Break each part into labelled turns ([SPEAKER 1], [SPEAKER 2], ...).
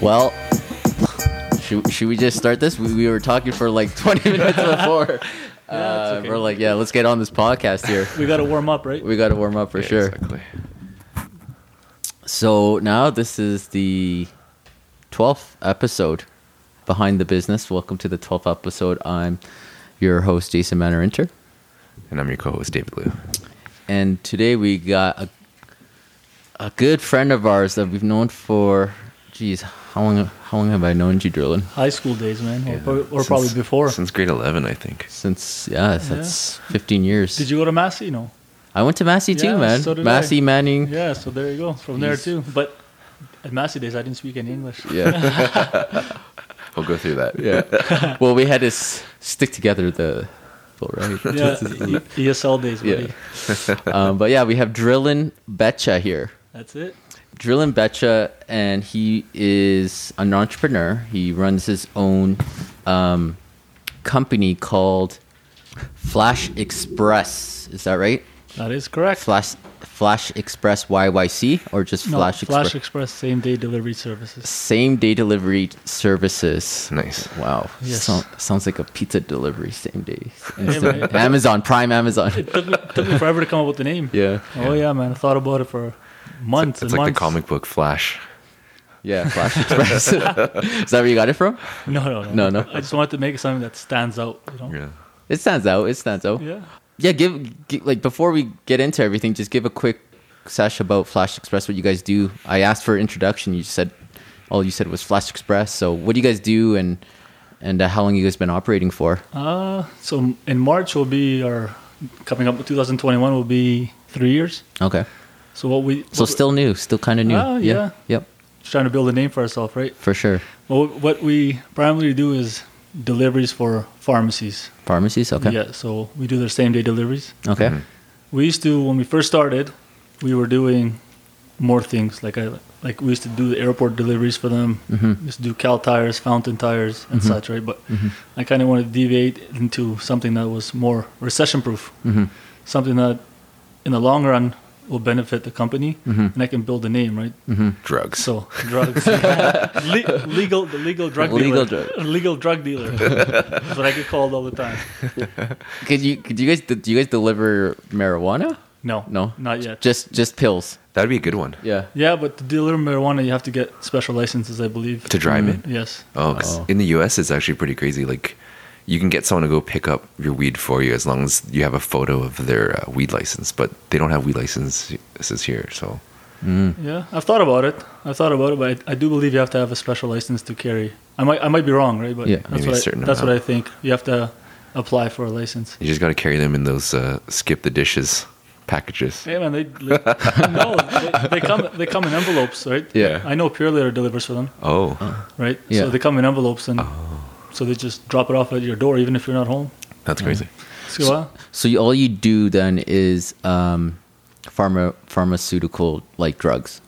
[SPEAKER 1] Well, should, should we just start this? We, we were talking for like 20 minutes before. uh,
[SPEAKER 2] okay.
[SPEAKER 1] We're like, yeah, let's get on this podcast here.
[SPEAKER 2] We got to warm up, right?
[SPEAKER 1] We got to warm up for sure.
[SPEAKER 3] Exactly.
[SPEAKER 1] So now this is the 12th episode behind the business. Welcome to the 12th episode. I'm your host, Jason Manarinter.
[SPEAKER 3] And I'm your co-host David Liu.
[SPEAKER 1] And today we got a, a good friend of ours that we've known for, geez, how long, how long have I known you, Derlin?
[SPEAKER 2] High school days, man, or,
[SPEAKER 3] Yeah.
[SPEAKER 2] pro- or
[SPEAKER 3] Since-
[SPEAKER 2] probably before.
[SPEAKER 3] Since grade 11, I think.
[SPEAKER 1] Since, yeah, that's 15 years.
[SPEAKER 2] Did you go to Massey? No.
[SPEAKER 1] I went to Massey
[SPEAKER 2] Yeah,
[SPEAKER 1] too, man.
[SPEAKER 2] so did
[SPEAKER 1] Massey,
[SPEAKER 2] I.
[SPEAKER 1] Manning. Yeah.
[SPEAKER 2] Yeah, so there you go. From there
[SPEAKER 1] Jeez.
[SPEAKER 2] too, but at Massey days, I didn't speak any English.
[SPEAKER 1] Yeah.
[SPEAKER 3] We'll go through that.
[SPEAKER 1] well, we had to s- stick together the, well, right?
[SPEAKER 2] Yeah, E- ESL days, buddy.
[SPEAKER 1] Yeah. um, but yeah, we have Drillin Betcha here.
[SPEAKER 2] That's it.
[SPEAKER 1] Drillin Betcha, and he is an entrepreneur. He runs his own um, company called Flash Express. Is that right?
[SPEAKER 2] That is correct.
[SPEAKER 1] Flash Flash Express YYC or just
[SPEAKER 2] no,
[SPEAKER 1] Flash Express?
[SPEAKER 2] Flash Express same day delivery services.
[SPEAKER 1] Same day delivery services.
[SPEAKER 3] Nice.
[SPEAKER 1] Wow.
[SPEAKER 2] Yes.
[SPEAKER 1] So- sounds like a pizza delivery same day.
[SPEAKER 2] man.
[SPEAKER 1] Amazon, Prime Amazon.
[SPEAKER 2] Took me, took me forever to come up with the name.
[SPEAKER 1] yeah.
[SPEAKER 2] Oh yeah, man. I thought about it for months
[SPEAKER 3] It's
[SPEAKER 2] and
[SPEAKER 3] like the
[SPEAKER 2] months.
[SPEAKER 3] comic book Flash.
[SPEAKER 1] Yeah, Flash Express. Is that where you got it from?
[SPEAKER 2] No, no,
[SPEAKER 1] No,
[SPEAKER 2] no,
[SPEAKER 1] no.
[SPEAKER 2] I just wanted to make something that stands out. You know?
[SPEAKER 3] Yeah.
[SPEAKER 1] It stands out. It stands out.
[SPEAKER 2] Yeah.
[SPEAKER 1] Yeah, give, gi- like before we get into everything, just give a quick sesh about Flash Express. What you guys do? I asked for an introduction. You said all you said was Flash Express. So what do you guys do, and and uh, how long you guys been operating for?
[SPEAKER 2] Uh, so in March will be our coming up. 2021 will be three years.
[SPEAKER 1] Okay,
[SPEAKER 2] So what we
[SPEAKER 1] so
[SPEAKER 2] what-
[SPEAKER 1] still new, still kind of new.
[SPEAKER 2] Oh, yeah.
[SPEAKER 1] Yep.
[SPEAKER 2] trying to build a name for ourselves, right?
[SPEAKER 1] For sure.
[SPEAKER 2] Well, what we primarily do is deliveries for pharmacies.
[SPEAKER 1] Pharmacies. Okay.
[SPEAKER 2] Yeah, so we do their same day deliveries.
[SPEAKER 1] Okay.
[SPEAKER 2] We used to when we first started, we were doing more things like I like we used to do the airport deliveries for them.
[SPEAKER 1] Mm-hmm.
[SPEAKER 2] We used to do Cal tires, Fountain tires, and such, right? But
[SPEAKER 1] Mm-hmm.
[SPEAKER 2] I kind of wanted to deviate into something that was more recession proof,
[SPEAKER 1] Mm-hmm.
[SPEAKER 2] something that in the long run will benefit the company,
[SPEAKER 1] Mm-hmm.
[SPEAKER 2] and I can build a name, right?
[SPEAKER 3] Drugs.
[SPEAKER 2] So drugs, Le- legal, the legal drug
[SPEAKER 1] Legal
[SPEAKER 2] dealer,
[SPEAKER 1] drug.
[SPEAKER 2] legal drug dealer. That's what I get called all the time.
[SPEAKER 1] Could you could you guys do you guys deliver marijuana?
[SPEAKER 2] No,
[SPEAKER 1] No.
[SPEAKER 2] not yet.
[SPEAKER 1] Just just pills.
[SPEAKER 3] That'd be a good one.
[SPEAKER 1] Yeah.
[SPEAKER 2] yeah, but to deliver marijuana, you have to get special licenses, I believe.
[SPEAKER 3] To drive it?
[SPEAKER 2] Yes.
[SPEAKER 3] Oh, 'cause
[SPEAKER 1] Oh.
[SPEAKER 3] in the US, it's actually pretty crazy. Like, you can get someone to go pick up your weed for you as long as you have a photo of their uh, weed license, but they don't have weed licenses here. So,
[SPEAKER 1] Mm.
[SPEAKER 2] Yeah, I've thought about it. I've thought about it, but I, I do believe you have to have a special license to carry. I might, I might be wrong, right? But
[SPEAKER 1] Yeah,
[SPEAKER 2] that's
[SPEAKER 3] maybe
[SPEAKER 2] what
[SPEAKER 3] a
[SPEAKER 2] I,
[SPEAKER 3] certain
[SPEAKER 2] that's what I
[SPEAKER 3] amount.
[SPEAKER 2] think. You have to apply for a license.
[SPEAKER 3] you just got to carry them in those uh, skip the dishes packages.
[SPEAKER 2] Yeah, man, they, they no, they, they come, they come in envelopes, right?
[SPEAKER 3] Yeah.
[SPEAKER 2] I know Pure Later delivers for them.
[SPEAKER 3] Oh,
[SPEAKER 2] right?
[SPEAKER 1] Yeah. Oh.
[SPEAKER 2] So they come in envelopes and so they just drop it off at your door, even if you're not home. Uh-huh.
[SPEAKER 3] that's crazy.
[SPEAKER 2] So, uh,
[SPEAKER 1] So you, all you do then is um, pharma pharmaceutical like drugs.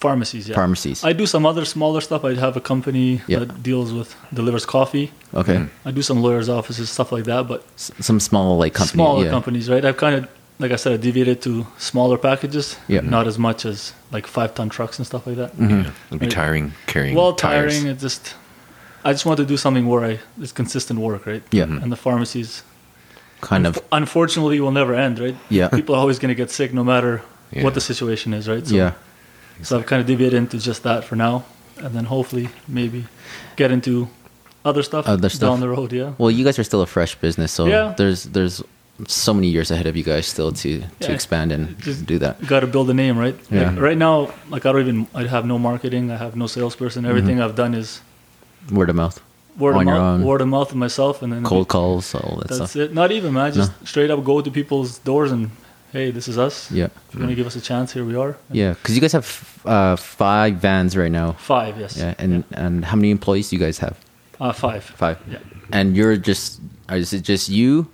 [SPEAKER 2] pharmacies, yeah.
[SPEAKER 1] Pharmacies.
[SPEAKER 2] I do some other smaller stuff. I have a company
[SPEAKER 1] Yeah.
[SPEAKER 2] that deals with delivers coffee.
[SPEAKER 1] Okay.
[SPEAKER 2] I do some lawyers' offices, stuff like that. But
[SPEAKER 1] S- some small like company.
[SPEAKER 2] smaller
[SPEAKER 1] yeah.
[SPEAKER 2] companies, right? I've kind of, like I said, I deviated to smaller packages.
[SPEAKER 1] Yeah. Mm-hmm.
[SPEAKER 2] Not as much as like five ton trucks and stuff like that.
[SPEAKER 3] Yeah. It'd be
[SPEAKER 2] Right.
[SPEAKER 3] tiring carrying
[SPEAKER 2] Well,
[SPEAKER 3] tires.
[SPEAKER 2] tiring. It just, I just want to do something where I it's consistent work, right?
[SPEAKER 1] Yeah. Mhm.
[SPEAKER 2] And the pharmacies
[SPEAKER 1] Kind of.
[SPEAKER 2] Unf- unfortunately will never end, right?
[SPEAKER 1] Yeah.
[SPEAKER 2] People are always going to get sick no matter
[SPEAKER 3] Yeah.
[SPEAKER 2] what the situation is, right? So,
[SPEAKER 1] Yeah.
[SPEAKER 2] So I've kind of deviated into just that for now, and then hopefully maybe get into other stuff
[SPEAKER 1] Other stuff.
[SPEAKER 2] down the road. Yeah.
[SPEAKER 1] Well, you guys are still a fresh business, so
[SPEAKER 2] Yeah.
[SPEAKER 1] there's there's so many years ahead of you guys still to to
[SPEAKER 2] Yeah.
[SPEAKER 1] expand and
[SPEAKER 2] Just-
[SPEAKER 1] do that.
[SPEAKER 2] Got to build a name, right?
[SPEAKER 1] Yeah.
[SPEAKER 2] Like, right now, like I don't even I have no marketing. I have no salesperson. Everything I've done is
[SPEAKER 1] Word of mouth,
[SPEAKER 2] word
[SPEAKER 1] Mm-hmm. On
[SPEAKER 2] of
[SPEAKER 1] your
[SPEAKER 2] mouth,
[SPEAKER 1] own.
[SPEAKER 2] word of mouth, and myself, and then
[SPEAKER 1] cold calls, all that
[SPEAKER 2] That's
[SPEAKER 1] stuff.
[SPEAKER 2] it. Not even man. I Just straight up go to people's doors and hey, this is us.
[SPEAKER 1] Yeah.
[SPEAKER 2] If you want to give us a chance, here we are. And
[SPEAKER 1] Yeah, because you guys have uh, five vans right now.
[SPEAKER 2] Five, yes.
[SPEAKER 1] Yeah, and and how many employees do you guys have?
[SPEAKER 2] Uh, five.
[SPEAKER 1] Five.
[SPEAKER 2] Yeah.
[SPEAKER 1] And you're just uh, is it just you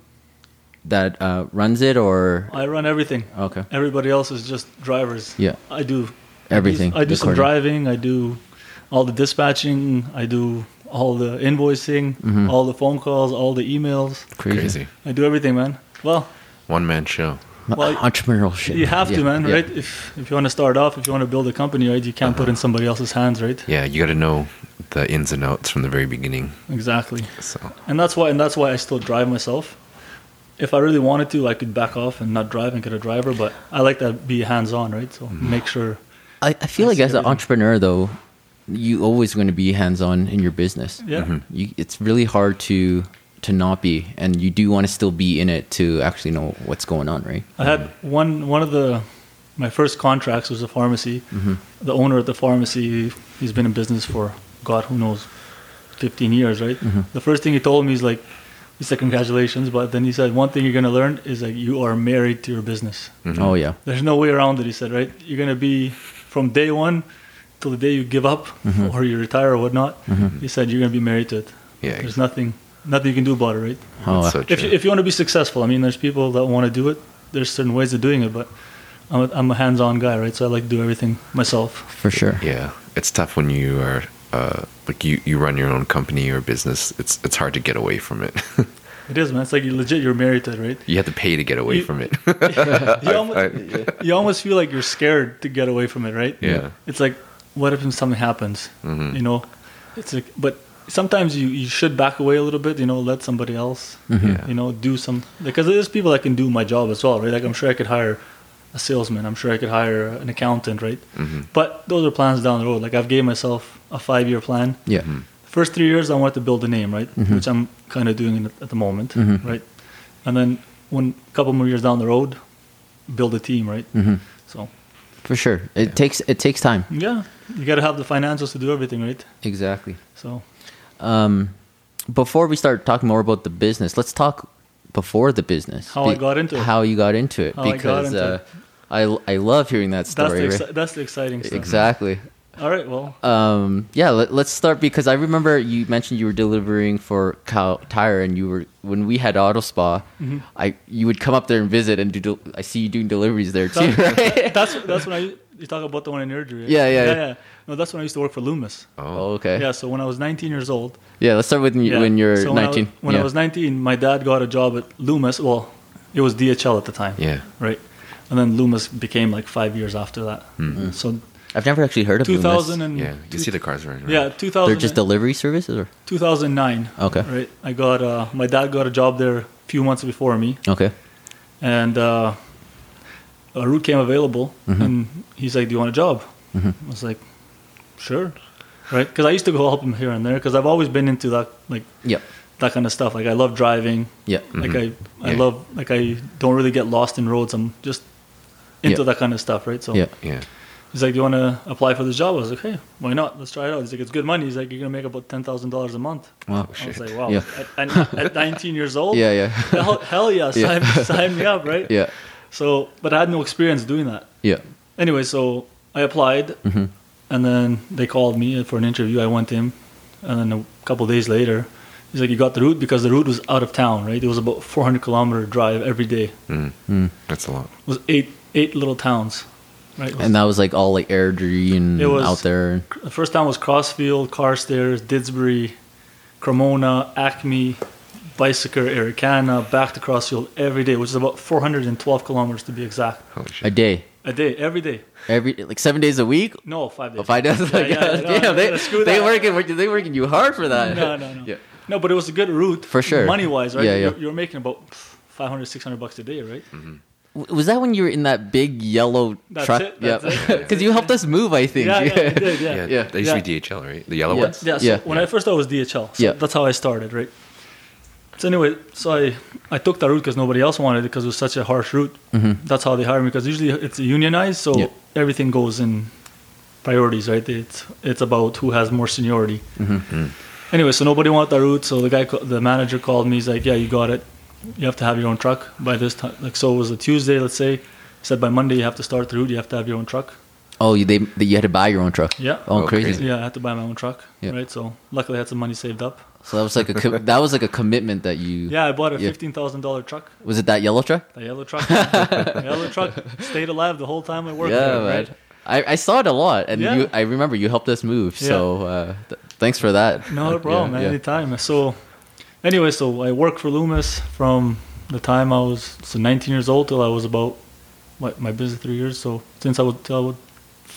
[SPEAKER 1] that uh, runs it or
[SPEAKER 2] I run everything.
[SPEAKER 1] okay?
[SPEAKER 2] Everybody else is just drivers.
[SPEAKER 1] Yeah.
[SPEAKER 2] I do
[SPEAKER 1] Everything,
[SPEAKER 2] I do, I do some
[SPEAKER 1] recording.
[SPEAKER 2] driving. I do all the dispatching. I do all the invoicing,
[SPEAKER 1] Mm-hmm.
[SPEAKER 2] all the phone calls, all the emails.
[SPEAKER 3] Crazy.
[SPEAKER 2] I do everything, man. Well,
[SPEAKER 3] One man show.
[SPEAKER 2] Well,
[SPEAKER 1] entrepreneurial shit.
[SPEAKER 2] You have to,
[SPEAKER 1] Yeah,
[SPEAKER 2] man,
[SPEAKER 1] yeah. Uh-huh.
[SPEAKER 2] right? If if you want to start off, if you want to build a company, right, you can't put in somebody else's hands, right?
[SPEAKER 3] Yeah, you got to know the ins and outs from the very beginning.
[SPEAKER 2] Exactly.
[SPEAKER 3] So
[SPEAKER 2] And that's why and that's why I still drive myself. If I really wanted to, I could back off and not drive and get a driver, but I like to be hands on, right? So
[SPEAKER 1] Mm-hmm.
[SPEAKER 2] make sure
[SPEAKER 1] I, I feel
[SPEAKER 2] I
[SPEAKER 1] like
[SPEAKER 2] see
[SPEAKER 1] as an
[SPEAKER 2] everything.
[SPEAKER 1] entrepreneur, though, you always going to be hands on in your business. Mm-hmm.
[SPEAKER 2] yeah.
[SPEAKER 1] You, it's really hard to to not be, and you do want to still be in it to actually know what's going on, right?
[SPEAKER 2] I had one one of the my first contracts was a pharmacy. The owner of the pharmacy, he's been in business for God who knows, fifteen years, right? The first thing he told me is like, he said congratulations, but then he said one thing you're gonna learn is that you are married to your business.
[SPEAKER 1] Oh yeah,
[SPEAKER 2] There's no way around it. He said, right? You're gonna be from day one till the day you give up or you retire or whatnot. He said you're gonna be married to it.
[SPEAKER 3] Yeah.
[SPEAKER 2] There's nothing nothing you can do about it, right?
[SPEAKER 1] oh,
[SPEAKER 3] that's
[SPEAKER 1] uh,
[SPEAKER 3] so
[SPEAKER 2] if,
[SPEAKER 3] true.
[SPEAKER 2] if you want to be successful, I mean, there's people that want to do it. There's certain ways of doing it, but I'm a, I'm a hands-on guy, right? So I like to do everything myself.
[SPEAKER 1] for sure.
[SPEAKER 3] yeah, it's tough when you are uh, like you, you run your own company or business. It's it's hard to get away from it.
[SPEAKER 2] It is, man. It's like you legit. You're married to it, right?
[SPEAKER 3] you have to pay to get away
[SPEAKER 2] You-
[SPEAKER 3] from it. Oh,
[SPEAKER 2] You almost, you almost feel like you're scared to get away from it, right?
[SPEAKER 3] Yeah. Mm-hmm.
[SPEAKER 2] It's like, what if something happens? You know, it's like, but sometimes you, you should back away a little bit. You know, let somebody else.
[SPEAKER 3] Yeah.
[SPEAKER 2] You know, do some because there's people that can do my job as well, right? Like I'm sure I could hire a salesman. I'm sure I could hire an accountant, right?
[SPEAKER 3] Mm-hmm.
[SPEAKER 2] But those are plans down the road. Like I've gave myself a five year plan.
[SPEAKER 1] Yeah,
[SPEAKER 2] First three years, I wanted to build a name, right?
[SPEAKER 1] Mm-hmm.
[SPEAKER 2] Which I'm kind of doing it at the moment, right? And then when a couple more years down the road, build a team, right?
[SPEAKER 1] Mm-hmm.
[SPEAKER 2] So
[SPEAKER 1] for sure. It takes it takes time.
[SPEAKER 2] yeah, you got to have the financials to do everything, right?
[SPEAKER 1] Exactly.
[SPEAKER 2] So
[SPEAKER 1] Um, before we start talking more about the business, let's talk before the business.
[SPEAKER 2] How I got into it.
[SPEAKER 1] How you got into it?
[SPEAKER 2] How I got
[SPEAKER 1] because
[SPEAKER 2] into
[SPEAKER 1] uh, I I love hearing that
[SPEAKER 2] that's
[SPEAKER 1] story.
[SPEAKER 2] the
[SPEAKER 1] right?
[SPEAKER 2] exci- that's the exciting stuff.
[SPEAKER 1] Exactly.
[SPEAKER 2] All right, well,
[SPEAKER 1] um, yeah, let, let's start because I remember you mentioned you were delivering for Cow Tire, and you were when we had Auto Spa.
[SPEAKER 2] Mm-hmm.
[SPEAKER 1] I you would come up there and visit, and do del- I see you doing deliveries there too,
[SPEAKER 2] That's-
[SPEAKER 1] right?
[SPEAKER 2] that's that's when I you talk about the one in Airdrie. Right?
[SPEAKER 1] Yeah, yeah, yeah.
[SPEAKER 2] yeah, No, that's when I used to work for Loomis.
[SPEAKER 1] oh, okay.
[SPEAKER 2] Yeah, so when I was 19 years old,
[SPEAKER 1] Yeah, let's start with when you-
[SPEAKER 2] yeah.
[SPEAKER 1] when you're
[SPEAKER 2] So I-
[SPEAKER 1] 19.
[SPEAKER 2] when
[SPEAKER 1] yeah.
[SPEAKER 2] I was 19, my dad got a job at Loomis. Well, it was DHL at the time.
[SPEAKER 3] Yeah.
[SPEAKER 2] Right, and then Loomis became like five years after that. So
[SPEAKER 1] I've never actually heard of Hmm. Loomis.
[SPEAKER 2] 2000 and
[SPEAKER 3] Yeah, you see the cars running. around.
[SPEAKER 2] yeah 2000
[SPEAKER 1] They're just delivery services, or
[SPEAKER 2] 2009.
[SPEAKER 1] Okay.
[SPEAKER 2] Right, I got uh, my dad got a job there a few months before me.
[SPEAKER 1] okay,
[SPEAKER 2] and uh, a route came available,
[SPEAKER 1] Mm-hmm.
[SPEAKER 2] and he's like, "Do you want a job?" I was like, "Sure," right? Because I used to go help him here and there because I've always been into that like
[SPEAKER 1] yep,
[SPEAKER 2] that kind of stuff. Like I love driving.
[SPEAKER 1] yep,
[SPEAKER 2] Like I,
[SPEAKER 1] Mm-hmm.
[SPEAKER 2] I
[SPEAKER 3] Yeah.
[SPEAKER 2] love like I don't really get lost in roads. I'm just into
[SPEAKER 1] Yeah.
[SPEAKER 2] that kind of stuff, right? So
[SPEAKER 1] yep.
[SPEAKER 3] yeah,
[SPEAKER 2] he's like, "Do you want to apply for this job?" I was like, "Hey, why not? Let's try it out." He's like, "It's good money." He's like, "You're gonna make about ten thousand dollars a month."
[SPEAKER 1] Wow.
[SPEAKER 2] I was like, "Wow!"
[SPEAKER 1] Yeah.
[SPEAKER 2] At, at, at 19 years old,
[SPEAKER 1] Oh, Yeah, yeah,
[SPEAKER 2] Hell, hell yeah, sign, sign me up, right?
[SPEAKER 1] yeah,
[SPEAKER 2] So, but I had no experience doing that.
[SPEAKER 1] yeah.
[SPEAKER 2] Anyway, so I applied,
[SPEAKER 1] Mm-hmm.
[SPEAKER 2] and then they called me for an interview. I went in, and then a couple days later, he's like, "You got the route because the route was out of town, right? It was about 400 kilometer drive every day. It
[SPEAKER 3] Mm.
[SPEAKER 1] Mm.
[SPEAKER 3] that's a lot.
[SPEAKER 2] was eight eight little towns, right? It was-
[SPEAKER 1] And that was like all like Airdrie and
[SPEAKER 2] It was-
[SPEAKER 1] out there.
[SPEAKER 2] the first town was Crossfield, Carstairs, Didsbury, Cremona, Acme, Bicycle, Ericana, back to Crossfield every day, which is about 412 kilometers to be exact,
[SPEAKER 3] Holy shit.
[SPEAKER 1] A day,
[SPEAKER 2] a day, every day.
[SPEAKER 1] every like seven days a week,
[SPEAKER 2] No, five days.
[SPEAKER 1] If I does, like,
[SPEAKER 2] yeah,
[SPEAKER 1] God
[SPEAKER 2] no,
[SPEAKER 1] Oh, damn, they,
[SPEAKER 2] no, screw
[SPEAKER 1] they
[SPEAKER 2] that.
[SPEAKER 1] working, with you- they working you hard for that.
[SPEAKER 2] No, no, no.
[SPEAKER 1] Yeah.
[SPEAKER 2] No, but it was a good route
[SPEAKER 1] For sure.
[SPEAKER 2] Money wise, right?
[SPEAKER 1] Yeah, yeah.
[SPEAKER 2] You're, you're making about pff, 500, 600 bucks a day, right?
[SPEAKER 1] W- Was that when you were in that big yellow
[SPEAKER 2] That's
[SPEAKER 1] truck?
[SPEAKER 2] it, that's it, that's
[SPEAKER 1] Because you helped us move, I think.
[SPEAKER 2] Yeah, yeah, it did, yeah.
[SPEAKER 3] Yeah,
[SPEAKER 1] Yeah.
[SPEAKER 3] They used
[SPEAKER 2] Yeah.
[SPEAKER 3] to be DHL, right? The yellow
[SPEAKER 1] Yeah.
[SPEAKER 3] ones.
[SPEAKER 2] Yeah, so
[SPEAKER 1] Yeah.
[SPEAKER 2] when I first started, it was DHL. So
[SPEAKER 1] Yeah.
[SPEAKER 2] That's how I started, right? So anyway, so I, I took that route because nobody else wanted it because it was such a harsh route. That's how they hired me because usually it's unionized, so
[SPEAKER 1] Mm-hmm. Yeah.
[SPEAKER 2] everything goes in priorities, right? It's it's about who has more seniority.
[SPEAKER 1] Mm-hmm.
[SPEAKER 2] Anyway, so nobody wanted that route, so the guy, ca- the manager called me. He's like, "Yeah, you got it. You have to have your own truck by this time." Like, so it was a Tuesday, let's say. He said by Monday you have to start the route. You have to have your own truck.
[SPEAKER 1] Oh, you, they, they, you had to buy your own truck.
[SPEAKER 2] Yeah.
[SPEAKER 1] Oh,
[SPEAKER 3] Oh,
[SPEAKER 1] crazy.
[SPEAKER 3] crazy.
[SPEAKER 2] Yeah, I had to buy my own truck,
[SPEAKER 1] Yeah.
[SPEAKER 2] right? So luckily I had some money saved up.
[SPEAKER 1] So that was like a com- that was like a commitment that you.
[SPEAKER 2] Yeah, I bought a
[SPEAKER 1] Yeah.
[SPEAKER 2] fifteen thousand dollar truck,
[SPEAKER 1] Was it that yellow truck?
[SPEAKER 2] a yellow truck. a yellow truck stayed alive the whole time I worked.
[SPEAKER 1] yeah,
[SPEAKER 2] there,
[SPEAKER 1] man.
[SPEAKER 2] right?
[SPEAKER 1] I, I saw it a lot, and
[SPEAKER 2] Yeah.
[SPEAKER 1] you, I remember you helped us move. So uh, th- thanks for that.
[SPEAKER 2] No
[SPEAKER 1] Yeah,
[SPEAKER 2] problem, man.
[SPEAKER 1] yeah.
[SPEAKER 2] Anytime. So, anyway, so I worked for Loomis from the time I was so 19 years old till I was about what my business three years. So since I was till I was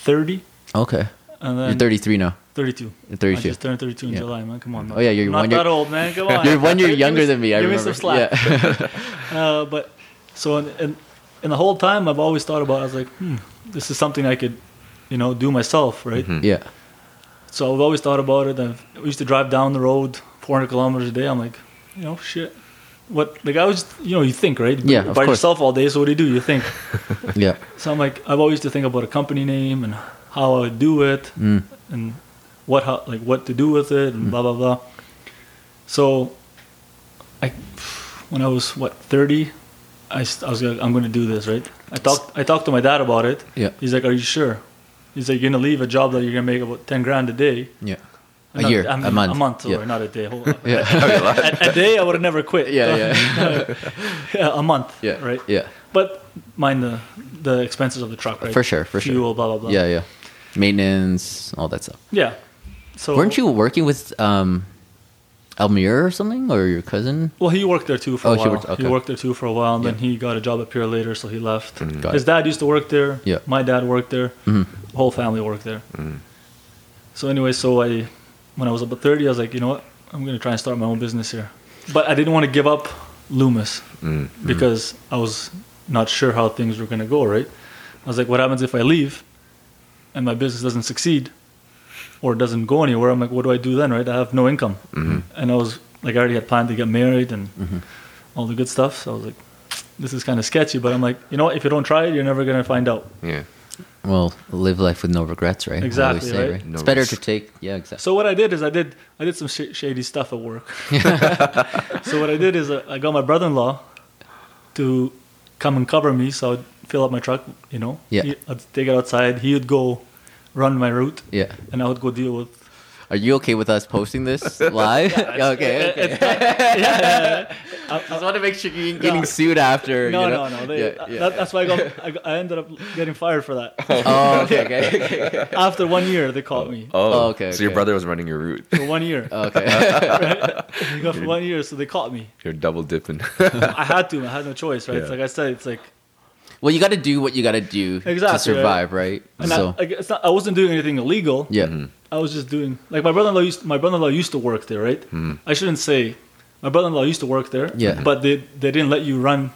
[SPEAKER 2] 30,
[SPEAKER 1] Okay.
[SPEAKER 2] and then
[SPEAKER 1] You're 33 now.
[SPEAKER 2] 32.
[SPEAKER 1] You're
[SPEAKER 2] I
[SPEAKER 1] 32.
[SPEAKER 2] just turned 32 in
[SPEAKER 1] Yeah.
[SPEAKER 2] July, man. Come on. Man.
[SPEAKER 1] Oh, yeah, you're
[SPEAKER 2] I'm not
[SPEAKER 1] one year-
[SPEAKER 2] that old, man. Come on.
[SPEAKER 1] You're one year
[SPEAKER 2] Give me
[SPEAKER 1] younger
[SPEAKER 2] some-
[SPEAKER 1] than me. I
[SPEAKER 2] give
[SPEAKER 1] remember.
[SPEAKER 2] me some slack.
[SPEAKER 1] Yeah.
[SPEAKER 2] Uh, but so and, and and the whole time I've always thought about. it, I was like, hmm, this is something I could, you know, do myself, right?
[SPEAKER 1] yeah.
[SPEAKER 2] So I've always thought about it. I've, I used to drive down the road 400 kilometers a day. I'm like, you know, shit. What like I was, you know, you think, right?
[SPEAKER 1] Yeah, of
[SPEAKER 2] By
[SPEAKER 1] course.
[SPEAKER 2] yourself all day. So what do you do? You think.
[SPEAKER 1] Yeah.
[SPEAKER 2] So I'm like, I've always used to think about a company name and how I would do it
[SPEAKER 1] Mm.
[SPEAKER 2] and what how, like what to do with it
[SPEAKER 1] Hmm.
[SPEAKER 2] and blah blah blah. So, I when I was what 30, I, s- I was like, I'm going to do this right. I talked I talked to my dad about it.
[SPEAKER 1] Yeah.
[SPEAKER 2] He's like, Are you sure? He's like, You're going to leave a job that you're going to make about 10 grand a day.
[SPEAKER 1] Yeah. A
[SPEAKER 2] Not-
[SPEAKER 1] year.
[SPEAKER 2] I mean,
[SPEAKER 1] a month.
[SPEAKER 2] A month, Oh,
[SPEAKER 1] Yeah.
[SPEAKER 2] or not a day. Hold on.
[SPEAKER 1] Yeah.
[SPEAKER 2] a, a day, I would have never quit.
[SPEAKER 1] Yeah,
[SPEAKER 2] yeah. a month.
[SPEAKER 1] yeah.
[SPEAKER 2] Right.
[SPEAKER 1] Yeah.
[SPEAKER 2] But mind the the expenses of the truck, right?
[SPEAKER 1] For sure, for sure.
[SPEAKER 2] Fuel, blah blah blah.
[SPEAKER 1] Yeah. Yeah. Maintenance, all that stuff.
[SPEAKER 2] Yeah. So
[SPEAKER 1] Weren't you working with um, Almir or something, or your cousin?
[SPEAKER 2] Well, he worked there too for
[SPEAKER 1] Oh,
[SPEAKER 2] a
[SPEAKER 1] he
[SPEAKER 2] while. He worked,
[SPEAKER 1] worked- okay.
[SPEAKER 2] there too for a while, and then
[SPEAKER 1] Yeah. Mm.
[SPEAKER 2] he got a job at Pure later, so he left.
[SPEAKER 1] Got
[SPEAKER 2] His
[SPEAKER 1] it.
[SPEAKER 2] dad used to work there.
[SPEAKER 1] Yeah. Mm.
[SPEAKER 2] My dad worked there.
[SPEAKER 1] Mhm.
[SPEAKER 2] The whole family worked there. So anyway, so I, when I was about thirty, I was like, you know what, I'm gonna try and start my own business here. But I didn't want to give up Loomis
[SPEAKER 3] Mm.
[SPEAKER 2] Mm-hmm. because I was not sure how things were gonna go. Right. I was like, what happens if I leave, and my business doesn't succeed, or doesn't go anywhere? I'm like, what do I do then? Right. I have no income, and I was like, I already had planned to get married and all the good stuff. So I was like, this is kind of sketchy. But I'm like, you know what? If you don't try it, you're never gonna find out.
[SPEAKER 3] Yeah.
[SPEAKER 1] Well, live life with no regrets, right? I always
[SPEAKER 2] Exactly, right?
[SPEAKER 3] No
[SPEAKER 1] it's better
[SPEAKER 3] risk.
[SPEAKER 1] to take. Yeah, exactly.
[SPEAKER 2] So what I did is I did I did some sh- shady stuff at work. so what I did is uh, I, I got my brother-in-law to come and cover me, so I'd fill up my truck, you know.
[SPEAKER 1] Yeah.
[SPEAKER 2] He- I'd take it outside. He would go run my route,
[SPEAKER 1] Yeah.
[SPEAKER 2] and I would go deal with.
[SPEAKER 1] Are you okay with us posting this live? okay. okay. I just want to make sure you ain't getting
[SPEAKER 2] No.
[SPEAKER 1] sued after.
[SPEAKER 2] No,
[SPEAKER 1] you
[SPEAKER 2] no,
[SPEAKER 1] know?
[SPEAKER 2] no. They,
[SPEAKER 1] Yeah, yeah.
[SPEAKER 2] That, that's why I got, I got. I ended up getting fired for that.
[SPEAKER 1] oh, okay, okay, okay, okay.
[SPEAKER 2] After one year, they caught me.
[SPEAKER 1] Oh, okay,
[SPEAKER 3] So your
[SPEAKER 1] okay.
[SPEAKER 3] brother was running your route.
[SPEAKER 2] For one year,
[SPEAKER 1] okay.
[SPEAKER 2] They got for one year, so they caught me.
[SPEAKER 3] You're double dipping.
[SPEAKER 2] I had to. I had no choice, right? It's
[SPEAKER 3] Yeah.
[SPEAKER 2] like I said, it's like
[SPEAKER 1] Well, you got to do what you got to do to
[SPEAKER 2] Exactly,
[SPEAKER 1] survive, right?
[SPEAKER 2] And
[SPEAKER 1] So,
[SPEAKER 2] I, I, it's not, I wasn't doing anything illegal.
[SPEAKER 1] yeah,
[SPEAKER 2] I was just doing like my brother-in-law used my brother-in-law used to work there, right? I shouldn't say my brother-in-law used to work there.
[SPEAKER 1] Hmm. Yeah.
[SPEAKER 2] But they they didn't let you run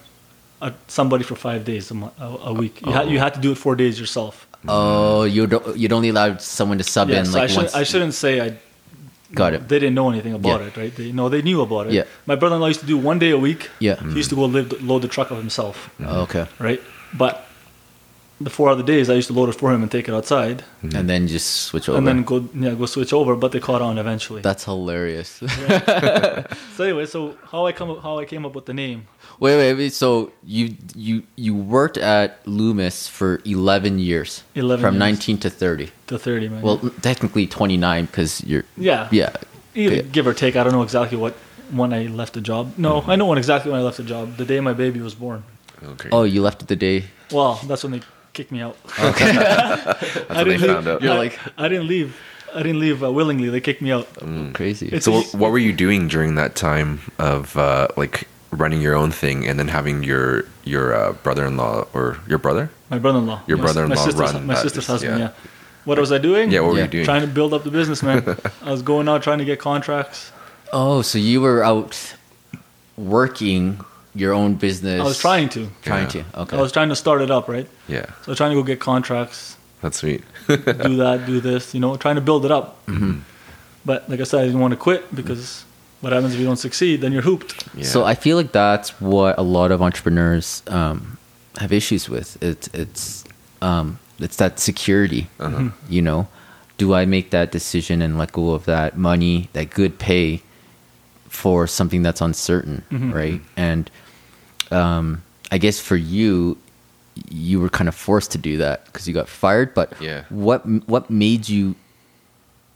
[SPEAKER 2] at somebody for five days a, mo- a, a week. You had you had to do it four days yourself.
[SPEAKER 1] Oh, you don't, you'd only allow someone to sub
[SPEAKER 2] Yeah.
[SPEAKER 1] in
[SPEAKER 2] so I
[SPEAKER 1] like
[SPEAKER 2] should
[SPEAKER 1] once.
[SPEAKER 2] I shouldn't say I.
[SPEAKER 1] Got it.
[SPEAKER 2] They didn't know anything about
[SPEAKER 1] Yeah.
[SPEAKER 2] it, right? They no, they knew about it.
[SPEAKER 1] Yeah.
[SPEAKER 2] My brother-in-law used to do one day a week.
[SPEAKER 1] Yeah.
[SPEAKER 2] He used to go live, load the truck up himself,
[SPEAKER 1] Oh, okay,
[SPEAKER 2] right? But the four other days, I used to load it for him and take it outside,
[SPEAKER 1] and then just switch over.
[SPEAKER 2] and then go yeah go switch over. But they caught on eventually.
[SPEAKER 1] That's hilarious.
[SPEAKER 2] So anyway, so how I come how I came up with the name?
[SPEAKER 1] wait, wait, wait. So you you you worked at Loomis for eleven years,
[SPEAKER 2] 11
[SPEAKER 1] from
[SPEAKER 2] years.
[SPEAKER 1] nineteen to thirty.
[SPEAKER 2] The thirty man.
[SPEAKER 1] Well, technically twenty nine because you're
[SPEAKER 2] yeah,
[SPEAKER 1] yeah.
[SPEAKER 2] Either
[SPEAKER 1] yeah.
[SPEAKER 2] give or take. I don't know exactly what when I left the job. No,
[SPEAKER 3] Mm-hmm.
[SPEAKER 2] I know when exactly when I left the job. The day my baby was born.
[SPEAKER 3] okay.
[SPEAKER 1] Oh, you left it the day.
[SPEAKER 2] Well, that's when they kicked me out.
[SPEAKER 3] That's
[SPEAKER 2] I
[SPEAKER 3] when they
[SPEAKER 2] didn't
[SPEAKER 3] found
[SPEAKER 2] leave.
[SPEAKER 3] out.
[SPEAKER 1] You're
[SPEAKER 2] I,
[SPEAKER 1] like-
[SPEAKER 2] I didn't leave. I didn't leave uh, willingly. They kicked me out.
[SPEAKER 1] Crazy.
[SPEAKER 2] Hmm. It's
[SPEAKER 3] So
[SPEAKER 2] a-
[SPEAKER 3] what, what were you doing during that time of uh, like running your own thing and then having your your uh, brother-in-law or your brother?
[SPEAKER 2] my brother-in-law.
[SPEAKER 3] Your
[SPEAKER 2] My-
[SPEAKER 3] brother-in-law
[SPEAKER 2] My sister's,
[SPEAKER 3] run
[SPEAKER 2] my
[SPEAKER 3] that
[SPEAKER 2] sister's
[SPEAKER 3] business,
[SPEAKER 2] husband.
[SPEAKER 3] yeah.
[SPEAKER 2] Yeah. What was I doing?
[SPEAKER 3] Yeah, what were
[SPEAKER 1] Yeah.
[SPEAKER 3] you doing?
[SPEAKER 2] Trying to build up the business, man. I was going out trying to get contracts.
[SPEAKER 1] Oh, so you were out working your own business.
[SPEAKER 2] I was trying to.
[SPEAKER 1] Trying
[SPEAKER 3] Yeah.
[SPEAKER 1] to. Okay.
[SPEAKER 2] I was trying to start it up, right?
[SPEAKER 3] yeah,
[SPEAKER 2] So trying to go get contracts,
[SPEAKER 3] that's sweet.
[SPEAKER 2] do that, do this, you know, trying to build it up.
[SPEAKER 1] Mm-hmm.
[SPEAKER 2] But like I said, I didn't want to quit because what happens if you don't succeed? Then you're hooped.
[SPEAKER 3] Yeah.
[SPEAKER 1] So I feel like that's what a lot of entrepreneurs um, have issues with. It's it's um, it's that security.
[SPEAKER 3] Uh-huh.
[SPEAKER 1] You know, do I make that decision and let go of that money, that good pay, for something that's uncertain, right? And um, I guess for you, you were kind of forced to do that because you got fired. But
[SPEAKER 3] Yeah.
[SPEAKER 1] what what made you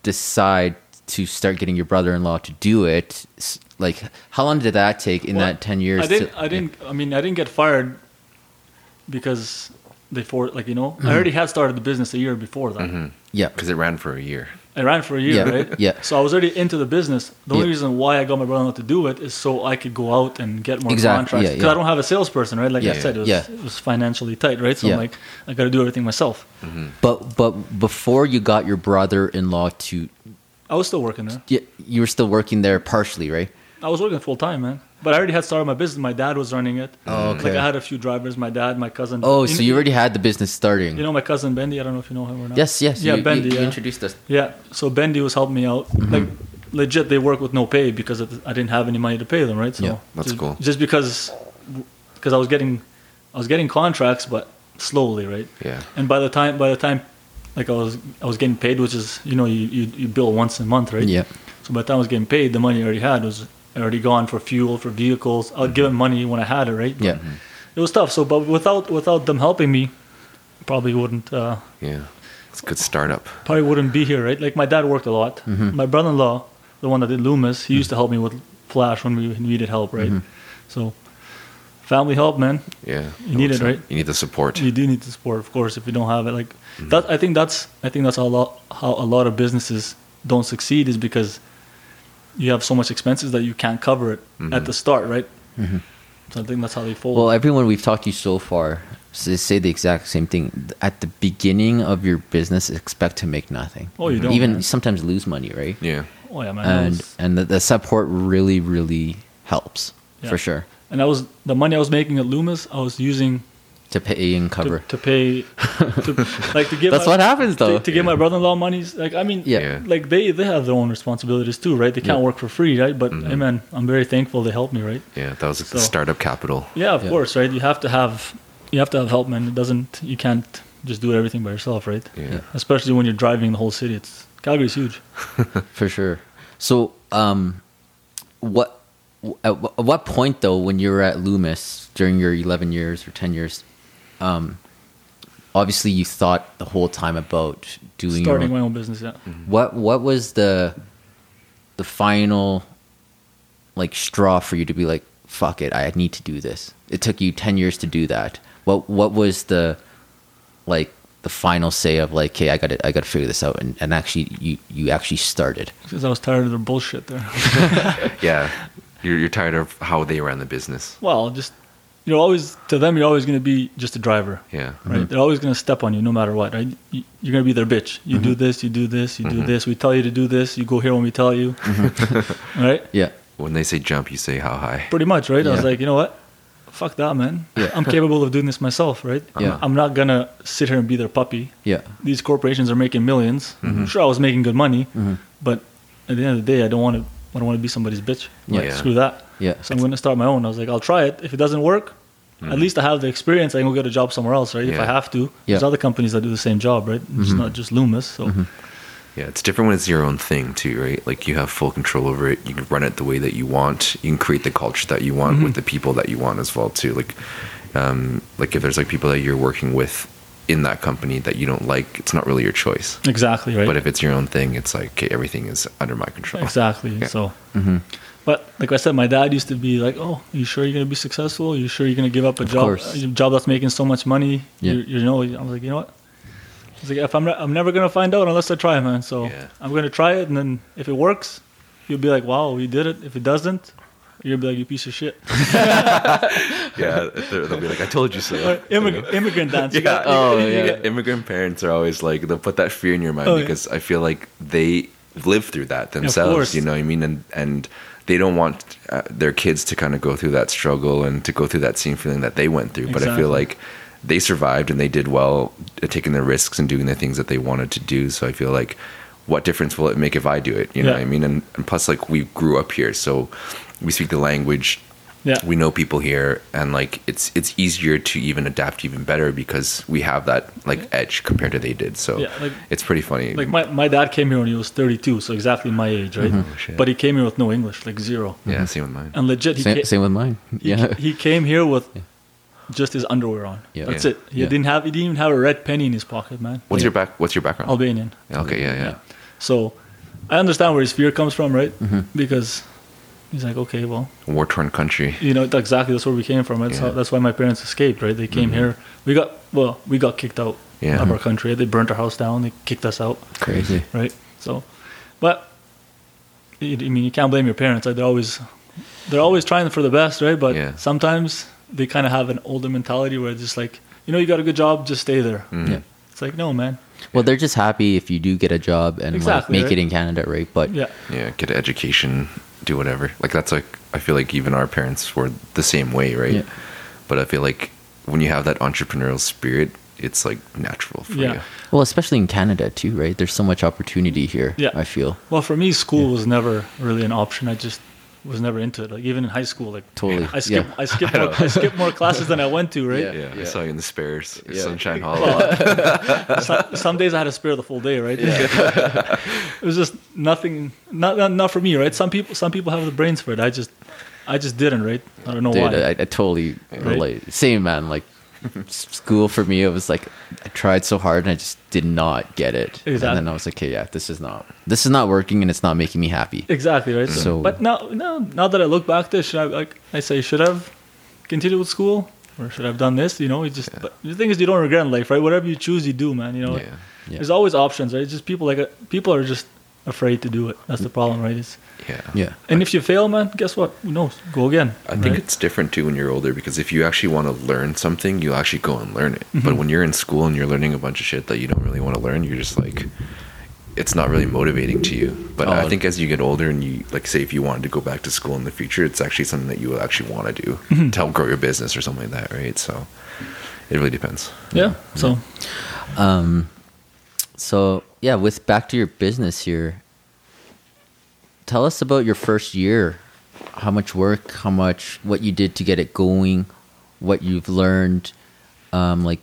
[SPEAKER 1] decide to start getting your brother-in-law to do it S- like how long did that take in
[SPEAKER 2] Well,
[SPEAKER 1] that 10 years
[SPEAKER 2] I didn't.
[SPEAKER 1] to-
[SPEAKER 2] I didn't. I mean, I didn't get fired because they for like you
[SPEAKER 1] Mm-hmm.
[SPEAKER 2] know I already had started the business a year before that.
[SPEAKER 1] Yeah.
[SPEAKER 3] because it ran for a year.
[SPEAKER 2] I ran for a year,
[SPEAKER 1] Mm-hmm. Yeah,
[SPEAKER 2] right?
[SPEAKER 1] yeah.
[SPEAKER 2] So I was already into the business. The only
[SPEAKER 1] Yeah.
[SPEAKER 2] reason why I got my brother not to do it is so I could go out and get more
[SPEAKER 1] Exactly,
[SPEAKER 2] contracts.
[SPEAKER 1] yeah,
[SPEAKER 2] Because
[SPEAKER 1] yeah.
[SPEAKER 2] I don't have a salesperson, right? Like I
[SPEAKER 1] Yeah,
[SPEAKER 2] said, it was,
[SPEAKER 1] yeah.
[SPEAKER 2] it was financially tight, right? So
[SPEAKER 1] Yeah.
[SPEAKER 2] I'm like, I got to do everything myself.
[SPEAKER 1] But but before you got your brother-in-law to
[SPEAKER 2] I was still working there.
[SPEAKER 1] you, you were still working there partially, right?
[SPEAKER 2] I was working full time, man. But I already had started my business. My dad was running it.
[SPEAKER 1] Oh, okay.
[SPEAKER 2] Like I had a few drivers. My dad, my cousin.
[SPEAKER 1] Oh,
[SPEAKER 2] You-
[SPEAKER 1] so you already had the business starting.
[SPEAKER 2] You know my cousin Bendy. I don't know if you know him or not.
[SPEAKER 1] yes, yes.
[SPEAKER 2] Yeah,
[SPEAKER 1] you,
[SPEAKER 2] Bendy.
[SPEAKER 1] you, you
[SPEAKER 2] yeah.
[SPEAKER 1] introduced Mm-hmm. us.
[SPEAKER 2] Yeah, so Bendy was helping me out. Like, legit, they work with no pay because it- I didn't have any money to pay them, right? So
[SPEAKER 1] Yeah,
[SPEAKER 3] that's
[SPEAKER 2] just,
[SPEAKER 3] cool.
[SPEAKER 2] Just because, because I was getting, I was getting contracts, but slowly, right?
[SPEAKER 3] Yeah.
[SPEAKER 2] And by the time, by the time, like I was, I was getting paid, which is you know you you, you bill once a month, right?
[SPEAKER 1] Yeah.
[SPEAKER 2] So by the time I was getting paid, the money I already had was already gone for fuel for vehicles. I would give them money when I had it, right? But
[SPEAKER 1] Yeah.
[SPEAKER 2] It was tough. So, but without without them helping me, probably wouldn't. Uh,
[SPEAKER 3] Yeah, it's a good startup.
[SPEAKER 2] probably wouldn't be here, right? Like my dad worked a lot. My brother-in-law, the one that did Loomis, he used to help me with Flash when we needed help, right? So, family help, man.
[SPEAKER 3] Yeah,
[SPEAKER 2] You need it, right?
[SPEAKER 3] You need the support.
[SPEAKER 2] You do need the support, of course. If you don't have it, like that, I think that's I think that's a lot how a lot of businesses don't succeed is because you have so much expenses that you can't cover it at the start, right? So I think that's how they fold.
[SPEAKER 1] Mm-hmm. Well, everyone we've talked to so far s- say the exact same thing. At the beginning of your business, expect to make nothing. Mm-hmm.
[SPEAKER 2] Oh, you don't,
[SPEAKER 1] Even
[SPEAKER 2] man.
[SPEAKER 1] sometimes lose money, right?
[SPEAKER 3] Yeah,
[SPEAKER 2] oh yeah, man. that
[SPEAKER 1] And
[SPEAKER 2] was-
[SPEAKER 1] and the, the support really really helps
[SPEAKER 2] Yeah.
[SPEAKER 1] for sure
[SPEAKER 2] and I was the money I was making at Loomis, I was using
[SPEAKER 1] to pay and
[SPEAKER 2] to,
[SPEAKER 1] cover.
[SPEAKER 2] to pay to, like to give
[SPEAKER 1] That's
[SPEAKER 2] my,
[SPEAKER 1] what happens though.
[SPEAKER 2] to, to give my brother-in-law monies like i mean
[SPEAKER 1] Yeah.
[SPEAKER 3] Yeah.
[SPEAKER 2] like they they have their own responsibilities too right they can't
[SPEAKER 1] Yeah.
[SPEAKER 2] work for free right but hey man i'm very thankful they helped me right
[SPEAKER 3] yeah. That was the
[SPEAKER 2] So-
[SPEAKER 3] startup capital.
[SPEAKER 2] yeah of
[SPEAKER 1] Yeah.
[SPEAKER 2] course right you have to have you have to have help man it doesn't you can't just do everything by yourself right
[SPEAKER 3] Yeah.
[SPEAKER 2] especially when you're driving the whole city it's calgary's huge
[SPEAKER 1] for sure. So, um, what at wh- at what point though, when you were at Loomis during your eleven years or ten years, um, obviously you thought the whole time about doing your
[SPEAKER 2] starting
[SPEAKER 1] own-
[SPEAKER 2] my own business yeah
[SPEAKER 1] what what was the the final like straw for you to be like fuck it I need to do this it took you 10 years to do that what what was the like the final say of like hey I got to I got to figure this out and, and actually you you actually started
[SPEAKER 2] because i was tired of their bullshit there
[SPEAKER 3] yeah. You're, you're tired of how they ran the business.
[SPEAKER 2] well just you're always to them you're always going to be just a driver
[SPEAKER 3] Yeah,
[SPEAKER 2] right?
[SPEAKER 1] Mm-hmm.
[SPEAKER 2] They're always going to step on you no matter what, right? You, you're going to be their bitch. You do
[SPEAKER 1] Mm-hmm.
[SPEAKER 2] this, you do this, you do this. We tell you to do this, you go here when we tell you,
[SPEAKER 1] Mm-hmm.
[SPEAKER 2] right?
[SPEAKER 1] yeah
[SPEAKER 3] When they say jump, you say how high.
[SPEAKER 2] Pretty much, right? I was
[SPEAKER 1] Yeah.
[SPEAKER 2] like, you know what? Fuck that, man.
[SPEAKER 1] Yeah.
[SPEAKER 2] I'm capable of doing this myself, right?
[SPEAKER 1] Yeah.
[SPEAKER 2] I'm not going to sit here and be their puppy.
[SPEAKER 1] yeah
[SPEAKER 2] These corporations are making 1000000s
[SPEAKER 3] Mm-hmm.
[SPEAKER 2] Sure, I was making good money, but at the end of the day, I don't want to. I don't want to be somebody's bitch. Like,
[SPEAKER 3] Yeah.
[SPEAKER 2] Screw that.
[SPEAKER 1] Yeah.
[SPEAKER 2] So I'm going to start my own. I was like, I'll try it. If it doesn't work, at least I have the experience. I can go get a job somewhere else, right? If I
[SPEAKER 3] Mm-hmm. Yeah. Mm-hmm.
[SPEAKER 2] have to. There's
[SPEAKER 1] Yeah.
[SPEAKER 2] other companies that do the same job, right? It's not just Loomis. So
[SPEAKER 3] Yeah, it's different when it's your own thing too, right? Like you have full control over it. You can run it the way that you want. You can create the culture that you want
[SPEAKER 2] Mm-hmm.
[SPEAKER 3] with the people that you want as well too. Like, um, like if there's like people that you're working with in that company that you don't like, it's not really your choice.
[SPEAKER 2] exactly, right?
[SPEAKER 3] But if it's your own thing, it's like okay, everything is under my control.
[SPEAKER 2] exactly.
[SPEAKER 3] Yeah.
[SPEAKER 2] So.
[SPEAKER 1] Mm-hmm.
[SPEAKER 2] But like I said, my dad used to be like, "Oh, you sure you're gonna be successful? You sure you're gonna give up a job,
[SPEAKER 1] course.
[SPEAKER 2] a job that's making so much money?
[SPEAKER 1] Yeah.
[SPEAKER 2] You, you know." I was like, "You know what?" I was like, "If I'm, not, I'm never gonna find out unless I try, man. So
[SPEAKER 3] Yeah.
[SPEAKER 2] I'm gonna try it, and then if it works, you'll be like, wow, we did it. If it doesn't, you'll be like, you piece of shit.'"
[SPEAKER 3] Yeah, they're- they'll be like, I told you so.
[SPEAKER 2] Or immigrant, immigrant dance. You got-
[SPEAKER 1] Oh,
[SPEAKER 3] you
[SPEAKER 1] yeah.
[SPEAKER 3] get- immigrant parents are always like they'll put that fear in your mind
[SPEAKER 2] Oh, yeah.
[SPEAKER 3] because I feel like they live through that themselves.
[SPEAKER 2] course.
[SPEAKER 3] You know what I mean? And and they don't want uh, their kids to kind of go through that struggle and to go through that same feeling that they went through. But I
[SPEAKER 2] Exactly.
[SPEAKER 3] feel like they survived and they did well, uh, taking their risks and doing the things that they wanted to do. So I feel like. What difference will it make if I do it? You know
[SPEAKER 2] Yeah.
[SPEAKER 3] what I mean? And, and plus, like, we grew up here, so we speak the language
[SPEAKER 2] Yeah.
[SPEAKER 3] we know people here and like it's it's easier to even adapt even better because we have that like edge compared to they did so
[SPEAKER 2] Yeah, like-
[SPEAKER 3] it's pretty funny
[SPEAKER 2] Like my, my dad came here when he was 32, so exactly my age, right?
[SPEAKER 1] Mm-hmm. Oh,
[SPEAKER 3] shit.
[SPEAKER 2] But he came here with no English, like zero.
[SPEAKER 3] yeah same with mine
[SPEAKER 2] And legit, he,
[SPEAKER 1] same,
[SPEAKER 2] ca-
[SPEAKER 1] same with mine
[SPEAKER 2] he,
[SPEAKER 1] yeah
[SPEAKER 2] he came here with just his underwear on.
[SPEAKER 1] Yeah.
[SPEAKER 2] That's
[SPEAKER 3] Yeah.
[SPEAKER 2] it. He
[SPEAKER 1] Yeah.
[SPEAKER 2] didn't have he didn't even have a red penny in his pocket, man.
[SPEAKER 3] what's
[SPEAKER 1] Yeah.
[SPEAKER 3] your back what's your background
[SPEAKER 2] Albanian.
[SPEAKER 3] Yeah, okay yeah yeah
[SPEAKER 2] So I understand where his fear comes from, right? Because he's like, okay, well,
[SPEAKER 3] war torn country.
[SPEAKER 2] you know, exactly that's where we came from. That's,
[SPEAKER 3] Yeah.
[SPEAKER 2] how, that's why my parents escaped, right? They came here. We got, well, we got kicked out
[SPEAKER 3] Yeah.
[SPEAKER 2] of our country. They burnt our house down. They kicked us out,
[SPEAKER 1] Crazy.
[SPEAKER 2] right? So, but, you- I mean, you can't blame your parents. Right? They're always, they're always trying for the best, right? But
[SPEAKER 3] Yeah.
[SPEAKER 2] sometimes they kind of have an older mentality where it's just like, you know, you got a good job, just stay there.
[SPEAKER 1] Yeah.
[SPEAKER 2] It's like, no, man.
[SPEAKER 1] Well, they're just happy if you do get a job and
[SPEAKER 2] Exactly,
[SPEAKER 1] like, make
[SPEAKER 2] right?
[SPEAKER 1] it in Canada, right? But
[SPEAKER 2] Yeah.
[SPEAKER 3] Yeah, get an education, do whatever. Like that's like I feel like even our parents were the same way, right?
[SPEAKER 1] Yeah.
[SPEAKER 3] But I feel like when you have that entrepreneurial spirit, it's like natural for
[SPEAKER 2] Yeah.
[SPEAKER 3] you.
[SPEAKER 1] well, especially in Canada too, right? There's so much opportunity here.
[SPEAKER 2] Yeah.
[SPEAKER 1] I feel
[SPEAKER 2] Well, for me, school was never really an option. I just was never into it. Like even in high school, like
[SPEAKER 1] Totally.
[SPEAKER 2] I skipped
[SPEAKER 1] Yeah.
[SPEAKER 2] I skipped more, I skipped more classes than I went to. Right.
[SPEAKER 3] Yeah,
[SPEAKER 1] Yeah.
[SPEAKER 3] I saw you in the spares,
[SPEAKER 1] Yeah.
[SPEAKER 3] Sunshine Hall. a lot.
[SPEAKER 2] Some, some days I had to spare the full day. Right. it was just nothing. Not, not not for me. Right. Some people some people have the brains for it. I just I just didn't. Right. I don't know
[SPEAKER 1] Dude,
[SPEAKER 2] why.
[SPEAKER 1] I, I totally relate. Same man. Like s- school for me, it was like I tried so hard and I just did not get it. And then
[SPEAKER 2] Exactly.
[SPEAKER 1] I was like, okay, yeah, this is not this is not working and it's not making me happy.
[SPEAKER 2] exactly. Right.
[SPEAKER 1] So-
[SPEAKER 2] So, but now now now that I look back, to it, should I like I say should I have continued with school or should I have done this? You know, you just but the thing is you don't regret in life, right? Whatever you choose, you do, man. You know.
[SPEAKER 3] yeah.
[SPEAKER 1] Yeah.
[SPEAKER 2] There's always options, right? It's just people like uh, people are just afraid to do it. That's the problem, right? It's,
[SPEAKER 3] Yeah.
[SPEAKER 1] Yeah.
[SPEAKER 2] and if you fail, man, guess what? Who knows? Go again.
[SPEAKER 3] I think
[SPEAKER 2] right?
[SPEAKER 3] it's different too when you're older because if you actually want to learn something, you actually go and learn it.
[SPEAKER 2] Mm-hmm.
[SPEAKER 3] But when you're in school and you're learning a bunch of shit that you don't really want to learn, you're just like, it's not really motivating to you. But I
[SPEAKER 1] Oh.
[SPEAKER 3] think as you get older and you, like, say, if you wanted to go back to school in the future, it's actually something that you will actually want to do
[SPEAKER 2] Mm-hmm.
[SPEAKER 3] to help grow your business or something like that, right? So it really depends.
[SPEAKER 2] yeah. So
[SPEAKER 1] So yeah, with back to your business here. Tell us about your first year. How much work? How much? What you did to get it going? What you've learned? Um, like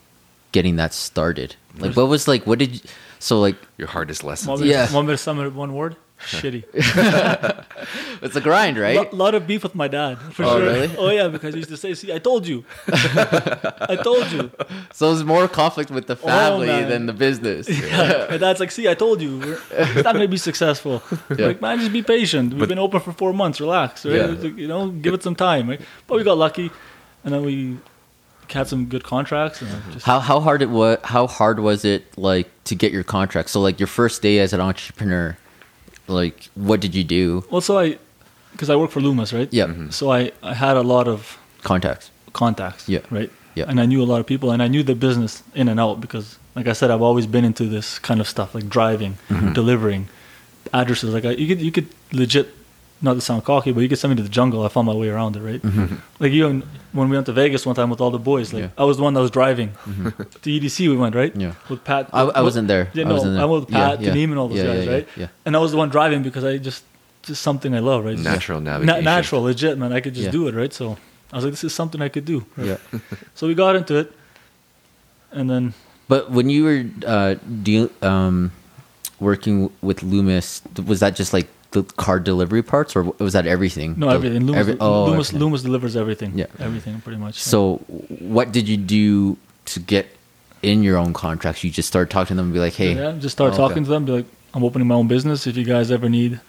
[SPEAKER 1] getting that started. Like what was like? What did? You, so like
[SPEAKER 3] Your hardest
[SPEAKER 2] want
[SPEAKER 3] lessons.
[SPEAKER 2] me,
[SPEAKER 1] Yeah.
[SPEAKER 2] yeah. want me to sum it in one word? Shitty.
[SPEAKER 1] it's a grind,
[SPEAKER 2] A
[SPEAKER 1] right?
[SPEAKER 2] lot of beef with my dad, for
[SPEAKER 1] Oh,
[SPEAKER 2] sure.
[SPEAKER 1] really?
[SPEAKER 2] Oh yeah, because he used to say, "See, I told you, I told you."
[SPEAKER 1] So there's more conflict with the family
[SPEAKER 2] Oh, man.
[SPEAKER 1] than the business.
[SPEAKER 2] Yeah. My dad's like, "See, I told you, We're- it's not gonna be successful."
[SPEAKER 1] Yeah.
[SPEAKER 2] Like, man, just be patient. We've been open for four months. Relax. Right?
[SPEAKER 1] Yeah.
[SPEAKER 2] It's like, You know, give it some time. Right? But we got lucky, and then we had some good contracts. And just
[SPEAKER 1] How how hard it was? How hard was it like to get your contract? So like your first day as an entrepreneur, like what did you do?
[SPEAKER 2] Well, so I, because I work for Loomis, right?
[SPEAKER 1] Yeah, Mm-hmm.
[SPEAKER 2] So I, I had a lot of
[SPEAKER 1] contacts.
[SPEAKER 2] contacts.
[SPEAKER 1] Yeah.
[SPEAKER 2] Right.
[SPEAKER 1] Yeah.
[SPEAKER 2] And I knew a lot of people, and I knew the business in and out because, like I said, I've always been into this kind of stuff, like driving,
[SPEAKER 1] Mm-hmm.
[SPEAKER 2] delivering, addresses. Like I, you could, you could legit, not to sound cocky, but you could send me to the jungle. I found my way around it, right? Like you, and- when we went to Vegas one time with all the boys,
[SPEAKER 1] Mm-hmm.
[SPEAKER 2] like
[SPEAKER 1] Yeah. Mm-hmm.
[SPEAKER 2] I was the one that was driving. to EDC we went, right?
[SPEAKER 1] Yeah.
[SPEAKER 2] With Pat.
[SPEAKER 1] I- I wasn't there.
[SPEAKER 2] Yeah,
[SPEAKER 1] I
[SPEAKER 2] no,
[SPEAKER 1] wasn't there.
[SPEAKER 2] I was with
[SPEAKER 1] Yeah,
[SPEAKER 2] Pat,
[SPEAKER 1] yeah.
[SPEAKER 2] Taneem, and all those
[SPEAKER 1] Yeah,
[SPEAKER 2] guys,
[SPEAKER 1] yeah, yeah,
[SPEAKER 2] right?
[SPEAKER 1] yeah.
[SPEAKER 2] And I was the one driving because I just just something I love, right? Just-
[SPEAKER 3] Natural
[SPEAKER 2] Na-
[SPEAKER 3] navigation.
[SPEAKER 2] natural, legit, man. I could just
[SPEAKER 1] Yeah.
[SPEAKER 2] do it, right? So I was like, this is something I could do. right?
[SPEAKER 1] Yeah.
[SPEAKER 2] So we got into it, and then
[SPEAKER 1] But when you were uh, deal, um, working with Loomis, was that just like the car delivery parts, or was that everything?
[SPEAKER 2] no,
[SPEAKER 1] The-
[SPEAKER 2] everything. Loomis,
[SPEAKER 1] every- oh,
[SPEAKER 2] Loomis,
[SPEAKER 1] everything.
[SPEAKER 2] Loomis delivers everything.
[SPEAKER 1] Yeah.
[SPEAKER 2] everything pretty much. yeah.
[SPEAKER 1] So, what did you do to get in your own contracts? You just started talking to them and be like, "Hey,
[SPEAKER 2] yeah, just start
[SPEAKER 1] Oh,
[SPEAKER 2] talking
[SPEAKER 1] okay.
[SPEAKER 2] to them. Be like, I'm opening my own business. If you guys ever need,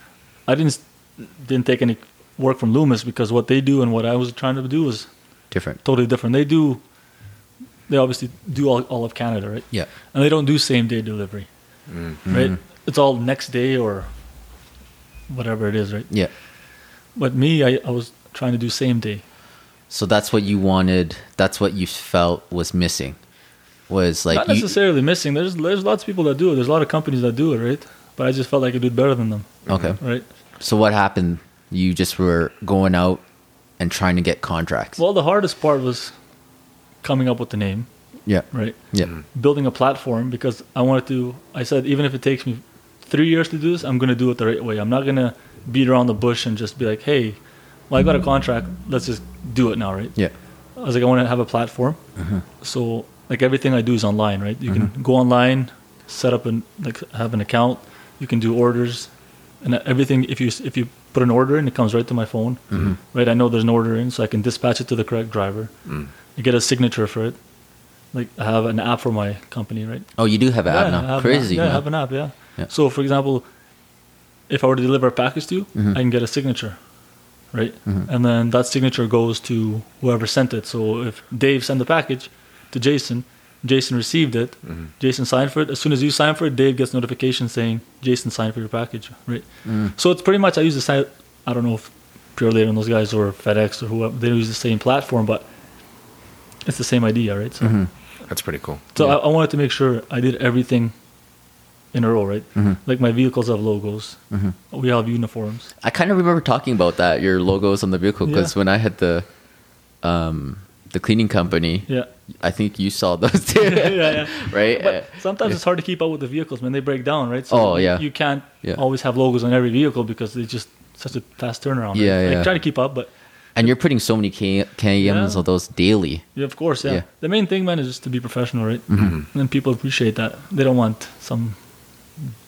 [SPEAKER 2] I didn't s- didn't take any work from Loomis because what they do and what I was trying to do was
[SPEAKER 1] different."
[SPEAKER 2] totally different. They do, they obviously do all, all of Canada, right?
[SPEAKER 1] Yeah,
[SPEAKER 2] and they don't do same day delivery,
[SPEAKER 1] Mm-hmm.
[SPEAKER 2] right? It's all next day or whatever it is, right?
[SPEAKER 1] yeah.
[SPEAKER 2] But me, I, I was trying to do same day.
[SPEAKER 1] So that's what you wanted. That's what you felt was missing. Was like
[SPEAKER 2] Not
[SPEAKER 1] you-
[SPEAKER 2] necessarily missing. There's there's lots of people that do it. There's a lot of companies that do it, right? But I just felt like I did better than them,
[SPEAKER 1] okay.
[SPEAKER 2] right?
[SPEAKER 1] So what happened? You just were going out and trying to get contracts.
[SPEAKER 2] Well, the hardest part was coming up with the name,
[SPEAKER 1] yeah,
[SPEAKER 2] right?
[SPEAKER 1] yeah,
[SPEAKER 2] Building a platform because I wanted to. I said even if it takes me three years to do this, I'm gonna do it the right way. I'm not gonna beat around the bush and just be like, hey, well, I
[SPEAKER 1] Mm-hmm.
[SPEAKER 2] got a contract. Let's just do it now, right?
[SPEAKER 1] yeah.
[SPEAKER 2] I was like, I want to have a platform. So like everything I do is online, right? You can go online, set up and like have an account. You can do orders, and everything. If you if you put an order in, it comes right to my phone. Right, I know there's an order in, so I can dispatch it to the correct driver. I get a signature for it. Like I have an app for my company, right?
[SPEAKER 1] Oh, you do have an app
[SPEAKER 2] Yeah, I
[SPEAKER 1] now.
[SPEAKER 2] have an app.
[SPEAKER 1] Crazy.
[SPEAKER 2] Yeah, I
[SPEAKER 1] man.
[SPEAKER 2] have an app. Yeah.
[SPEAKER 1] Yeah. Mm-hmm.
[SPEAKER 2] So, for example, if I were to deliver a package to you, I can get a signature. right? And then that signature goes to whoever sent it. So if Dave sent the package to Jason, Jason received it, Jason signed for it. As soon as you sign for it, Dave gets notification saying Jason signed for your package, right?
[SPEAKER 1] Mm.
[SPEAKER 2] So it's pretty much I use the same. I don't know if Pure Later and those guys or FedEx or whoever they use the same platform, but it's the same idea, right? So.
[SPEAKER 1] Mm-hmm.
[SPEAKER 3] That's pretty cool.
[SPEAKER 2] So I, I wanted to make sure I did everything in a row, right?
[SPEAKER 1] Mm-hmm.
[SPEAKER 2] Like my vehicles have logos. We have uniforms.
[SPEAKER 1] I kind of remember talking about that your logos on the vehicle because
[SPEAKER 2] Yeah.
[SPEAKER 1] when I had the um the cleaning company,
[SPEAKER 2] Yeah.
[SPEAKER 1] I think you saw those too,
[SPEAKER 2] yeah, yeah.
[SPEAKER 1] right? Uh,
[SPEAKER 2] But sometimes it's hard to keep up with the vehicles, man. They break down, right?
[SPEAKER 1] Oh,
[SPEAKER 2] you-
[SPEAKER 1] yeah.
[SPEAKER 2] You can't
[SPEAKER 1] Yeah.
[SPEAKER 2] always have logos on every vehicle because they just such a fast turnaround. right?
[SPEAKER 1] Yeah,
[SPEAKER 2] Like,
[SPEAKER 1] yeah.
[SPEAKER 2] try to keep up, but
[SPEAKER 1] and you're putting so many K- KMs
[SPEAKER 2] Yeah.
[SPEAKER 1] on those daily.
[SPEAKER 2] yeah, of course, yeah.
[SPEAKER 1] Yeah.
[SPEAKER 2] The main thing, man, is just to be professional, right? Mm-hmm. And people appreciate that. They don't want some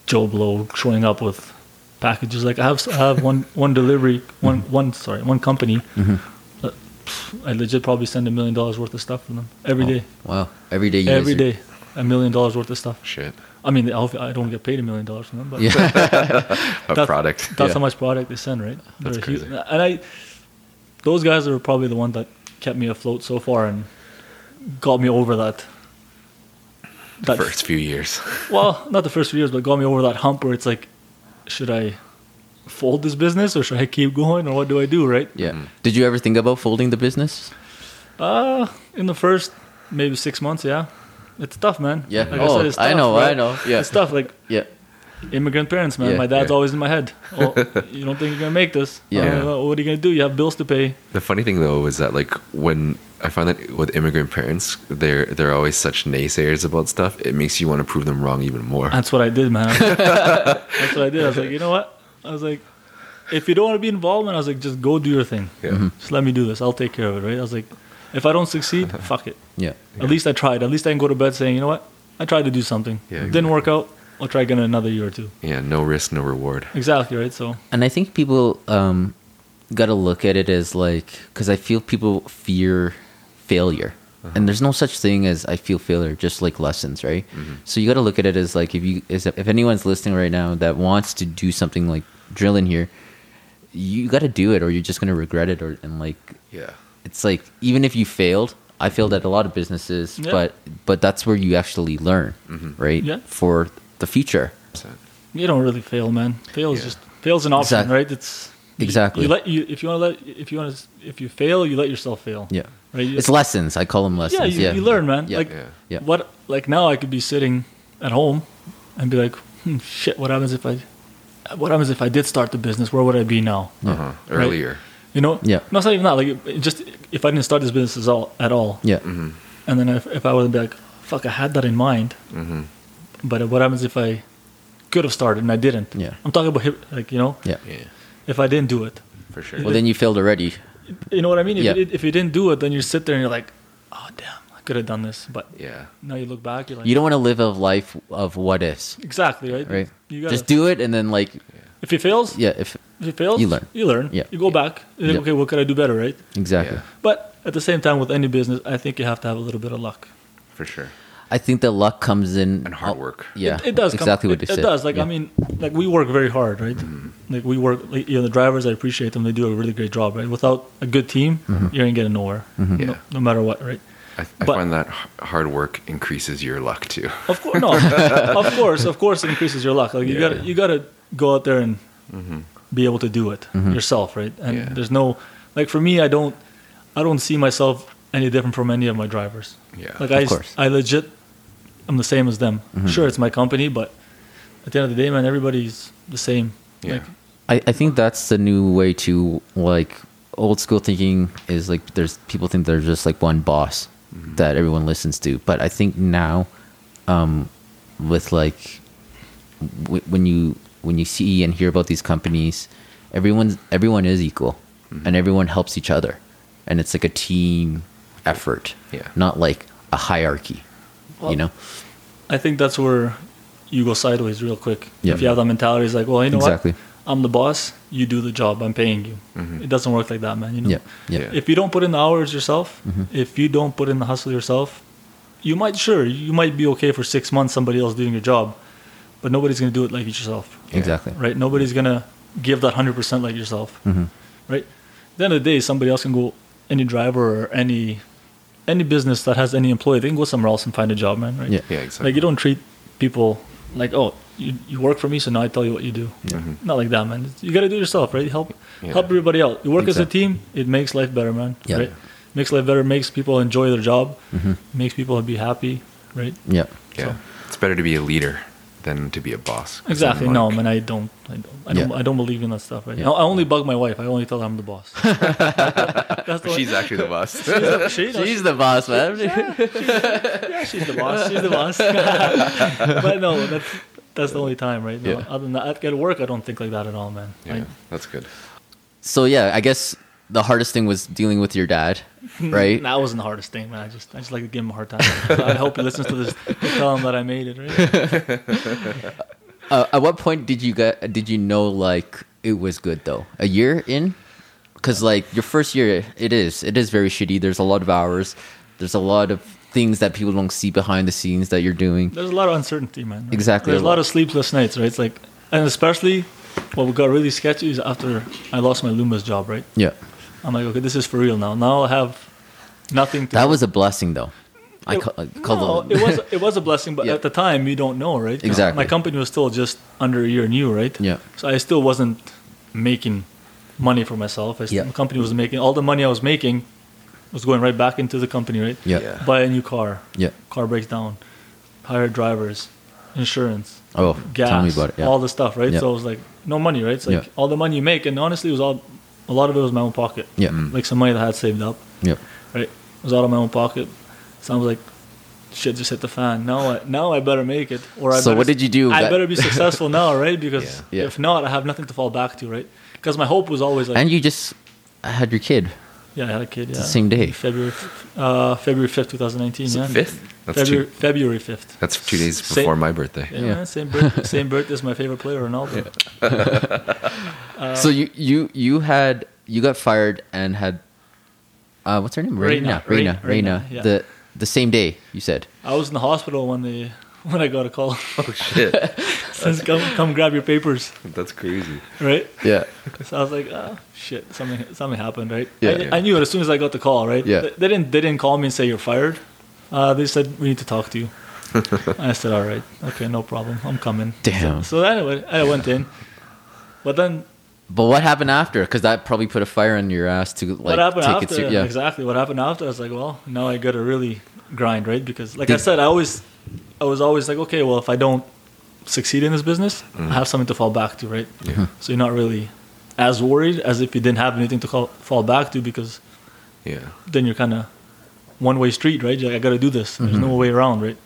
[SPEAKER 2] Joe Blow showing up with packages. Like I have, I have one one delivery, one one sorry, one company. uh, pff, I legit probably send a million dollars worth of stuff to them every day.
[SPEAKER 1] Wow, every day. You guys
[SPEAKER 2] every
[SPEAKER 1] are-
[SPEAKER 2] day, a million dollars worth of stuff.
[SPEAKER 3] Shit.
[SPEAKER 2] I mean, I'll- I don't get paid a million dollars from them, but
[SPEAKER 1] Yeah.
[SPEAKER 3] A
[SPEAKER 2] That's-
[SPEAKER 3] product.
[SPEAKER 2] That's
[SPEAKER 1] Yeah.
[SPEAKER 2] how much product they send, right?
[SPEAKER 3] That's
[SPEAKER 2] They're huge.
[SPEAKER 3] crazy.
[SPEAKER 2] And I, those guys are probably the one that kept me afloat so far and got me over that.
[SPEAKER 3] The
[SPEAKER 2] That
[SPEAKER 3] first few years.
[SPEAKER 2] well, not the first few years, but got me over that hump where it's like, should I fold this business or should I keep going or what do I do, right?
[SPEAKER 1] Yeah. Did you ever think about folding the business?
[SPEAKER 2] Uh, in the first maybe six months, yeah, it's tough, man.
[SPEAKER 1] Yeah.
[SPEAKER 2] Like
[SPEAKER 1] Oh,
[SPEAKER 2] it's
[SPEAKER 1] I know,
[SPEAKER 2] right?
[SPEAKER 1] I know. Yeah.
[SPEAKER 2] it's tough. Like
[SPEAKER 1] Yeah.
[SPEAKER 2] immigrant parents, man.
[SPEAKER 1] Yeah,
[SPEAKER 2] my dad's
[SPEAKER 3] yeah.
[SPEAKER 2] always in my head. Oh, you don't think you're gonna make this?
[SPEAKER 1] Yeah.
[SPEAKER 2] Uh, what are you gonna do? You have bills to pay.
[SPEAKER 3] The funny thing though is that like when I find that with immigrant parents, they're they're always such naysayers about stuff. It makes you want to prove them wrong even more.
[SPEAKER 2] That's what I did, man. That's what I did. I was like, you know what? I was like, if you don't want to be involved, man, I was like, just go do your thing.
[SPEAKER 3] Yeah.
[SPEAKER 2] Just let me do this. I'll take care of it, right? I was like, if I don't succeed, fuck it.
[SPEAKER 1] Yeah.
[SPEAKER 2] At least I tried. At least I can go to bed saying, you know what? I tried to do something.
[SPEAKER 3] Yeah,
[SPEAKER 2] It Didn't work out. I'll try again in another year or two.
[SPEAKER 3] Yeah, no risk, no reward.
[SPEAKER 2] Exactly, right? So,
[SPEAKER 1] And I think people um, got to look at it as like, because I feel people fear failure. And there's no such thing as I feel failure, just like lessons, right? So you got to look at it as like, if you, as if anyone's listening right now that wants to do something like drill in here, you got to do it or you're just going to regret it. Or, and like,
[SPEAKER 3] Yeah.
[SPEAKER 1] it's like, even if you failed, I failed at a lot of businesses,
[SPEAKER 2] Yeah.
[SPEAKER 1] but, but that's where you actually learn, right?
[SPEAKER 2] Yeah.
[SPEAKER 1] For the future.
[SPEAKER 2] you don't really fail, man. Fail is
[SPEAKER 3] Yeah.
[SPEAKER 2] just, fail's an option,
[SPEAKER 1] Exactly.
[SPEAKER 2] right? It's, you-
[SPEAKER 1] Exactly.
[SPEAKER 2] You, let you if you want to let if you want to if you fail you let yourself fail
[SPEAKER 1] Yeah.
[SPEAKER 2] right You-
[SPEAKER 1] It's lessons. I call them lessons.
[SPEAKER 2] yeah, you, you learn, man.
[SPEAKER 1] Yeah.
[SPEAKER 2] Like
[SPEAKER 3] Yeah.
[SPEAKER 1] Yeah.
[SPEAKER 2] what? Like now, I could be sitting at home and be like, hmm, "Shit, what happens if I? What happens if I did start the business? Where would I be now?"
[SPEAKER 3] Uh-huh. Earlier.
[SPEAKER 2] You know?
[SPEAKER 1] Yeah.
[SPEAKER 2] No, it's not even that. Like, it- it just if I didn't start this business at all, at all
[SPEAKER 1] Yeah.
[SPEAKER 3] Mm-hmm.
[SPEAKER 2] and then if, if I would be like, "Fuck, I had that in mind," but what happens if I could have started and I didn't?
[SPEAKER 1] Yeah.
[SPEAKER 2] I'm talking about hip- like you know,
[SPEAKER 1] Yeah.
[SPEAKER 3] Yeah.
[SPEAKER 2] if I didn't do it,
[SPEAKER 3] For sure.
[SPEAKER 1] Well, then you failed already.
[SPEAKER 2] you know what I mean? If,
[SPEAKER 1] Yeah.
[SPEAKER 2] you did- if you didn't do it, then you sit there and you're like, "Oh damn, I could have done this," but
[SPEAKER 3] yeah.
[SPEAKER 2] now you look back, you're like,
[SPEAKER 1] You don't want to live a life of what ifs,
[SPEAKER 2] Exactly right.
[SPEAKER 1] right?
[SPEAKER 2] You gotta,
[SPEAKER 1] Just do it, and then like,
[SPEAKER 2] If it fails,
[SPEAKER 1] yeah, if
[SPEAKER 2] if it fails,
[SPEAKER 1] You learn.
[SPEAKER 2] You learn.
[SPEAKER 1] Yeah.
[SPEAKER 2] You go back. You think,
[SPEAKER 1] Yeah.
[SPEAKER 2] Okay, what could I do better, right?
[SPEAKER 1] exactly.
[SPEAKER 3] Yeah.
[SPEAKER 2] But at the same time, with any business, I think you have to have a little bit of luck.
[SPEAKER 3] For sure.
[SPEAKER 1] I think that luck comes in
[SPEAKER 3] And hard work.
[SPEAKER 1] Yeah,
[SPEAKER 2] it, it does come-
[SPEAKER 1] exactly what
[SPEAKER 2] it,
[SPEAKER 1] you said.
[SPEAKER 2] It does. Like
[SPEAKER 1] Yeah. Mm-hmm.
[SPEAKER 2] I mean, like we work very hard, right? Like we work. Like, you know, the drivers, I appreciate them. They do a really great job, right? Without a good team,
[SPEAKER 1] Mm-hmm.
[SPEAKER 2] you ain't getting nowhere, no,
[SPEAKER 3] Yeah.
[SPEAKER 2] no matter what, right?
[SPEAKER 3] I, I
[SPEAKER 2] But-
[SPEAKER 3] find that h- hard work increases your luck too.
[SPEAKER 2] Of course, no. of course, of course, it increases your luck. Like you
[SPEAKER 3] Yeah.
[SPEAKER 2] gotta, you gotta go out there and be able to do it
[SPEAKER 1] Mm-hmm.
[SPEAKER 2] yourself, right? And
[SPEAKER 3] Mm-hmm. Yeah.
[SPEAKER 2] there's no, like for me, I don't, I don't see myself any different from any of my drivers.
[SPEAKER 3] Yeah.
[SPEAKER 2] Like
[SPEAKER 3] Of
[SPEAKER 2] I, s-
[SPEAKER 1] course. Mm-hmm.
[SPEAKER 2] I legit, I'm the same as them. Sure, it's my company, but at the end of the day, man, everybody's the same.
[SPEAKER 3] Yeah.
[SPEAKER 2] Like,
[SPEAKER 1] I, I think that's the new way to like old school thinking is like there's people think there's just like one boss that everyone listens to but i think now um with like w- when you when you see and hear about these companies everyone's everyone is equal and everyone helps each other and it's like a team effort
[SPEAKER 3] Yeah.
[SPEAKER 1] not like a hierarchy you know
[SPEAKER 2] I think that's where you go sideways real quick.
[SPEAKER 1] Yeah.
[SPEAKER 2] If you have that mentality, it's like, well, you know
[SPEAKER 1] Exactly. Mm-hmm.
[SPEAKER 2] what? I'm the boss. You do the job. I'm paying you. It doesn't work like that, man. You know.
[SPEAKER 1] yeah Mm-hmm. yeah
[SPEAKER 3] Yeah.
[SPEAKER 2] If you don't put in the hours yourself, if you don't put in the hustle yourself, you might sure you might be okay for six months. Somebody else doing your job, but nobody's gonna do it like yourself,
[SPEAKER 1] exactly Mm-hmm.
[SPEAKER 2] right? Nobody's gonna give that hundred percent like yourself, right? the end of the day, somebody else can go. Any driver or any any business that has any employee, they can go somewhere else and find a job, man. Right?
[SPEAKER 1] Yeah.
[SPEAKER 3] Yeah, exactly.
[SPEAKER 2] Like you don't treat people like, oh, you, you work for me, so now I tell you what you do.
[SPEAKER 1] Mm-hmm.
[SPEAKER 2] Not like that, man. You got to do it yourself, right? Help
[SPEAKER 3] Yeah.
[SPEAKER 2] help everybody out. You work as a
[SPEAKER 1] Exactly.
[SPEAKER 2] team, it makes life better, man.
[SPEAKER 1] Yeah. Mm-hmm.
[SPEAKER 2] Right? Makes life better. Makes people enjoy their job. Makes people be happy, right?
[SPEAKER 1] Yeah.
[SPEAKER 3] Yeah, it's better to be a leader than to be a boss. 'Cause
[SPEAKER 2] Exactly.
[SPEAKER 3] then,
[SPEAKER 2] No,
[SPEAKER 3] like,
[SPEAKER 2] man, I don't. I don't. I don't,
[SPEAKER 1] Yeah.
[SPEAKER 2] I don't believe in that stuff. Right?
[SPEAKER 1] Yeah.
[SPEAKER 2] I, I only bug my wife. I only tell her I'm the boss. That's the
[SPEAKER 3] She's actually the boss.
[SPEAKER 2] she, no,
[SPEAKER 1] She's the boss, man.
[SPEAKER 2] yeah, she's the boss. She's the boss. but no, that's that's the only time, right? No,
[SPEAKER 1] Yeah.
[SPEAKER 2] Other than that, at work, I don't think like that at all, man.
[SPEAKER 3] yeah,
[SPEAKER 2] Like,
[SPEAKER 3] that's good.
[SPEAKER 1] so yeah, I guess the hardest thing was dealing with your dad, right?
[SPEAKER 2] that wasn't the hardest thing, man. I just I just like to give him a hard time. I hope he listens to this. To tell him that I made it, right?
[SPEAKER 1] Uh, at what point did you get? Did you know like it was good though? A year in, because like your first year, it is it is very shitty. There's a lot of hours. There's a lot of things that people don't see behind the scenes that you're doing.
[SPEAKER 2] There's a lot of uncertainty, man. right?
[SPEAKER 1] Exactly.
[SPEAKER 2] There's a lot of sleepless nights, right? It's like, and especially what got really sketchy is after I lost my Loomis job, right?
[SPEAKER 1] Yeah,
[SPEAKER 2] I'm like, okay, this is for real now. Now I have nothing to.
[SPEAKER 1] that was a blessing though. I,
[SPEAKER 2] It-
[SPEAKER 1] ca- I
[SPEAKER 2] no,
[SPEAKER 1] call
[SPEAKER 2] it was it was a blessing, but
[SPEAKER 1] Yeah.
[SPEAKER 2] at the time you don't know, right?
[SPEAKER 1] Exactly.
[SPEAKER 2] My company was still just under a year new, right?
[SPEAKER 1] Yeah.
[SPEAKER 2] So I still wasn't making money for myself. I still,
[SPEAKER 1] Yeah.
[SPEAKER 2] The company was making all the money I was making was going right back into the company, right?
[SPEAKER 1] yeah,
[SPEAKER 3] Yeah.
[SPEAKER 1] yeah,
[SPEAKER 2] Buy a new car.
[SPEAKER 1] yeah.
[SPEAKER 2] Car breaks down. Hire drivers, insurance,
[SPEAKER 1] Oh,
[SPEAKER 2] gas,
[SPEAKER 1] tell me about it. Yeah.
[SPEAKER 2] all the stuff, right?
[SPEAKER 1] Yeah.
[SPEAKER 2] So it was like no money, right? It's like
[SPEAKER 1] Yeah.
[SPEAKER 2] all the money you make, and honestly, it was all a lot of it was my own pocket.
[SPEAKER 1] yeah, Mm.
[SPEAKER 2] Like some money that I had saved up
[SPEAKER 1] yeah,
[SPEAKER 2] right? It was out of my own pocket. So I was like, shit just hit the fan. Now I now I better make it. Or I
[SPEAKER 1] So
[SPEAKER 2] better,
[SPEAKER 1] what did you do
[SPEAKER 2] I
[SPEAKER 1] that-
[SPEAKER 2] better be successful now, right? Because
[SPEAKER 1] Yeah. Yeah.
[SPEAKER 2] if not, I have nothing to fall back to, right? Because my hope was always like,
[SPEAKER 1] And you just had your kid.
[SPEAKER 2] yeah, I had a kid. Yeah,
[SPEAKER 1] the same day.
[SPEAKER 2] February, uh, February fifth, two thousand nineteen.
[SPEAKER 3] Is it
[SPEAKER 2] Yeah,
[SPEAKER 3] fifth? That's
[SPEAKER 2] February,
[SPEAKER 3] two.
[SPEAKER 2] February fifth.
[SPEAKER 3] That's two days
[SPEAKER 2] Sa-
[SPEAKER 3] before my birthday.
[SPEAKER 2] Yeah,
[SPEAKER 1] Yeah.
[SPEAKER 2] man, same birth, same birth as my favorite player, Ronaldo.
[SPEAKER 1] so you you you had you got fired and had uh, what's her name?
[SPEAKER 2] Reina.
[SPEAKER 1] Reina. Reina.
[SPEAKER 2] Reina,
[SPEAKER 1] Reina.
[SPEAKER 2] yeah.
[SPEAKER 1] The the same day you said.
[SPEAKER 2] I was in the hospital when they when I got a call.
[SPEAKER 3] Oh shit,
[SPEAKER 2] Says, come come grab your papers,
[SPEAKER 3] that's crazy.
[SPEAKER 2] right?
[SPEAKER 1] Yeah.
[SPEAKER 2] So I was like, oh shit, something something happened, right?
[SPEAKER 1] Yeah.
[SPEAKER 2] I, I knew it as soon as I got the call, right?
[SPEAKER 1] Yeah.
[SPEAKER 2] They, they didn't they didn't call me and say you're fired. Uh, they said we need to talk to you. I said, all right, okay, no problem, I'm coming.
[SPEAKER 1] Damn.
[SPEAKER 2] So anyway, I went in, but then
[SPEAKER 1] But what happened after? Because that probably put a fire in your ass to like
[SPEAKER 2] what happened
[SPEAKER 1] take
[SPEAKER 2] after?
[SPEAKER 1] it. ser- yeah.
[SPEAKER 2] Exactly, what happened after? I was like, well, now I gotta really grind, right? Because like I
[SPEAKER 1] Did-
[SPEAKER 2] said, I always, I was always like, okay, well, if I don't succeed in this business,
[SPEAKER 1] Mm-hmm.
[SPEAKER 2] I have something to fall back to, right? So you're not really as worried as if you didn't have anything to call, fall back to because
[SPEAKER 3] Yeah,
[SPEAKER 2] then you're kind of one way street, right? You're like, I got to do this. There's no way around, right?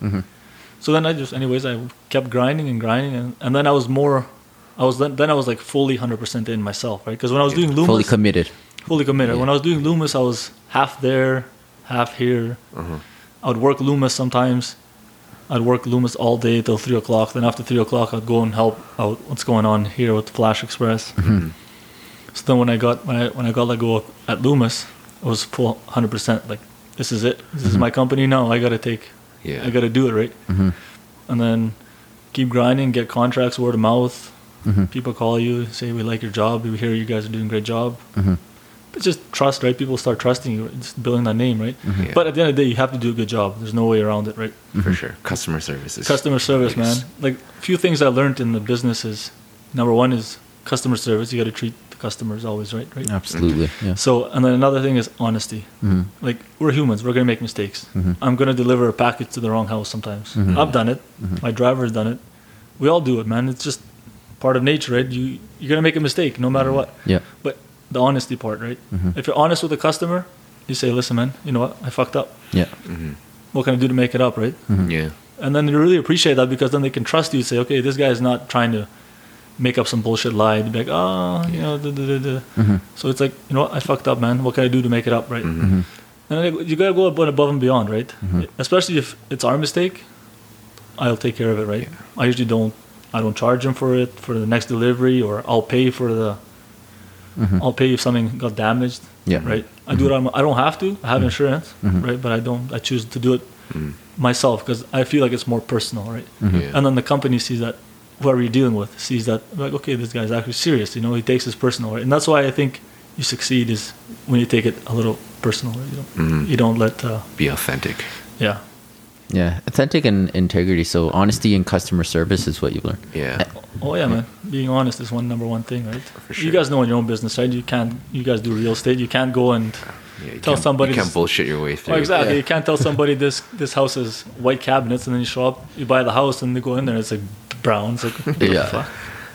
[SPEAKER 2] So then I just, anyways, I kept grinding and grinding, and, and then I was more, I was then, then I was like fully 100% in myself, right? Because when I was doing Loomis,
[SPEAKER 1] Fully
[SPEAKER 2] fully,
[SPEAKER 1] committed.
[SPEAKER 2] committed. When I was doing Loomis, I was half there, half here. I would work Loomis sometimes. I'd work Loomis all day till three o'clock. Then after three o'clock, I'd go and help out what's going on here with Flash Express. So then when I got when I, when I got let go at Loomis, it was full hundred percent. Like this is it. This is my company now. I gotta take.
[SPEAKER 3] Yeah.
[SPEAKER 2] I gotta do it right. And then keep grinding, get contracts word of mouth. People call you, say we like your job. We hear you guys are doing a great job. But just trust, right? People start trusting you, right? just building that name, right?
[SPEAKER 3] Mhm. Yeah.
[SPEAKER 2] But at the end of the day, you have to do a good job. There's no way around it, right?
[SPEAKER 3] for sure. Customer services.
[SPEAKER 2] Mm-hmm. Customer service,
[SPEAKER 3] Yes.
[SPEAKER 2] man. Like a few things I learned in the business is number one is customer service. You got to treat the customers always right, right?
[SPEAKER 1] Absolutely. Yeah. Mm-hmm.
[SPEAKER 2] So, and then another thing is honesty. Like, we're humans, we're going to make mistakes. I'm going to deliver a package to the wrong house sometimes. I've done it, my driver's done it. We all do it, man. It's just part of nature, right? You, you're going to make a mistake no matter what.
[SPEAKER 1] Yeah.
[SPEAKER 2] But the honesty part, right? If you're honest with the customer, you say, listen, man, you know what? I fucked up.
[SPEAKER 1] Yeah.
[SPEAKER 2] What can I do to make it up, right?
[SPEAKER 3] Yeah,
[SPEAKER 2] And then they really appreciate that because then they can trust you and say, okay, this guy is not trying to make up some bullshit lie to be like, oh, you know, da, da, da, da. so it's like, you know what, I fucked up, man. What can I do to make it up, right? And then you gotta go above above and beyond, right? Especially if it's our mistake, I'll take care of it, right? I usually don't, I don't charge them for it for the next delivery, or I'll pay for the, I'll pay if something got damaged,
[SPEAKER 1] Yeah.
[SPEAKER 2] right? I do it. On my, I don't have to. I have insurance, right? But I don't. I choose to do it myself because I feel like it's more personal, right?
[SPEAKER 3] Mm. Yeah.
[SPEAKER 2] And then the company sees that whoever you're dealing with sees that like, okay, this guy's actually serious. You know, he takes this personal, right? And that's why I think you succeed is when you take it a little personal. You don't,
[SPEAKER 3] Mm-hmm.
[SPEAKER 2] you don't let uh,
[SPEAKER 3] Be authentic.
[SPEAKER 2] yeah.
[SPEAKER 1] Yeah, authentic and integrity. So honesty and customer service is what you learn.
[SPEAKER 3] Yeah.
[SPEAKER 2] Oh yeah, man. Being honest is one number one thing, right?
[SPEAKER 3] sure.
[SPEAKER 2] You guys know in your own business, right? You can't. You guys do real estate. You can't go and
[SPEAKER 3] Yeah, you
[SPEAKER 2] tell
[SPEAKER 3] can't-
[SPEAKER 2] somebody
[SPEAKER 3] You
[SPEAKER 2] this-
[SPEAKER 3] can't bullshit your way through.
[SPEAKER 2] Oh, exactly.
[SPEAKER 1] Yeah.
[SPEAKER 2] You can't tell somebody this this house is white cabinets, and then you show up, you buy the house, and they go in there, it's like brown. It's like what the
[SPEAKER 1] Yeah.
[SPEAKER 2] fuck?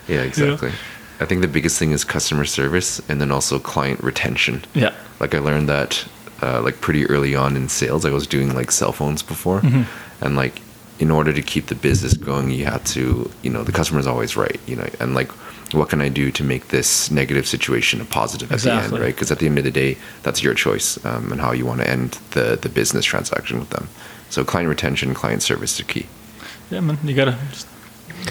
[SPEAKER 3] Yeah, exactly. I think the biggest thing is customer service and then also client retention.
[SPEAKER 2] yeah,
[SPEAKER 3] Like I learned that uh, like pretty early on in sales. I was doing like cell phones before,
[SPEAKER 2] Mm-hmm.
[SPEAKER 3] and like in order to keep the business going, you had to you know the customer's always right. You know, and like what can I do to make this negative situation a positive at the
[SPEAKER 2] Exactly.
[SPEAKER 3] end, right? Because at the end of the day, that's your choice um, and how you want to end the the business transaction with them. So client retention, client service are key.
[SPEAKER 2] yeah, man. You gotta just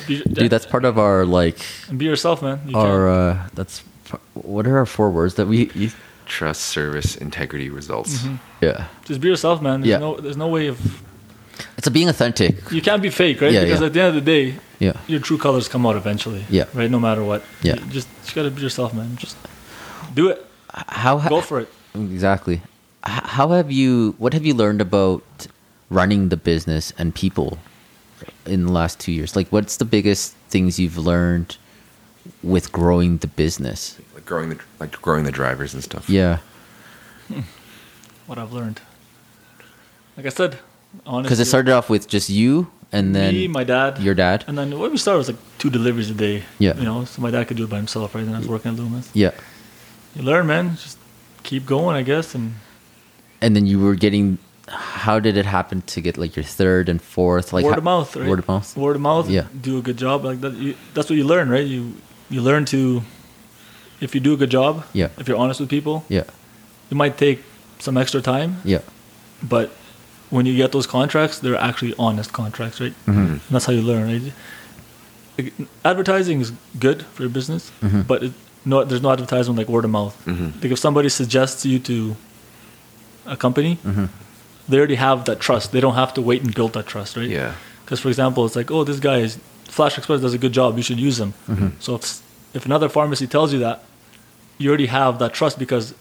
[SPEAKER 2] be,
[SPEAKER 1] Dude, that's part of our like
[SPEAKER 2] be yourself, man. You
[SPEAKER 1] our uh, that's p- what are our four words that we you,
[SPEAKER 3] Trust, service, integrity, results.
[SPEAKER 2] Mm-hmm.
[SPEAKER 1] yeah.
[SPEAKER 2] can't- just be yourself, man. There's
[SPEAKER 1] Yeah.
[SPEAKER 2] no there's no way of
[SPEAKER 1] It's a being authentic.
[SPEAKER 2] you can't be fake, right?
[SPEAKER 1] Yeah,
[SPEAKER 2] because
[SPEAKER 1] yeah.
[SPEAKER 2] at the end of the day,
[SPEAKER 1] Yeah.
[SPEAKER 2] your true colors come out eventually.
[SPEAKER 1] Yeah.
[SPEAKER 2] right. No matter what.
[SPEAKER 1] Yeah.
[SPEAKER 2] You just you gotta be yourself, man. Just do it.
[SPEAKER 1] How ha-
[SPEAKER 2] Go for it.
[SPEAKER 1] Exactly. H- How have you? What have you learned about running the business and people in the last two years? Like, what's the biggest things you've learned with growing the business?
[SPEAKER 3] Like growing the like growing the drivers and stuff.
[SPEAKER 1] Yeah,
[SPEAKER 2] What I've learned. Like I said, honestly,
[SPEAKER 1] because it started off with just you, and then
[SPEAKER 2] me, my dad,
[SPEAKER 1] your dad.
[SPEAKER 2] And then what we started was like two deliveries a day.
[SPEAKER 1] Yeah.
[SPEAKER 2] You know, so my dad could do it by himself, right? And I was working at Loomis.
[SPEAKER 1] yeah,
[SPEAKER 2] You learn, man. Just keep going, I guess. And
[SPEAKER 1] and then you were getting. How did it happen to get like your third and fourth? Like
[SPEAKER 2] word
[SPEAKER 1] ho-
[SPEAKER 2] of mouth, right?
[SPEAKER 1] Word of mouth.
[SPEAKER 2] Word of mouth.
[SPEAKER 1] Yeah.
[SPEAKER 2] Do a good job. Like that. You, that's what you learn, right? You you learn to, if you do a good job.
[SPEAKER 1] Yeah.
[SPEAKER 2] If you're honest with people,
[SPEAKER 1] Yeah,
[SPEAKER 2] it might take some extra time,
[SPEAKER 1] yeah,
[SPEAKER 2] but when you get those contracts, they're actually honest contracts, right? And that's how you learn, right? Like, Advertising is good for your business, but it, no, there's no advertisement like word of mouth. Like if somebody suggests you to a company, they already have that trust. They don't have to wait and build that trust, right?
[SPEAKER 3] Yeah.
[SPEAKER 2] Because for example, it's like, oh, this guy is Flash Express does a good job. You should use him. So if if another pharmacy tells you that, you already have that trust because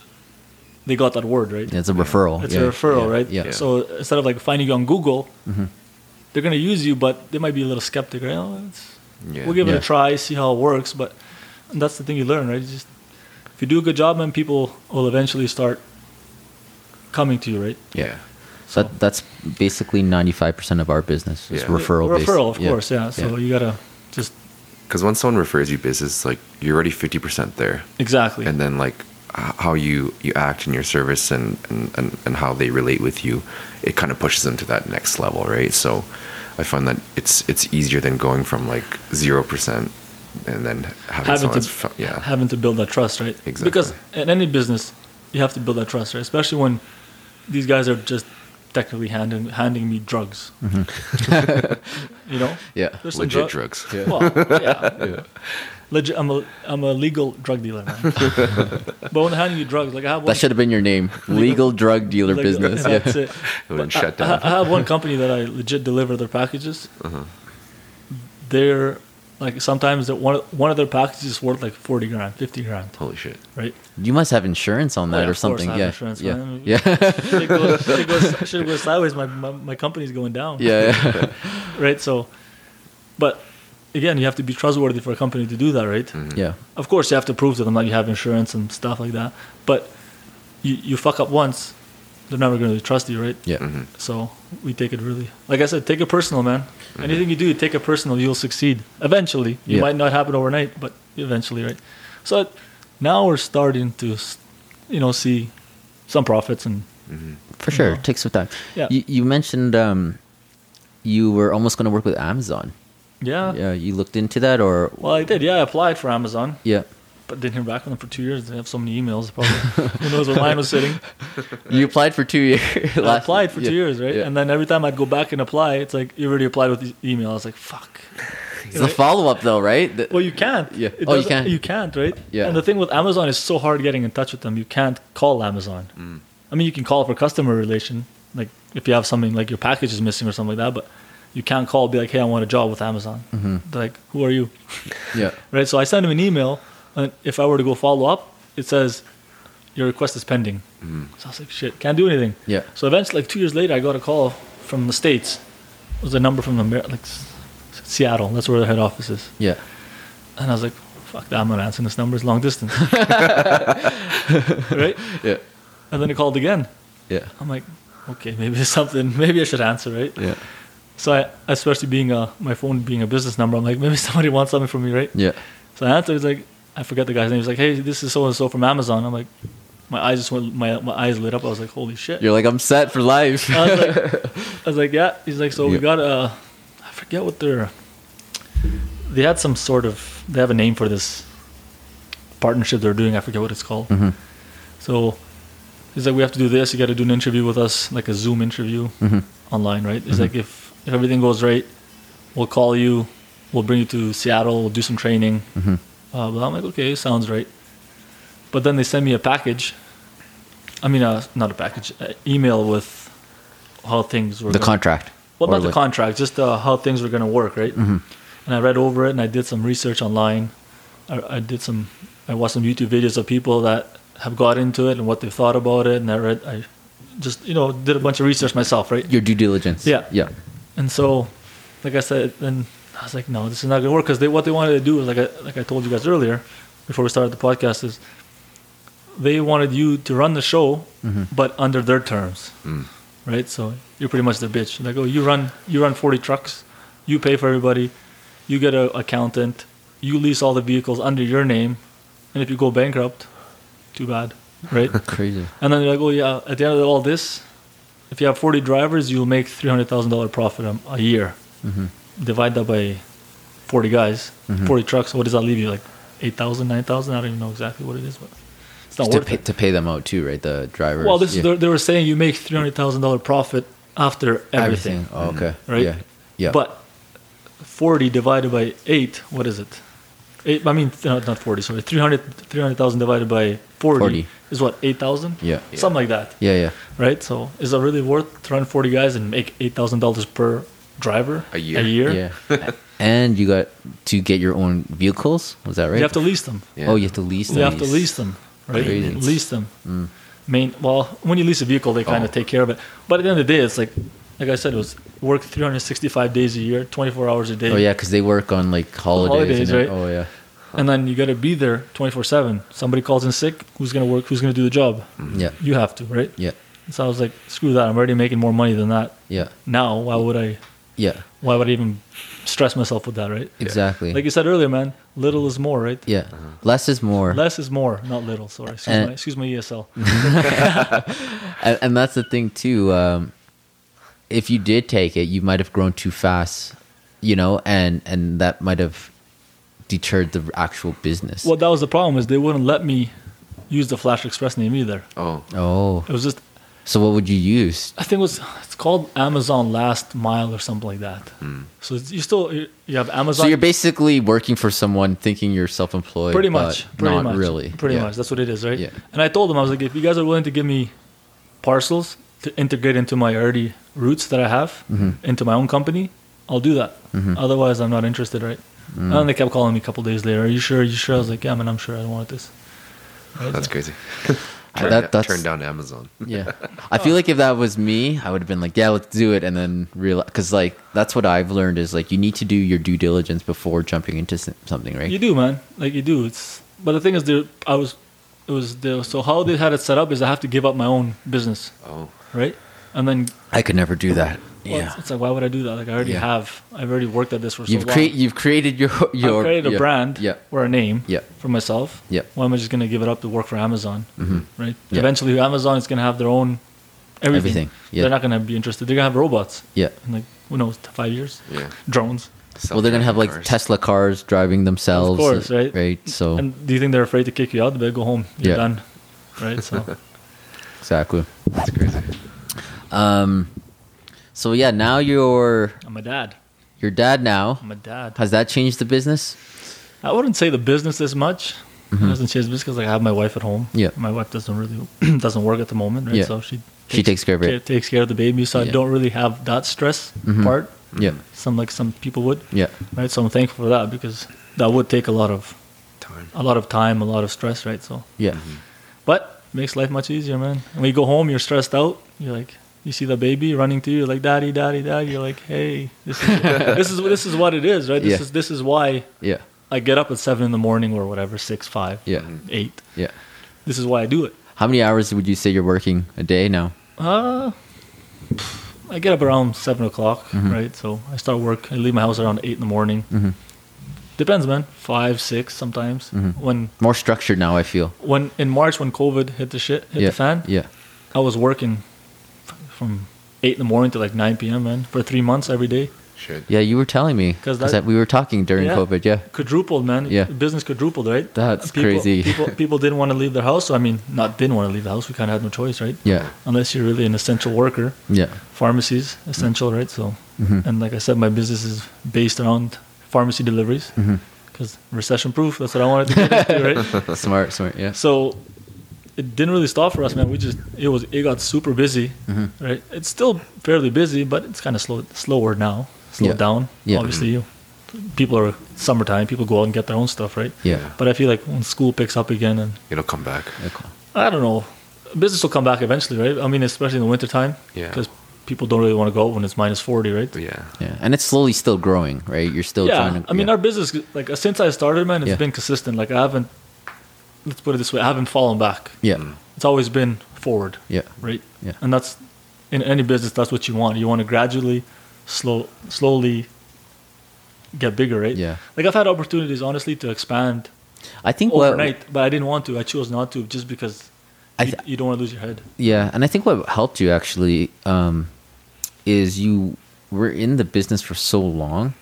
[SPEAKER 2] they got that word, right?
[SPEAKER 1] it's a referral.
[SPEAKER 2] It's
[SPEAKER 1] yeah,
[SPEAKER 2] a referral,
[SPEAKER 1] yeah,
[SPEAKER 2] right?
[SPEAKER 1] Yeah, yeah.
[SPEAKER 2] So instead of like finding you on Google, they're gonna use you, but they might be a little skeptic, right? Oh, it's,
[SPEAKER 3] Yeah.
[SPEAKER 2] We'll give it
[SPEAKER 1] Yeah.
[SPEAKER 2] a try, see how it works. But and that's the thing you learn, right? You just if you do a good job, man, people will eventually start coming to you, right?
[SPEAKER 3] Yeah.
[SPEAKER 1] So that, that's basically ninety five percent of our business is
[SPEAKER 3] Yeah.
[SPEAKER 1] referral. based.
[SPEAKER 2] referral, of course, yeah. So you gotta just
[SPEAKER 3] Because once someone refers you business, like you're already fifty percent there,
[SPEAKER 2] exactly.
[SPEAKER 3] and then like h- how you you act in your service and and, and and how they relate with you, it kind of pushes them to that next level, right? So I find that it's it's easier than going from like zero percent and then having,
[SPEAKER 2] having to
[SPEAKER 3] someone's fu- yeah
[SPEAKER 2] having to build that trust, right?
[SPEAKER 3] Exactly.
[SPEAKER 2] Because in any business, you have to build that trust, right? Especially when these guys are just technically handing handing me drugs. you know?
[SPEAKER 1] Yeah.
[SPEAKER 2] There's some
[SPEAKER 3] legit
[SPEAKER 2] drug-
[SPEAKER 3] drugs.
[SPEAKER 2] Well, yeah. Legit, I'm a I'm a legal drug dealer, man. but when they're handing you drugs, like I have one.
[SPEAKER 1] That should have been your name. Legal drug dealer
[SPEAKER 2] like,
[SPEAKER 1] business.
[SPEAKER 2] That's
[SPEAKER 1] Yeah.
[SPEAKER 2] it.
[SPEAKER 3] It would
[SPEAKER 2] But
[SPEAKER 3] shut
[SPEAKER 2] I- I,
[SPEAKER 3] down. Uh-huh.
[SPEAKER 2] I have one company that I legit deliver their packages. They're like sometimes that one of- one of their packages is worth like forty grand, fifty grand,
[SPEAKER 3] Holy shit!
[SPEAKER 2] right?
[SPEAKER 1] You must have insurance on
[SPEAKER 2] Oh,
[SPEAKER 1] that
[SPEAKER 2] yeah,
[SPEAKER 1] or
[SPEAKER 2] of course
[SPEAKER 1] something.
[SPEAKER 2] I have
[SPEAKER 1] yeah.
[SPEAKER 2] insurance,
[SPEAKER 1] yeah.
[SPEAKER 2] man.
[SPEAKER 1] Yeah.
[SPEAKER 2] Shit goes, shit goes, shit goes sideways. My, my my company's going down.
[SPEAKER 1] yeah. Yeah.
[SPEAKER 2] Right. So, but again, you have to be trustworthy for a company to do that, right?
[SPEAKER 1] Yeah.
[SPEAKER 2] Of course, you have to prove to them that you have insurance and stuff like that. But you you fuck up once, they're never going to trust you, right?
[SPEAKER 1] Yeah.
[SPEAKER 2] So we take it really, like I said, take it personal, man. Anything you do, take it personal. You'll succeed eventually. It
[SPEAKER 1] Yeah.
[SPEAKER 2] might not happen overnight, but eventually, right? So now we're starting to, s- you know, see some profits and
[SPEAKER 1] For sure. It takes some time.
[SPEAKER 2] Mm-hmm. Yeah.
[SPEAKER 1] You, you mentioned um, you were almost going to work with Amazon.
[SPEAKER 2] yeah.
[SPEAKER 1] yeah. You looked into that or.
[SPEAKER 2] Well, I did. Yeah, I applied for Amazon,
[SPEAKER 1] Yeah.
[SPEAKER 2] but didn't hear back from them for two years. They have so many emails. Probably who knows where mine was sitting.
[SPEAKER 1] You applied for two years.
[SPEAKER 2] And I applied for two years, right?
[SPEAKER 1] Yeah.
[SPEAKER 2] And then every time I'd go back and apply, it's like you already applied with the email. I was like, fuck.
[SPEAKER 1] It's a follow up, though, right? The-
[SPEAKER 2] Well, you can't.
[SPEAKER 1] Yeah.
[SPEAKER 2] It
[SPEAKER 1] Oh, you
[SPEAKER 2] doesn't-
[SPEAKER 1] can't.
[SPEAKER 2] You can't, right?
[SPEAKER 1] Yeah.
[SPEAKER 2] And the thing with Amazon is so hard getting in touch with them. You can't call Amazon.
[SPEAKER 1] Mm.
[SPEAKER 2] I mean, you can call for customer relation, like if you have something like your package is missing or something like that. But you can't call, be like, hey, I want a job with Amazon.
[SPEAKER 1] Mm-hmm.
[SPEAKER 2] They're like, who are you?
[SPEAKER 1] yeah.
[SPEAKER 2] right? So I sent him an email, and if I were to go follow up, it says your request is pending.
[SPEAKER 1] Mm.
[SPEAKER 2] So I was like, shit, can't do anything.
[SPEAKER 1] Yeah.
[SPEAKER 2] So eventually, like two years later, I got a call from the states. It was a number from the Amer- like S- Seattle. That's where the head office is.
[SPEAKER 1] Yeah.
[SPEAKER 2] And I was like, fuck that, I'm not answering this number. It's long distance. right?
[SPEAKER 1] Yeah.
[SPEAKER 2] And then it called again.
[SPEAKER 1] Yeah.
[SPEAKER 2] I'm like, okay, maybe there's something. Maybe I should answer, right?
[SPEAKER 1] Yeah.
[SPEAKER 2] So I, especially being a my phone being a business number, I'm like, maybe somebody wants something from me, right?
[SPEAKER 1] Yeah.
[SPEAKER 2] So I answered. He's like, I forget the guy's name. He's like, hey, this is so and so from Amazon. I'm like, my eyes just went, my my eyes lit up. I was like, holy shit.
[SPEAKER 1] You're like, I'm set for life.
[SPEAKER 2] I was like, I was like, yeah. He's like, so we
[SPEAKER 1] Yeah.
[SPEAKER 2] got a, I forget what they're. They had some sort of. They have a name for this partnership they're doing. I forget what it's called. So he's like, we have to do this. You got to do an interview with us, like a Zoom interview online, right?
[SPEAKER 1] Mm-hmm.
[SPEAKER 2] He's like, if if everything goes right, we'll call you. We'll bring you to Seattle. We'll do some training.
[SPEAKER 1] Mm-hmm.
[SPEAKER 2] Uh, but I'm like, okay, sounds right. But then they send me a package. I mean, uh, not a package, uh, email with how things were.
[SPEAKER 1] the
[SPEAKER 2] gonna-
[SPEAKER 1] contract.
[SPEAKER 2] well,
[SPEAKER 1] Or Mm-hmm.
[SPEAKER 2] not the
[SPEAKER 1] like-
[SPEAKER 2] contract, just uh, how things were going to work, right? And I read over it and I did some research online. I, I did some, I watched some YouTube videos of people that have got into it and what they thought about it. And I read, I just, you know, did a bunch of research myself, right?
[SPEAKER 1] Your due diligence.
[SPEAKER 2] Yeah.
[SPEAKER 1] Yeah.
[SPEAKER 2] And so, like I said, then I was like, no, this is not gonna work because they what they wanted to do is like I like I told you guys earlier, before we started the podcast is they wanted you to run the show, but under their terms, right? So you're pretty much the bitch. Like, oh, you run you run 40 trucks, you pay for everybody, you get a accountant, you lease all the vehicles under your name, and if you go bankrupt, too bad, right?
[SPEAKER 1] Crazy.
[SPEAKER 2] And then they're like, oh yeah, at the end of all this, if you have 40 drivers, you'll make $300,000 profit a, a year.
[SPEAKER 1] Mm-hmm.
[SPEAKER 2] Divide that by 40 guys, 40 trucks, what does that leave you? Like 8,000, 9,000? I don't even know exactly what it is, but it's not
[SPEAKER 1] Just to,
[SPEAKER 2] worth
[SPEAKER 1] pay,
[SPEAKER 2] it.
[SPEAKER 1] to pay them out too, right? The drivers.
[SPEAKER 2] Well, this
[SPEAKER 1] Yeah.
[SPEAKER 2] they they were saying you make $300,000 profit after everything,
[SPEAKER 1] Oh, okay.
[SPEAKER 2] right?
[SPEAKER 1] Yeah. Yeah.
[SPEAKER 2] But 40 divided by 8, what is it? Eight, I mean, no, not 40, sorry. 300 300,000 divided by 40,
[SPEAKER 1] 40.
[SPEAKER 2] is what, 8,000?
[SPEAKER 1] Yeah.
[SPEAKER 2] Something like that
[SPEAKER 1] yeah, yeah.
[SPEAKER 2] right? So is it really worth to run 40 guys and make $8,000 per driver
[SPEAKER 3] A year.
[SPEAKER 2] A year?
[SPEAKER 1] Yeah. and you got to get your own vehicles. Was that right?
[SPEAKER 2] You have to lease them.
[SPEAKER 3] Yeah.
[SPEAKER 1] Oh, you have to lease.
[SPEAKER 2] You have to
[SPEAKER 1] these.
[SPEAKER 2] lease them, right?
[SPEAKER 1] Crazy.
[SPEAKER 2] Lease them. Main, well, when you lease a vehicle, they kind
[SPEAKER 3] Oh.
[SPEAKER 2] of take care of it. But at the end of the day, it's like, like I said, it was work 365 days a year, 24 hours a day.
[SPEAKER 1] Oh yeah, because they work on like holidays.
[SPEAKER 2] holidays,
[SPEAKER 1] and-
[SPEAKER 2] right?
[SPEAKER 1] Oh yeah.
[SPEAKER 2] And then you got to be there 24 7. Somebody calls in sick, who's going to work? Who's going to do the job?
[SPEAKER 1] Yeah.
[SPEAKER 2] You have to, right?
[SPEAKER 1] Yeah.
[SPEAKER 2] So I was like, screw that. I'm already making more money than that.
[SPEAKER 1] Yeah.
[SPEAKER 2] Now, why would I?
[SPEAKER 1] Yeah.
[SPEAKER 2] Why would I even stress myself with that, right?
[SPEAKER 1] Exactly.
[SPEAKER 2] Like you said earlier, man, little is more, right?
[SPEAKER 1] yeah. Less is more.
[SPEAKER 2] Less is more, not little. Sorry, excuse,
[SPEAKER 1] And-
[SPEAKER 2] my, excuse my E ESL.
[SPEAKER 1] and, and that's the thing too. Um, if you did take it, you might have grown too fast, you know, and and that might have deterred the actual business.
[SPEAKER 2] well, that was the problem is they wouldn't let me use the Flash Express name either.
[SPEAKER 3] Oh,
[SPEAKER 1] Oh,
[SPEAKER 2] It was just
[SPEAKER 1] so what would you use?
[SPEAKER 2] I think it was it's called Amazon Last Mile or something like that. So it's, you still you you have Amazon.
[SPEAKER 1] Hmm. So you're basically working for someone, thinking you're self-employed.
[SPEAKER 2] pretty much,
[SPEAKER 1] but
[SPEAKER 2] pretty
[SPEAKER 1] not
[SPEAKER 2] much,
[SPEAKER 1] really.
[SPEAKER 2] pretty
[SPEAKER 1] Yeah.
[SPEAKER 2] much. That's what it is, right?
[SPEAKER 1] Yeah.
[SPEAKER 2] And I told them I was like, if you guys are willing to give me parcels to integrate into my already routes that I have
[SPEAKER 1] Mm-hmm.
[SPEAKER 2] into my own company, I'll do that. Otherwise, I'm not interested, right? And
[SPEAKER 1] Mm.
[SPEAKER 2] then they kept calling me a couple days later. Are you sure? Are you sure? I was like, yeah, man, I'm sure. I don't want this. Right?
[SPEAKER 3] that's
[SPEAKER 2] So-
[SPEAKER 3] crazy.
[SPEAKER 1] Uh,
[SPEAKER 3] Turn,
[SPEAKER 1] that- that's-
[SPEAKER 3] turn down Amazon.
[SPEAKER 1] Yeah, I feel like if that was me, I would have been like, "Yeah, let's do it," and then realize because like that's what I've learned is like you need to do your due diligence before jumping into s- something, right?
[SPEAKER 2] You do, man. Like you do. It's but the thing is, there. I was. It was there. So how they had it set up is I have to give up my own business,
[SPEAKER 3] Oh,
[SPEAKER 2] right? And then
[SPEAKER 1] I could never do that.
[SPEAKER 2] well,
[SPEAKER 1] yeah,
[SPEAKER 2] it's, it's like why would I do that? Like I already
[SPEAKER 1] Yeah.
[SPEAKER 2] have. I've already worked at this for
[SPEAKER 1] you've
[SPEAKER 2] so long.
[SPEAKER 1] created you've created your your
[SPEAKER 2] I've created a
[SPEAKER 1] yeah,
[SPEAKER 2] brand
[SPEAKER 1] Yeah,
[SPEAKER 2] or a name
[SPEAKER 1] Yeah.
[SPEAKER 2] for myself.
[SPEAKER 1] Yeah. Mm-hmm.
[SPEAKER 2] Why am I just going to give it up to work for Amazon? Right.
[SPEAKER 1] Yeah.
[SPEAKER 2] Eventually, Amazon is going to have their own everything.
[SPEAKER 1] Everything, yeah.
[SPEAKER 2] They're not going to be interested. They're going to have robots.
[SPEAKER 1] yeah.
[SPEAKER 2] In like who knows, five years.
[SPEAKER 3] yeah.
[SPEAKER 2] Drones.
[SPEAKER 1] Well, they're gonna have like Tesla
[SPEAKER 3] Self-driving cars.
[SPEAKER 1] cars driving themselves,
[SPEAKER 2] course, right?
[SPEAKER 1] Right. So
[SPEAKER 2] And do you think they're afraid to kick you out? They go home.
[SPEAKER 1] Oh.
[SPEAKER 2] You're
[SPEAKER 1] Yeah.
[SPEAKER 2] done. Right. So
[SPEAKER 1] exactly.
[SPEAKER 3] That's crazy.
[SPEAKER 1] Um, so yeah, now your
[SPEAKER 2] I'm a dad.
[SPEAKER 1] your dad now
[SPEAKER 2] I'm a dad.
[SPEAKER 1] has that changed the business?
[SPEAKER 2] I wouldn't say the business as much. It doesn't change the business because like, I have my wife at home.
[SPEAKER 1] Mm-hmm. Yeah.
[SPEAKER 2] My wife doesn't really doesn't work at the moment, right?
[SPEAKER 1] Yeah.
[SPEAKER 2] So she
[SPEAKER 1] She takes care of it.
[SPEAKER 2] takes care of the baby. So
[SPEAKER 1] Yeah. Mm-hmm.
[SPEAKER 2] I don't really have that stress part.
[SPEAKER 1] Yeah,
[SPEAKER 2] Some like some people would.
[SPEAKER 1] yeah,
[SPEAKER 2] Right. So I'm thankful for that because that would take a lot of
[SPEAKER 3] Time. Mm-hmm.
[SPEAKER 2] a lot of time, a lot of stress, right? So
[SPEAKER 1] yeah.
[SPEAKER 2] but makes life much easier, man. And when you go home, you're stressed out. You're like, you see the baby running to you, like daddy, daddy, daddy. You're like, hey, this is this is this is what it is, right? This
[SPEAKER 1] Yeah.
[SPEAKER 2] is this is why
[SPEAKER 1] Yeah.
[SPEAKER 2] I get up at seven in the morning or whatever, six, five,
[SPEAKER 1] Yeah.
[SPEAKER 2] eight.
[SPEAKER 1] Yeah.
[SPEAKER 2] This is why I do it.
[SPEAKER 1] How many hours would you say you're working a day now?
[SPEAKER 2] Uh, I get up around seven o'clock,
[SPEAKER 1] Mm-hmm.
[SPEAKER 2] right? So I start work. I leave my house around eight in the morning.
[SPEAKER 1] Mhm.
[SPEAKER 2] Depends, man. Five, six, sometimes.
[SPEAKER 1] Mm-hmm.
[SPEAKER 2] When
[SPEAKER 1] More structured now, I feel.
[SPEAKER 2] when in March when COVID hit the shit hit
[SPEAKER 1] yeah.
[SPEAKER 2] the fan,
[SPEAKER 1] Yeah.
[SPEAKER 2] I was working f- from eight in the morning to like nine p.m. Man, for three months every day.
[SPEAKER 3] Shit.
[SPEAKER 1] Yeah, you were telling me
[SPEAKER 2] 'Cause
[SPEAKER 1] because
[SPEAKER 2] that-
[SPEAKER 1] we were talking during
[SPEAKER 2] Yeah.
[SPEAKER 1] COVID. Yeah.
[SPEAKER 2] Quadrupled, man.
[SPEAKER 1] Yeah.
[SPEAKER 2] business quadrupled, right?
[SPEAKER 1] That's
[SPEAKER 2] people,
[SPEAKER 1] crazy.
[SPEAKER 2] People people didn't want to leave their house. So, I mean, not didn't want to leave the house. We kind of had no choice, right?
[SPEAKER 1] Yeah.
[SPEAKER 2] Unless you're really an essential worker.
[SPEAKER 1] Yeah.
[SPEAKER 2] pharmacies essential right so
[SPEAKER 1] Mm-hmm.
[SPEAKER 2] and like i said my business is based around pharmacy deliveries
[SPEAKER 1] Mm-hmm.
[SPEAKER 2] because recession proof that's what i wanted to get into right
[SPEAKER 1] smart, smart. Yeah.
[SPEAKER 2] so it didn't really stop for us man we just it was it got super busy
[SPEAKER 1] Mm-hmm.
[SPEAKER 2] right it's still fairly busy but it's kind of slow slower now slowed
[SPEAKER 1] Yeah.
[SPEAKER 2] down
[SPEAKER 1] Yeah. Mm-hmm.
[SPEAKER 2] obviously you people are summertime people go out and get their own stuff right
[SPEAKER 1] Yeah.
[SPEAKER 2] but i feel like when school picks up again and
[SPEAKER 3] It'll come back.
[SPEAKER 1] Okay.
[SPEAKER 2] I don't know. Business will come back eventually, right? I mean, especially in the wintertime.
[SPEAKER 3] Yeah.
[SPEAKER 2] Because people don't really want to go out when it's minus 40, right?
[SPEAKER 3] But yeah.
[SPEAKER 1] Yeah. And it's slowly still growing, right? You're still
[SPEAKER 2] yeah.
[SPEAKER 1] trying to.
[SPEAKER 2] I mean,
[SPEAKER 1] yeah.
[SPEAKER 2] our business, like, since I started, man, it's
[SPEAKER 1] Yeah.
[SPEAKER 2] been consistent. Like, I haven't, let's put it this way, I haven't fallen back.
[SPEAKER 3] Mm.
[SPEAKER 1] Yeah.
[SPEAKER 2] It's always been forward,
[SPEAKER 1] Yeah.
[SPEAKER 2] right?
[SPEAKER 1] Yeah.
[SPEAKER 2] And that's, in any business, that's what you want. You want to gradually, slow, slowly get bigger, right?
[SPEAKER 1] Yeah.
[SPEAKER 2] Like, I've had opportunities, honestly, to expand
[SPEAKER 1] I think what-
[SPEAKER 2] overnight, but I didn't want to. I chose not to just because
[SPEAKER 1] I
[SPEAKER 2] you,
[SPEAKER 1] th-
[SPEAKER 2] you don't want to lose your head.
[SPEAKER 1] Yeah, and I think what helped you actually um, is you were in the business for so long,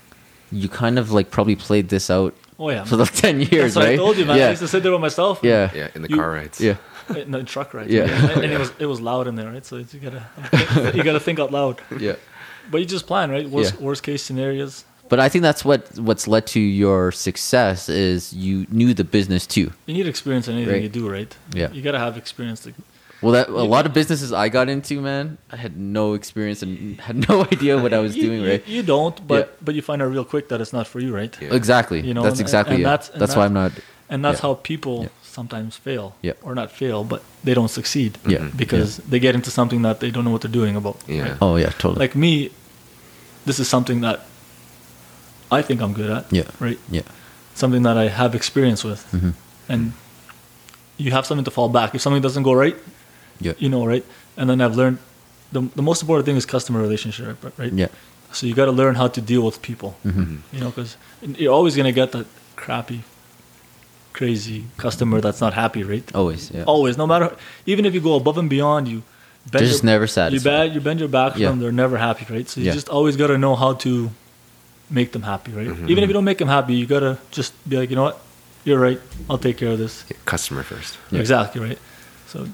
[SPEAKER 1] you kind of like probably played this out
[SPEAKER 2] Oh, yeah.
[SPEAKER 1] for like ten years,
[SPEAKER 2] That's what
[SPEAKER 1] right?
[SPEAKER 2] I told you, man. I
[SPEAKER 1] Yeah,
[SPEAKER 2] used to sit there by myself.
[SPEAKER 1] yeah,
[SPEAKER 3] Yeah. In the
[SPEAKER 2] You-
[SPEAKER 3] car rides.
[SPEAKER 1] yeah,
[SPEAKER 2] In the truck ride.
[SPEAKER 1] Yeah.
[SPEAKER 2] And, and it was it was loud in there, right? So you gotta you gotta think out loud.
[SPEAKER 1] yeah.
[SPEAKER 2] But you just plan, right? Worst
[SPEAKER 1] Yeah.
[SPEAKER 2] worst case scenarios.
[SPEAKER 1] But I think that's what what's led to your success is you knew the business too.
[SPEAKER 2] You need experience in anything
[SPEAKER 1] Right.
[SPEAKER 2] you do, right?
[SPEAKER 1] Yeah.
[SPEAKER 2] You gotta have experience. Like,
[SPEAKER 1] Well, that a lot of businesses I got into, man, I had no experience and had no idea what I was
[SPEAKER 2] you,
[SPEAKER 1] doing,
[SPEAKER 2] you-
[SPEAKER 1] right?
[SPEAKER 2] You don't, but
[SPEAKER 1] Yeah.
[SPEAKER 2] but you find out real quick that it's not for you, right?
[SPEAKER 3] Yeah.
[SPEAKER 1] Exactly.
[SPEAKER 2] You know,
[SPEAKER 1] that's
[SPEAKER 2] and-
[SPEAKER 1] exactly
[SPEAKER 2] and
[SPEAKER 1] it.
[SPEAKER 2] that's-
[SPEAKER 1] That's,
[SPEAKER 2] and
[SPEAKER 1] why I'm
[SPEAKER 2] that's-
[SPEAKER 1] not.
[SPEAKER 2] And that's
[SPEAKER 1] Yeah.
[SPEAKER 2] how people
[SPEAKER 1] Yeah.
[SPEAKER 2] sometimes fail.
[SPEAKER 1] Yeah.
[SPEAKER 2] Or not fail, but they don't succeed.
[SPEAKER 1] Yeah. Mhm.
[SPEAKER 2] Because they get into something that they don't know what they're doing about.
[SPEAKER 3] Yeah.
[SPEAKER 2] right?
[SPEAKER 1] Oh yeah, totally.
[SPEAKER 2] Like me, this is something that I think I'm good at.
[SPEAKER 1] yeah,
[SPEAKER 2] Right.
[SPEAKER 1] yeah, mm-hmm.
[SPEAKER 2] something that I have experience with, and you have something to fall back. If something doesn't go right,
[SPEAKER 1] yeah,
[SPEAKER 2] you know, right? And then I've learned the, the most important thing is customer relationship, right?
[SPEAKER 1] yeah, Mm-hmm.
[SPEAKER 2] So you got to learn how to deal with people, you know, because you're always gonna get that crappy, crazy customer that's not happy, right?
[SPEAKER 1] always, Oh, yeah.
[SPEAKER 2] Always, no matter, even if you go above and beyond, you bend
[SPEAKER 1] They're just never satisfied.
[SPEAKER 2] You bend, you bend your back
[SPEAKER 1] Yeah.
[SPEAKER 2] from them; they're never happy, right? So you
[SPEAKER 1] Yeah.
[SPEAKER 2] just always got to know how to make them happy, right? Even if you don't make them happy, you gotta just be like, you know what, you're right. I'll take care of this.
[SPEAKER 3] Yeah, Customer first.
[SPEAKER 1] Yeah.
[SPEAKER 2] Exactly right. So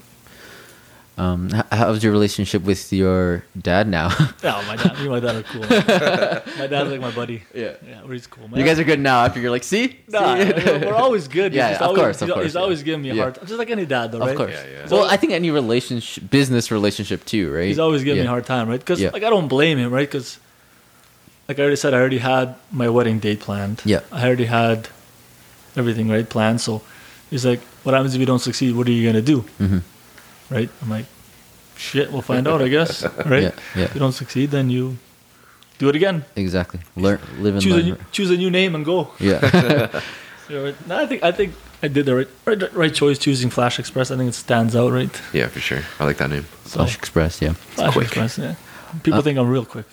[SPEAKER 1] Um, h- how's your relationship with your dad now?
[SPEAKER 2] yeah, Oh, my dad, me and my dad are cool. man. my dad's like my buddy.
[SPEAKER 1] Yeah.
[SPEAKER 2] yeah, he's cool. My
[SPEAKER 1] you guys
[SPEAKER 2] dad-
[SPEAKER 1] are good now. After you're like, see,
[SPEAKER 2] Nah,
[SPEAKER 1] See?
[SPEAKER 2] we're always good. He's
[SPEAKER 1] Yeah,
[SPEAKER 2] just
[SPEAKER 1] of
[SPEAKER 2] always,
[SPEAKER 1] course, of
[SPEAKER 2] he's-
[SPEAKER 1] course,
[SPEAKER 2] He's
[SPEAKER 1] yeah.
[SPEAKER 2] always giving me a
[SPEAKER 1] Yeah.
[SPEAKER 2] hard time, just like any dad, though,
[SPEAKER 1] of
[SPEAKER 2] right?
[SPEAKER 1] course.
[SPEAKER 3] Yeah, yeah.
[SPEAKER 1] Well, I think any relationship, business relationship too, right?
[SPEAKER 2] He's always giving
[SPEAKER 1] yeah.
[SPEAKER 2] me a hard time, right? Because
[SPEAKER 1] Yeah.
[SPEAKER 2] like I don't blame him, right? Because like I already said, I already had my wedding date planned.
[SPEAKER 1] Yeah.
[SPEAKER 2] I already had everything right planned. So he's like, "What happens if you don't succeed? What are you gonna do?"
[SPEAKER 1] Mm-hmm.
[SPEAKER 2] Right? I'm like, "Shit, we'll find out, I guess." Right?
[SPEAKER 1] Yeah, yeah.
[SPEAKER 2] If you don't succeed, then you do it again.
[SPEAKER 1] Exactly. Learn, live and
[SPEAKER 2] Choose a
[SPEAKER 1] learn.
[SPEAKER 2] new, choose a new name and go.
[SPEAKER 1] yeah,
[SPEAKER 2] You know, right? No, I think I think I did the right, right right choice choosing Flash Express. I think it stands out, right?
[SPEAKER 3] Yeah, for sure. I like that name.
[SPEAKER 2] So,
[SPEAKER 1] Flash Express. Yeah.
[SPEAKER 2] Flash
[SPEAKER 3] quick.
[SPEAKER 2] Express. Yeah. People think I'm real quick.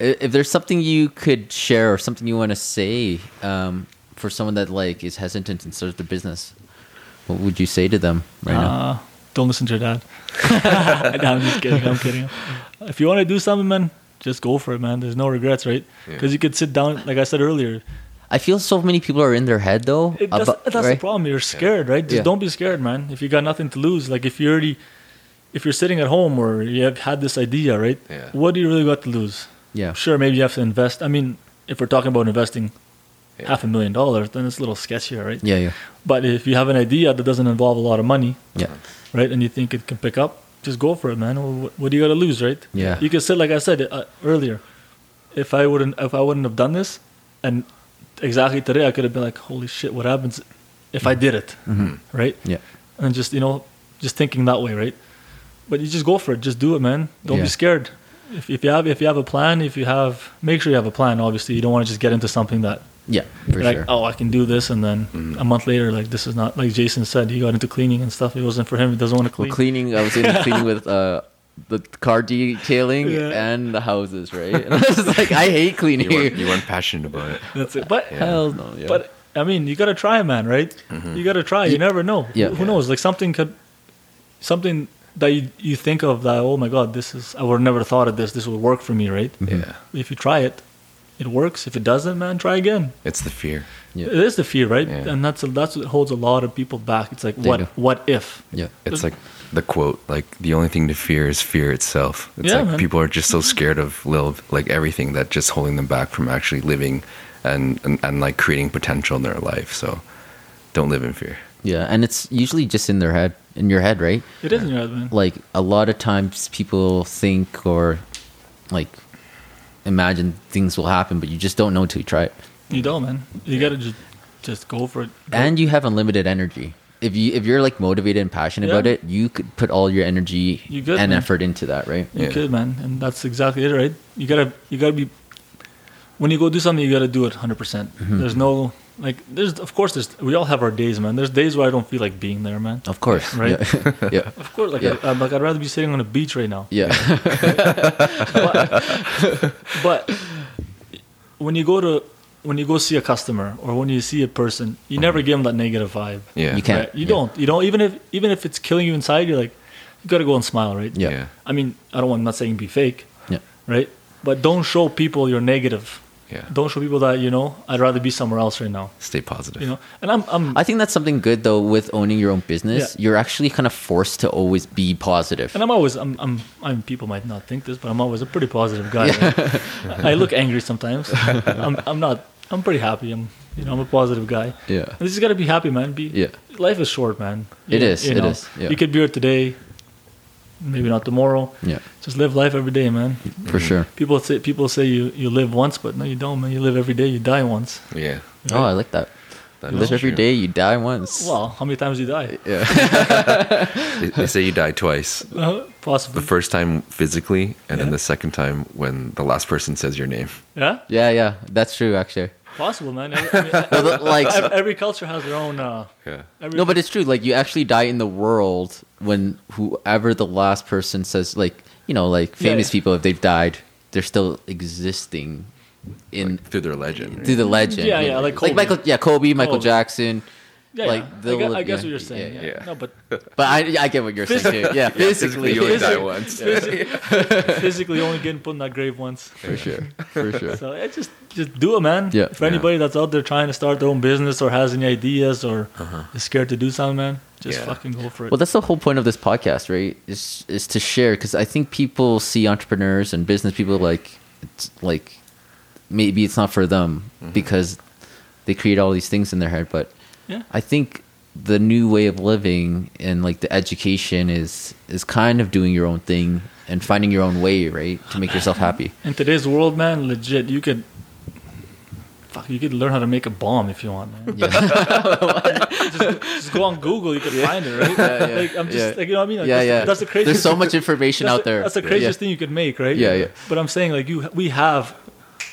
[SPEAKER 1] I- If there's something you could share or something you want to say um, for someone that like is hesitant and starts their business, what would you say to them right now?
[SPEAKER 2] Uh, don't listen to your dad. no, I'm just kidding. I'm kidding. If you want to do something, man, just go for it, man. There's no regrets, right?
[SPEAKER 3] Yeah.
[SPEAKER 2] Because you could sit down, like I said earlier.
[SPEAKER 1] I feel so many people are in their head though.
[SPEAKER 2] It does,
[SPEAKER 1] about-
[SPEAKER 2] that's the
[SPEAKER 1] Uh, right?
[SPEAKER 2] problem. You're scared, right? Just
[SPEAKER 1] Yeah.
[SPEAKER 2] don't be scared, man. If you got nothing to lose, like if you already, if you're sitting at home or you have had this idea, right?
[SPEAKER 3] Yeah.
[SPEAKER 2] What do you really got to lose?
[SPEAKER 1] Yeah.
[SPEAKER 2] Sure, maybe you have to invest. I mean, if we're talking about investing
[SPEAKER 3] Yeah.
[SPEAKER 2] half a million dollars, then it's a little sketchier, right?
[SPEAKER 1] Yeah. Yeah.
[SPEAKER 2] But if you have an idea that doesn't involve a lot of money,
[SPEAKER 1] Yeah.
[SPEAKER 2] right? And you think it can pick up, just go for it, man. What, what do you got to lose, right?
[SPEAKER 1] Yeah.
[SPEAKER 2] You can say, like I said uh, earlier, if I wouldn't, if I wouldn't have done this, and exactly today, I could have been like, holy shit, what happens if
[SPEAKER 1] Mm-hmm.
[SPEAKER 2] I did it? Right?
[SPEAKER 1] Yeah.
[SPEAKER 2] And just, you know, just thinking that way, right? But you just go for it. Just do it, man. Don't
[SPEAKER 1] Yeah.
[SPEAKER 2] be scared. If, if you have if you have a plan, if you have make sure you have a plan. Obviously, you don't want to just get into something that
[SPEAKER 1] Yeah, for
[SPEAKER 2] like
[SPEAKER 1] sure. Mm-hmm.
[SPEAKER 2] oh I can do this, and then a month later like this is not like Jason said he got into cleaning and stuff. It wasn't for him. He doesn't want to
[SPEAKER 1] Well,
[SPEAKER 2] clean.
[SPEAKER 1] cleaning. I was in cleaning with uh, the car detailing
[SPEAKER 2] Yeah.
[SPEAKER 1] and the houses, right? And I was like, I hate cleaning.
[SPEAKER 3] You weren't, you weren't passionate about it.
[SPEAKER 2] That's it. But
[SPEAKER 3] Yeah.
[SPEAKER 2] hell,
[SPEAKER 1] No, yeah. Mm-hmm.
[SPEAKER 2] but I mean, you gotta try, man. Right? You gotta try. You
[SPEAKER 1] Yeah.
[SPEAKER 2] never know.
[SPEAKER 1] Yeah.
[SPEAKER 2] Who knows? Like something could, something that you you think of that. Oh my God, this is. I would never thought of this. This would work for me, right?
[SPEAKER 3] Yeah.
[SPEAKER 2] If you try it, it works. If it doesn't, man, try again.
[SPEAKER 3] It's the fear.
[SPEAKER 1] Yeah.
[SPEAKER 2] It is the fear, right?
[SPEAKER 3] Yeah.
[SPEAKER 2] And that's that's what holds a lot of people back. It's like
[SPEAKER 1] There you
[SPEAKER 2] what
[SPEAKER 1] go.
[SPEAKER 2] what if?
[SPEAKER 1] Yeah,
[SPEAKER 3] It's like the quote, like the only thing to fear is fear itself. It's
[SPEAKER 2] Yeah, man.
[SPEAKER 3] like
[SPEAKER 2] Mm-hmm.
[SPEAKER 3] people are just so scared of little like everything that just holding them back from actually living and, and, and like creating potential in their life. So don't live in fear.
[SPEAKER 1] yeah, and it's usually just in their head, in your head, right?
[SPEAKER 2] It is in your head, man.
[SPEAKER 1] Like a lot of times, people think or like imagine things will happen, but you just don't know till you try it.
[SPEAKER 2] You don't, man. You gotta just just go for it.
[SPEAKER 1] And you have unlimited energy. If you if you're like motivated and passionate
[SPEAKER 2] Yeah.
[SPEAKER 1] about it, you could put all your energy
[SPEAKER 2] You good,
[SPEAKER 1] and
[SPEAKER 2] man.
[SPEAKER 1] effort into that, right?
[SPEAKER 2] You
[SPEAKER 3] Yeah.
[SPEAKER 2] could, man, and that's exactly it, right? You gotta, you gotta be. When you go do something, you gotta do it 100. percent
[SPEAKER 1] Mm-hmm.
[SPEAKER 2] There's no like, there's of course, there's we all have our days, man. There's days where I don't feel like being there, man.
[SPEAKER 1] Of course,
[SPEAKER 2] Right.
[SPEAKER 1] Oh. Yeah, yeah.
[SPEAKER 2] Of course, like
[SPEAKER 1] Yeah.
[SPEAKER 2] I, I'm like I'd rather be sitting on a beach right now.
[SPEAKER 1] yeah.
[SPEAKER 2] But when you go to when you go see a customer or when you see a person, you never give them that negative vibe.
[SPEAKER 3] Yeah.
[SPEAKER 1] You can't.
[SPEAKER 2] Right? You
[SPEAKER 1] Yeah.
[SPEAKER 2] don't. You don't. Even if even if it's killing you inside, you're like, you gotta go and smile, right?
[SPEAKER 1] Yeah.
[SPEAKER 3] Yeah.
[SPEAKER 2] I mean, I don't want. I'm not saying be fake.
[SPEAKER 1] Yeah.
[SPEAKER 2] right? But don't show people your negative.
[SPEAKER 3] Yeah.
[SPEAKER 2] Don't show people that you know. I'd rather be somewhere else right now.
[SPEAKER 3] Stay positive.
[SPEAKER 2] You know, and I'm, I'm
[SPEAKER 1] I think that's something good though with owning your own business. You're actually kind of forced to always be positive.
[SPEAKER 2] and I'm always, I'm, I'm, I'm. People might not think this, but I'm always a pretty positive guy. man. I look angry sometimes. I'm, I'm not. I'm pretty happy. I'm, you know, I'm a positive guy.
[SPEAKER 1] Yeah.
[SPEAKER 2] And you just gotta be happy, man. Be.
[SPEAKER 1] Yeah.
[SPEAKER 2] Life is short, man.
[SPEAKER 1] It
[SPEAKER 2] You-
[SPEAKER 1] is,
[SPEAKER 2] You
[SPEAKER 1] it is, yeah.
[SPEAKER 2] You could be here today, maybe not tomorrow.
[SPEAKER 1] Yeah,
[SPEAKER 2] Just live life every day, man.
[SPEAKER 1] for sure.
[SPEAKER 2] People say people say you, you live once, but no, you don't, man. You live every day. You die once.
[SPEAKER 3] Yeah.
[SPEAKER 1] Oh, I like that.
[SPEAKER 3] That
[SPEAKER 1] You
[SPEAKER 3] is
[SPEAKER 1] live every
[SPEAKER 3] true.
[SPEAKER 1] day, you die once.
[SPEAKER 2] Well, how many times do you die?
[SPEAKER 3] They, they say you die twice.
[SPEAKER 2] Uh,
[SPEAKER 3] The
[SPEAKER 2] possibly.
[SPEAKER 3] first time physically, and then
[SPEAKER 2] Yeah.
[SPEAKER 3] the second time when the last person says your name.
[SPEAKER 2] yeah,
[SPEAKER 1] Yeah, yeah, that's true actually.
[SPEAKER 2] possible, man. I- I mean, I-
[SPEAKER 1] Well, the- like
[SPEAKER 2] ev- every culture has their own. Uh,
[SPEAKER 3] Yeah.
[SPEAKER 2] every,
[SPEAKER 1] no, but it's true. Like you actually die in the world when whoever the last person says, like you know, like
[SPEAKER 2] Yeah,
[SPEAKER 1] famous
[SPEAKER 2] yeah.
[SPEAKER 1] people if they've died, they're still existing in
[SPEAKER 3] Through their legend. right?
[SPEAKER 1] through the legend.
[SPEAKER 2] Yeah,
[SPEAKER 1] you
[SPEAKER 2] yeah,
[SPEAKER 1] know?
[SPEAKER 2] like Kobe.
[SPEAKER 1] Michael, yeah, Kobe, Michael
[SPEAKER 2] Kobe.
[SPEAKER 1] Jackson.
[SPEAKER 2] yeah,
[SPEAKER 1] like,
[SPEAKER 2] yeah. I,
[SPEAKER 1] they'll-
[SPEAKER 2] gu- I guess
[SPEAKER 1] yeah,
[SPEAKER 2] what you're
[SPEAKER 1] yeah,
[SPEAKER 2] saying. Yeah,
[SPEAKER 1] yeah.
[SPEAKER 3] yeah.
[SPEAKER 2] No, but
[SPEAKER 1] But I, I get what you're saying. Too. Yeah, physically,
[SPEAKER 3] you only die
[SPEAKER 2] physically-
[SPEAKER 3] once.
[SPEAKER 2] physically only getting put in that grave once.
[SPEAKER 1] for sure, for sure.
[SPEAKER 2] So yeah, just just do it, man.
[SPEAKER 1] Yeah.
[SPEAKER 2] For anybody that's out there trying to start their own business or has any ideas or is scared to do something, man, just
[SPEAKER 3] Yeah.
[SPEAKER 2] fucking go for it.
[SPEAKER 1] Uh-huh. Well, that's the whole point of this podcast, right? Is is to share because I think people see entrepreneurs and business people like it's like maybe it's not for them because they create all these things in their head. But
[SPEAKER 2] yeah.
[SPEAKER 1] I think the new way of living and like the education is is kind of doing your own thing and finding your own way, right, to make yourself happy.
[SPEAKER 2] In today's world, man, legit, you could. Fuck, you could learn how to make a bomb if you want, man. just, just go on Google, you can find it, right?
[SPEAKER 1] yeah,
[SPEAKER 2] like, I'm just,
[SPEAKER 1] yeah.
[SPEAKER 2] like, you know what I mean? Like,
[SPEAKER 1] yeah,
[SPEAKER 2] that's,
[SPEAKER 1] yeah.
[SPEAKER 2] That's the craziest.
[SPEAKER 1] There's so much information
[SPEAKER 2] that's
[SPEAKER 1] out
[SPEAKER 2] the-
[SPEAKER 1] there.
[SPEAKER 2] That's the
[SPEAKER 1] Yeah.
[SPEAKER 2] craziest thing you could make, right?
[SPEAKER 1] Yeah, yeah.
[SPEAKER 2] But I'm saying, like, you, we have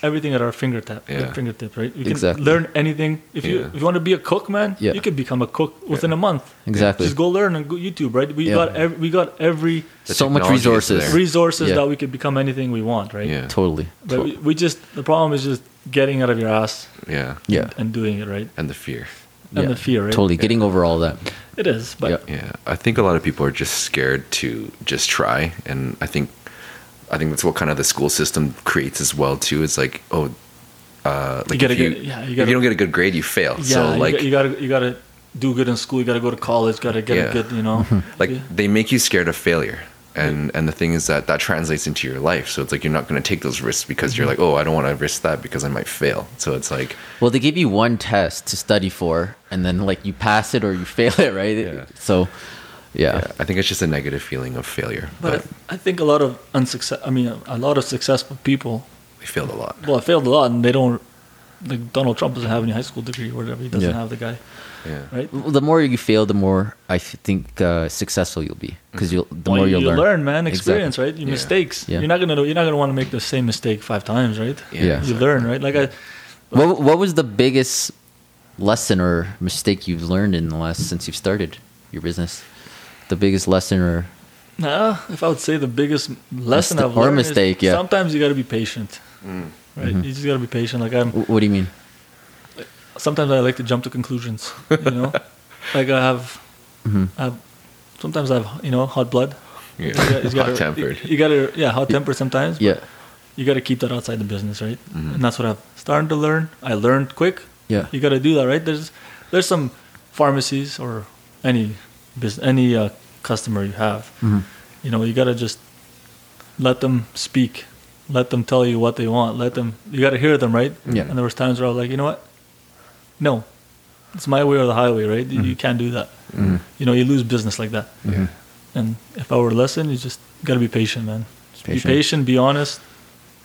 [SPEAKER 2] everything at our fingertip,
[SPEAKER 3] Yeah.
[SPEAKER 2] fingertip, right? You can
[SPEAKER 1] Exactly.
[SPEAKER 2] learn anything. If you
[SPEAKER 3] Yeah.
[SPEAKER 2] if you want to be a cook, man,
[SPEAKER 1] Yeah.
[SPEAKER 2] you could become a cook within a month.
[SPEAKER 1] Exactly.
[SPEAKER 2] Just go learn on Go- YouTube, right? We
[SPEAKER 1] Yeah.
[SPEAKER 2] got every, we got every
[SPEAKER 3] The
[SPEAKER 1] so much
[SPEAKER 3] technology is
[SPEAKER 1] resources.
[SPEAKER 3] there.
[SPEAKER 2] resources
[SPEAKER 1] Yeah.
[SPEAKER 2] that we could become anything we want, right?
[SPEAKER 3] Yeah.
[SPEAKER 1] Totally.
[SPEAKER 2] But we, we just the problem is just getting out of your ass
[SPEAKER 3] Yeah.
[SPEAKER 1] Yeah.
[SPEAKER 2] and doing it right
[SPEAKER 3] And the fear.
[SPEAKER 2] and
[SPEAKER 1] Yeah.
[SPEAKER 2] the fear right.
[SPEAKER 1] Totally. Getting over all that.
[SPEAKER 2] it is. But
[SPEAKER 1] Yeah.
[SPEAKER 3] Yeah, I think a lot of people are just scared to just try, and I think, I think that's what kind of the school system creates as well too. It's like, oh, uh, like
[SPEAKER 2] gotta
[SPEAKER 3] if you,
[SPEAKER 2] get- yeah, you
[SPEAKER 3] if
[SPEAKER 2] gotta-
[SPEAKER 3] you don't get a good grade, you fail.
[SPEAKER 2] yeah,
[SPEAKER 3] so
[SPEAKER 2] you
[SPEAKER 3] like,
[SPEAKER 2] got- you gotta you gotta do good in school. You gotta go to college. Gotta get
[SPEAKER 3] Yeah.
[SPEAKER 2] a good you know.
[SPEAKER 3] like
[SPEAKER 2] Yeah.
[SPEAKER 3] they make you scared of failure, and and the thing is that that translates into your life. So it's like you're not going to take those risks because you're
[SPEAKER 2] Mm-hmm.
[SPEAKER 3] like, oh, I don't want to risk that because I might fail. So it's like,
[SPEAKER 1] Well, they give you one test to study for, and then like you pass it or you fail it, right?
[SPEAKER 3] Yeah.
[SPEAKER 1] So, yeah.
[SPEAKER 3] yeah, I think it's just a negative feeling of failure,
[SPEAKER 2] but
[SPEAKER 3] but,
[SPEAKER 2] I, I think a lot of unsuccess. I mean, a lot of successful people.
[SPEAKER 3] we failed a lot.
[SPEAKER 2] Well, I failed a lot, and they don't like Donald Trump doesn't have any high school degree or whatever. He doesn't
[SPEAKER 1] Yeah.
[SPEAKER 2] have the guy,
[SPEAKER 3] Yeah.
[SPEAKER 2] right?
[SPEAKER 1] the more you fail, the more I f- think uh, successful you'll be because you'll the
[SPEAKER 2] Well,
[SPEAKER 1] more
[SPEAKER 2] you,
[SPEAKER 1] you'll
[SPEAKER 2] you
[SPEAKER 1] learn.
[SPEAKER 2] man.
[SPEAKER 1] Exactly.
[SPEAKER 2] Experience, right? Your
[SPEAKER 3] Yeah.
[SPEAKER 2] mistakes.
[SPEAKER 1] Yeah.
[SPEAKER 2] You're not gonna you're not gonna want to make the same mistake five times, right?
[SPEAKER 1] Yeah. You
[SPEAKER 2] You learn, right? Like I,
[SPEAKER 1] What What was the biggest lesson or mistake you've learned in the last since you've started your business? The biggest lesson or
[SPEAKER 2] Nah, if I would say the biggest lesson
[SPEAKER 1] Mista-
[SPEAKER 2] I've
[SPEAKER 1] or
[SPEAKER 2] learned
[SPEAKER 1] mistake,
[SPEAKER 2] is
[SPEAKER 1] yeah. Mm-hmm.
[SPEAKER 2] sometimes you got to be patient. Right? You just got to be patient. Like I'm
[SPEAKER 1] wh- what do you mean?
[SPEAKER 2] sometimes I like to jump to conclusions, you know? like I have,
[SPEAKER 1] Mm-hmm.
[SPEAKER 2] I have sometimes I have, you know, hot blood.
[SPEAKER 3] Yeah.
[SPEAKER 2] You gotta- you gotta-
[SPEAKER 3] Hot tempered.
[SPEAKER 2] You, got to yeah, hot tempered sometimes. but
[SPEAKER 1] Yeah,
[SPEAKER 2] You got to keep that outside the business, right? And that's what I've started to learn. I learned quick.
[SPEAKER 1] Yeah.
[SPEAKER 2] You got to do that, right? There's there's some pharmacies or any business, any uh, customer you have.
[SPEAKER 1] Mm-hmm.
[SPEAKER 2] You know, you got to just let them speak. Let them tell you what they want. Let them. You got to hear them, right?
[SPEAKER 1] Yeah.
[SPEAKER 2] And there was times where I was like, you know what? No, it's my way or the highway, right? You- You can't do that. You know, you lose business like that.
[SPEAKER 3] Yeah.
[SPEAKER 1] Mm-hmm.
[SPEAKER 2] And if I were a lesson, you just got to be patient, man. Just
[SPEAKER 1] Patient.
[SPEAKER 2] Be patient, be honest,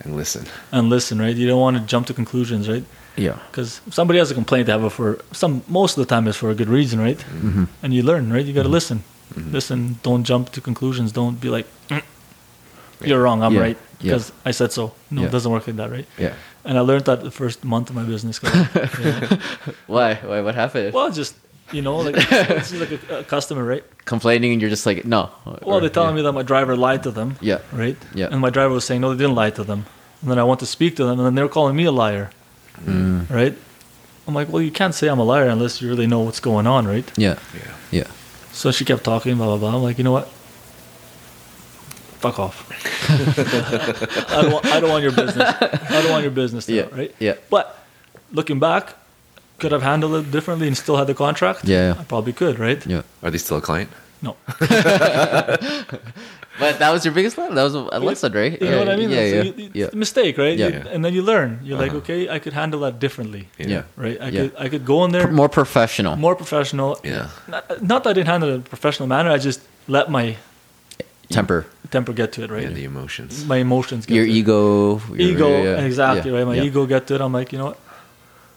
[SPEAKER 3] And listen.
[SPEAKER 2] and listen, right? You don't want to jump to conclusions, right?
[SPEAKER 1] yeah,
[SPEAKER 2] Because somebody has a complaint, they have it for some, most of the time, it's for a good reason, right?
[SPEAKER 1] Mm-hmm.
[SPEAKER 2] And you learn, right? You got to listen. Listen, don't jump to conclusions. Don't be like, "Mm, you're wrong, I'm
[SPEAKER 1] Yeah.
[SPEAKER 2] right,
[SPEAKER 1] Yeah.
[SPEAKER 2] because I said so. No,
[SPEAKER 1] Yeah.
[SPEAKER 2] it doesn't work like that, right?
[SPEAKER 1] yeah.
[SPEAKER 2] And I learned that the first month of my business. 'cause, you know,
[SPEAKER 1] Why? Why? What happened?
[SPEAKER 2] well, just, you know, like, it's just like a, a customer, right?
[SPEAKER 1] Complaining and you're just like no.
[SPEAKER 2] Well,
[SPEAKER 1] Or-
[SPEAKER 2] they're telling me that my driver lied to them.
[SPEAKER 1] Yeah.
[SPEAKER 2] Right?
[SPEAKER 1] Yeah.
[SPEAKER 2] And my driver was saying, no, they didn't lie to them. And then I went to speak to them, and then they were calling me a liar.
[SPEAKER 1] Mm.
[SPEAKER 2] Right? I'm like, well, you can't say I'm a liar unless you really know what's going on, right?
[SPEAKER 1] Yeah,
[SPEAKER 3] Yeah.
[SPEAKER 1] yeah.
[SPEAKER 2] So she kept talking, blah, blah, blah. I'm like, you know what? Fuck off. I, don't want, I don't want your business. I don't want your business, now,
[SPEAKER 1] Yeah,
[SPEAKER 2] right?
[SPEAKER 1] yeah.
[SPEAKER 2] But looking back, could I've handled it differently and still had the contract?
[SPEAKER 1] Yeah.
[SPEAKER 2] I probably could, right?
[SPEAKER 1] Yeah.
[SPEAKER 3] Are they still a client?
[SPEAKER 2] No.
[SPEAKER 1] But that was your biggest lesson. That was a lesson, right?
[SPEAKER 2] You
[SPEAKER 1] yeah,
[SPEAKER 2] know what I mean?
[SPEAKER 1] Yeah,
[SPEAKER 2] So
[SPEAKER 1] yeah,
[SPEAKER 2] you- it's
[SPEAKER 1] yeah.
[SPEAKER 2] a mistake, right?
[SPEAKER 1] Yeah.
[SPEAKER 2] You-
[SPEAKER 3] Yeah.
[SPEAKER 2] And then you learn. You're like,
[SPEAKER 3] Uh-huh.
[SPEAKER 2] okay, I could handle that differently,
[SPEAKER 1] Yeah.
[SPEAKER 2] right? I
[SPEAKER 1] Yeah.
[SPEAKER 2] could I could go in there
[SPEAKER 1] Pr- more professional.
[SPEAKER 2] more professional.
[SPEAKER 3] Yeah.
[SPEAKER 2] Not, not that I didn't handle it in a professional manner. I just let my
[SPEAKER 1] temper.
[SPEAKER 2] temper get to it,
[SPEAKER 3] Yeah.
[SPEAKER 2] right?
[SPEAKER 3] the emotions.
[SPEAKER 2] My emotions get
[SPEAKER 1] Your
[SPEAKER 2] to it.
[SPEAKER 1] ego. Your,
[SPEAKER 2] ego,
[SPEAKER 1] yeah, yeah.
[SPEAKER 2] exactly,
[SPEAKER 1] Yeah,
[SPEAKER 2] right? My
[SPEAKER 1] yeah.
[SPEAKER 2] ego get to it. I'm like, you know what?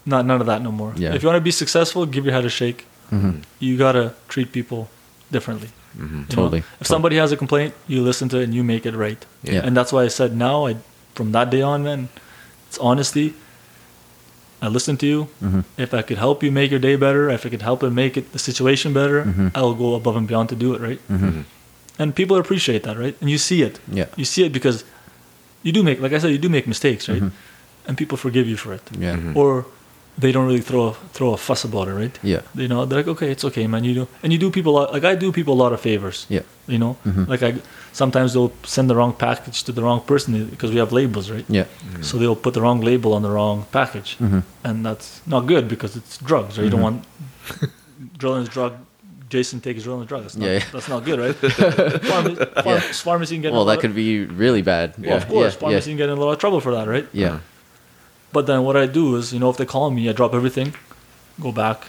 [SPEAKER 2] Not none of that no more.
[SPEAKER 1] Yeah.
[SPEAKER 2] If you want to be successful, give your head a shake.
[SPEAKER 1] Mhm.
[SPEAKER 2] You gotta treat people differently.
[SPEAKER 3] hmm
[SPEAKER 2] You know,
[SPEAKER 1] Mm-hmm, Totally.
[SPEAKER 2] If somebody has a complaint, you listen to it and you make it right.
[SPEAKER 1] Yeah.
[SPEAKER 2] And that's why I said now, I from that day on, man, it's honesty. I listen to you.
[SPEAKER 1] Mm-hmm.
[SPEAKER 2] If I could help you make your day better, if I could help and make it the situation better,
[SPEAKER 1] Mm-hmm.
[SPEAKER 2] I'll go above and beyond to do it right. And people appreciate that, right? And you see it.
[SPEAKER 1] Yeah.
[SPEAKER 2] You see it because you do make, like I said, you do make mistakes, right? And people forgive you for it.
[SPEAKER 1] Mm-hmm. Yeah. Mhm.
[SPEAKER 2] Or they don't really throw a, throw a fuss about it, right?
[SPEAKER 1] Yeah.
[SPEAKER 2] You know, they're like, okay, it's okay, man. You do, and you do people a lot, like I do people a lot of favors.
[SPEAKER 1] Yeah. Mm-hmm.
[SPEAKER 2] You know, like I sometimes they'll send the wrong package to the wrong person because we have labels, right?
[SPEAKER 1] Yeah. Mm-hmm.
[SPEAKER 2] So they'll put the wrong label on the wrong package, and that's not good because it's drugs. Right? You don't want Drillin's drug. Jason takes Drillin's drug. That's not,
[SPEAKER 1] Mm-hmm. Yeah, yeah.
[SPEAKER 2] that's not good, right? Pharma, pharma, Pharmacy can get
[SPEAKER 1] Well,
[SPEAKER 2] in a lot
[SPEAKER 1] that could be really bad.
[SPEAKER 2] Well, of course, pharmacy can get in a lot of trouble for that, right?
[SPEAKER 1] Yeah.
[SPEAKER 3] Uh-huh.
[SPEAKER 2] But then what I do is, you know, if they call me, I drop everything, go back,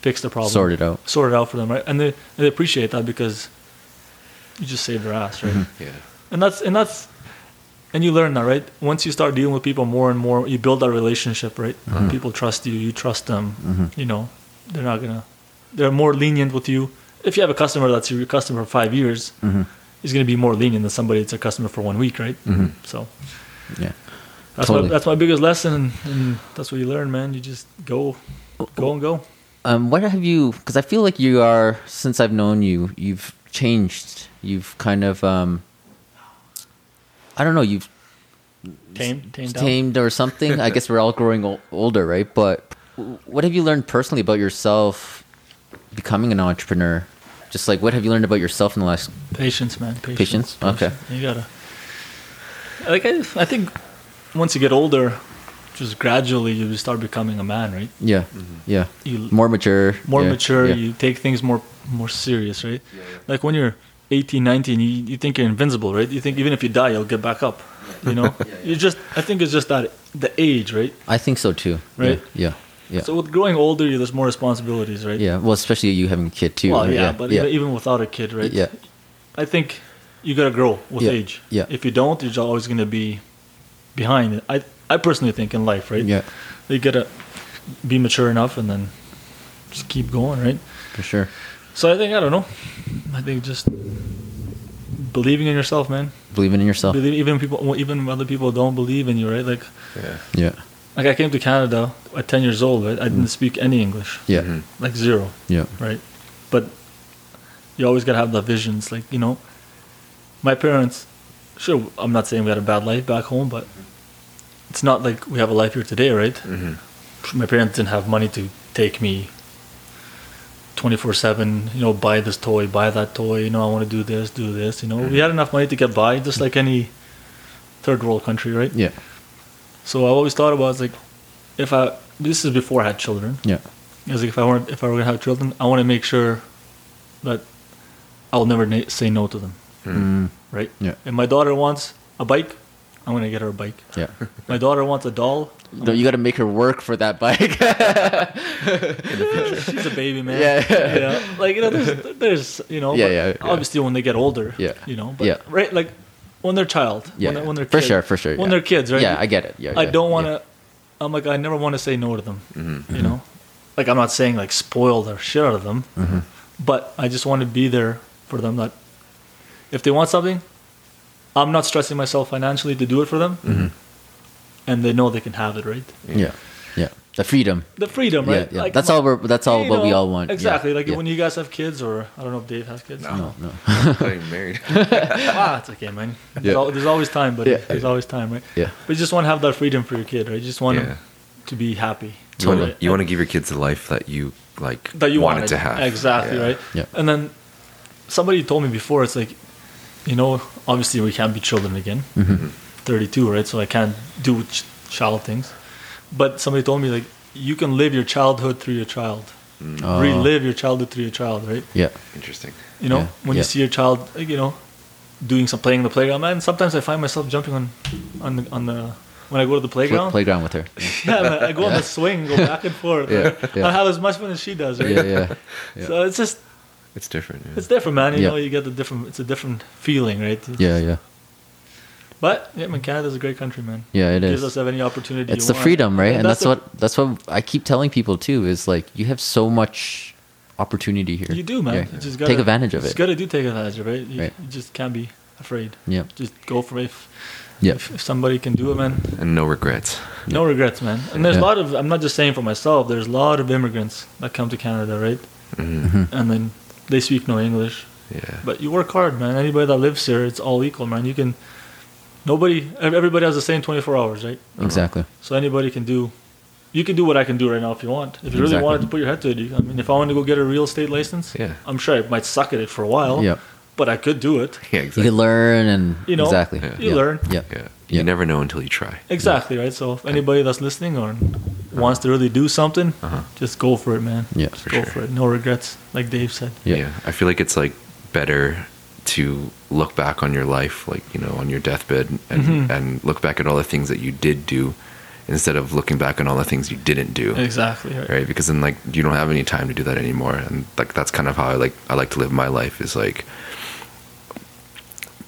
[SPEAKER 2] fix the problem,
[SPEAKER 1] Sort it out.
[SPEAKER 2] sort it out for them, right? And they, they appreciate that because you just saved their ass, right?
[SPEAKER 1] Mm-hmm.
[SPEAKER 3] Yeah.
[SPEAKER 2] And that's and that's and you learn that, right? Once you start dealing with people more and more, you build that relationship, right?
[SPEAKER 1] Uh-huh.
[SPEAKER 2] People trust you, you trust them.
[SPEAKER 1] Mm-hmm.
[SPEAKER 2] You know, they're not gonna they're more lenient with you. If you have a customer that's your customer for five years,
[SPEAKER 1] Mm-hmm.
[SPEAKER 2] he's gonna be more lenient than somebody that's a customer for one week, right?
[SPEAKER 1] Mm-hmm.
[SPEAKER 2] So
[SPEAKER 1] Yeah.
[SPEAKER 2] that's
[SPEAKER 1] Totally.
[SPEAKER 2] my that's my biggest lesson, and, and that's what you learn, man. You just go, go and go.
[SPEAKER 1] Um, what have you? Because I feel like you are since I've known you, you've changed. You've kind of, um, I don't know, you've
[SPEAKER 2] Tame, tame, down.
[SPEAKER 1] tamed or something. I guess we're all growing o- older, right? But w- what have you learned personally about yourself becoming an entrepreneur? Just like what have you learned about yourself in the last?
[SPEAKER 2] Patience, man. Patience.
[SPEAKER 1] Patience? Okay.
[SPEAKER 2] You gotta. Like I, I think, once you get older, just gradually you start becoming a man, right?
[SPEAKER 1] Yeah, yeah,
[SPEAKER 2] You-
[SPEAKER 1] more mature,
[SPEAKER 2] More
[SPEAKER 1] yeah,
[SPEAKER 2] mature.
[SPEAKER 1] yeah.
[SPEAKER 2] You take things more more serious, right? Like when you're 18, 19, you, you think you're invincible, right? You think even if you die, you'll get back up. You know, you just. I think it's just that the age, right?
[SPEAKER 1] I think so too.
[SPEAKER 2] Right?
[SPEAKER 1] Yeah, yeah, yeah.
[SPEAKER 2] So with growing older, you- there's more responsibilities, right?
[SPEAKER 1] Yeah, Well, especially you having a kid too.
[SPEAKER 2] Well,
[SPEAKER 1] right?
[SPEAKER 2] yeah, but
[SPEAKER 1] yeah,
[SPEAKER 2] even- even without a kid, right?
[SPEAKER 1] yeah,
[SPEAKER 2] I think you gotta grow with
[SPEAKER 1] Yeah,
[SPEAKER 2] age.
[SPEAKER 1] yeah.
[SPEAKER 2] If you don't, you're always gonna be behind. I I personally think in life, right?
[SPEAKER 1] Yeah,
[SPEAKER 2] You gotta be mature enough and then just keep going, right?
[SPEAKER 1] for sure.
[SPEAKER 2] So I think I don't know. I think just believing in yourself, man.
[SPEAKER 1] Believing in yourself.
[SPEAKER 2] Believe even people, well, even when other people don't believe in you, right? Like,
[SPEAKER 3] Yeah.
[SPEAKER 1] Yeah,
[SPEAKER 2] like I came to Canada at ten years old, right? I didn't
[SPEAKER 1] Mm.
[SPEAKER 2] speak any English,
[SPEAKER 1] yeah,
[SPEAKER 3] Mhm.
[SPEAKER 2] like zero,
[SPEAKER 1] yeah,
[SPEAKER 2] right? But you always gotta have the visions, like you know. My parents, sure, I'm not saying we had a bad life back home, but it's not like we have a life here today, right?
[SPEAKER 3] Mhm.
[SPEAKER 2] my parents didn't have money to take me 24-7 you know buy this toy buy that toy you know i want to do this do this you know we had enough money to get by just like any third world country right
[SPEAKER 1] yeah,
[SPEAKER 2] so i always thought about like if i this is before i had children
[SPEAKER 1] yeah,
[SPEAKER 2] I was like if i weren't if i were gonna have children i want to make sure that i'll never na- say no to them
[SPEAKER 1] mm,
[SPEAKER 2] right
[SPEAKER 1] Yeah.
[SPEAKER 2] if my daughter wants a bike i'm gonna get her a bike
[SPEAKER 1] yeah.
[SPEAKER 2] my daughter wants a doll
[SPEAKER 1] No, you got to make her work for that bike.
[SPEAKER 2] she's a baby man.
[SPEAKER 1] Yeah.
[SPEAKER 2] You know, like you know, there's, there's you know,
[SPEAKER 1] Yeah,
[SPEAKER 2] but
[SPEAKER 1] yeah, yeah.
[SPEAKER 2] obviously when they get older,
[SPEAKER 1] Yeah.
[SPEAKER 2] you know, but
[SPEAKER 1] Yeah.
[SPEAKER 2] right, like when they're child,
[SPEAKER 1] yeah,
[SPEAKER 2] when, they're- when they're
[SPEAKER 1] for
[SPEAKER 2] kid-
[SPEAKER 1] sure, for sure.
[SPEAKER 2] when
[SPEAKER 1] yeah.
[SPEAKER 2] they're kids, right?
[SPEAKER 1] Yeah, I get it. Yeah,
[SPEAKER 2] I
[SPEAKER 1] yeah,
[SPEAKER 2] don't want
[SPEAKER 1] yeah. Mm-hmm,
[SPEAKER 2] to. I'm like, I never want to say no to them. You know, like I'm not saying like spoil the shit out of them,
[SPEAKER 1] Mm-hmm.
[SPEAKER 2] but I just want to be there for them. That if they want something, I'm not stressing myself financially to do it for them,
[SPEAKER 1] Mm-hmm.
[SPEAKER 2] and they know they can have it, right?
[SPEAKER 1] Yeah, yeah. The freedom.
[SPEAKER 2] The freedom, right?
[SPEAKER 1] Yeah, yeah.
[SPEAKER 2] Like,
[SPEAKER 1] that's
[SPEAKER 2] my-
[SPEAKER 1] all. We're, that's all
[SPEAKER 2] you
[SPEAKER 1] what we
[SPEAKER 2] know,
[SPEAKER 1] all want. Yeah,
[SPEAKER 2] Exactly. Like
[SPEAKER 1] yeah.
[SPEAKER 2] when you guys have kids, or I don't know if Dave has kids.
[SPEAKER 1] No, no.
[SPEAKER 3] I'm married.
[SPEAKER 2] ah, it's okay, man. There's,
[SPEAKER 1] Yeah.
[SPEAKER 2] al- there's always time, but
[SPEAKER 1] Yeah.
[SPEAKER 2] there's always time, right?
[SPEAKER 1] Yeah.
[SPEAKER 2] But you just want to have that freedom for your kid, right? You just want
[SPEAKER 3] Yeah.
[SPEAKER 2] them to be happy.
[SPEAKER 3] You want to
[SPEAKER 2] Right?
[SPEAKER 3] you want to give your kids a life that you like
[SPEAKER 2] that you
[SPEAKER 3] wanted,
[SPEAKER 2] wanted
[SPEAKER 3] to have
[SPEAKER 2] exactly
[SPEAKER 3] Yeah.
[SPEAKER 2] right.
[SPEAKER 1] Yeah.
[SPEAKER 2] And then somebody told me before, it's like, you know, obviously we can't be children again.
[SPEAKER 1] Mm-hmm.
[SPEAKER 2] 32, right? So I can't do ch- child things. But somebody told me like you can live your childhood through your child,
[SPEAKER 1] Oh.
[SPEAKER 2] relive your childhood through your child, right?
[SPEAKER 1] Yeah,
[SPEAKER 3] Interesting.
[SPEAKER 2] You know,
[SPEAKER 1] Yeah,
[SPEAKER 2] when
[SPEAKER 1] yeah.
[SPEAKER 2] you see your child, like, you know, doing some playing in the playground, man. Sometimes I find myself jumping on, on the, on the when I go to the
[SPEAKER 1] Play-
[SPEAKER 2] playground.
[SPEAKER 1] playground with her.
[SPEAKER 2] yeah, man, I go on the swing, go back and forth.
[SPEAKER 1] Yeah, yeah.
[SPEAKER 2] I have as much fun as she does,
[SPEAKER 1] Yeah,
[SPEAKER 2] right?
[SPEAKER 1] yeah, yeah.
[SPEAKER 2] So it's just
[SPEAKER 3] It's different. Yeah.
[SPEAKER 2] it's different, man. You
[SPEAKER 1] Yeah.
[SPEAKER 2] know, you get the different. It's a different feeling, right?
[SPEAKER 1] yeah, yeah.
[SPEAKER 2] But yeah, man, Canada's a great country, man.
[SPEAKER 1] Yeah, it
[SPEAKER 2] gives
[SPEAKER 1] is.
[SPEAKER 2] us any opportunity.
[SPEAKER 1] It's
[SPEAKER 2] you
[SPEAKER 1] the
[SPEAKER 2] want.
[SPEAKER 1] freedom, right? And that's
[SPEAKER 2] the-
[SPEAKER 1] what that's what I keep telling people too. Is like you have so much opportunity here.
[SPEAKER 2] you do, man.
[SPEAKER 1] Yeah.
[SPEAKER 2] You just gotta,
[SPEAKER 1] Take advantage of
[SPEAKER 2] You just
[SPEAKER 1] it.
[SPEAKER 2] gotta do take advantage of it. You,
[SPEAKER 1] Right.
[SPEAKER 2] you just can't be afraid.
[SPEAKER 1] Yeah,
[SPEAKER 2] Just go for it. If,
[SPEAKER 1] yeah,
[SPEAKER 2] if, if somebody can do it, man,
[SPEAKER 3] And no regrets.
[SPEAKER 2] No regrets, man. And there's
[SPEAKER 1] Yeah.
[SPEAKER 2] a lot of, I'm not just saying for myself, there's a lot of immigrants that come to Canada, right?
[SPEAKER 1] Mm-hmm.
[SPEAKER 2] And then they speak no English.
[SPEAKER 3] Mm-hmm. Yeah.
[SPEAKER 2] But you work hard, man. Anybody that lives here, it's all equal, man. You can, nobody, ev- everybody has the same 24 hours, right?
[SPEAKER 1] exactly.
[SPEAKER 2] So anybody can do, you can do what I can do right now if you want. If you really
[SPEAKER 1] Exactly.
[SPEAKER 2] wanted to put your head to it, you, I mean, if I wanted to go get a real estate license,
[SPEAKER 3] Yeah.
[SPEAKER 2] I'm sure I might suck at it for a while,
[SPEAKER 1] Yeah,
[SPEAKER 2] but I could do it.
[SPEAKER 3] Yeah.
[SPEAKER 1] you
[SPEAKER 3] Exactly.
[SPEAKER 1] can learn and
[SPEAKER 2] You know,
[SPEAKER 1] exactly.
[SPEAKER 3] Yeah.
[SPEAKER 2] you
[SPEAKER 1] yeah.
[SPEAKER 2] learn.
[SPEAKER 1] Yeah,
[SPEAKER 3] yeah. You
[SPEAKER 1] Yeah.
[SPEAKER 3] never know until you try.
[SPEAKER 2] Exactly right. So if anybody that's listening or wants to really do something, just go for it, man.
[SPEAKER 1] Yeah,
[SPEAKER 2] just
[SPEAKER 1] for
[SPEAKER 2] go
[SPEAKER 3] Uh-huh. sure.
[SPEAKER 2] for it. No regrets, like Dave said.
[SPEAKER 1] Yeah.
[SPEAKER 3] Yeah. I feel like it's like better to look back on your life, like, you know, on your deathbed and, and look back at all the things that you did do instead of looking back on all the things you didn't do.
[SPEAKER 2] Exactly right.
[SPEAKER 3] Right. Because then like you don't have any time to do that anymore. And like that's kind of how I like I like to live my life is like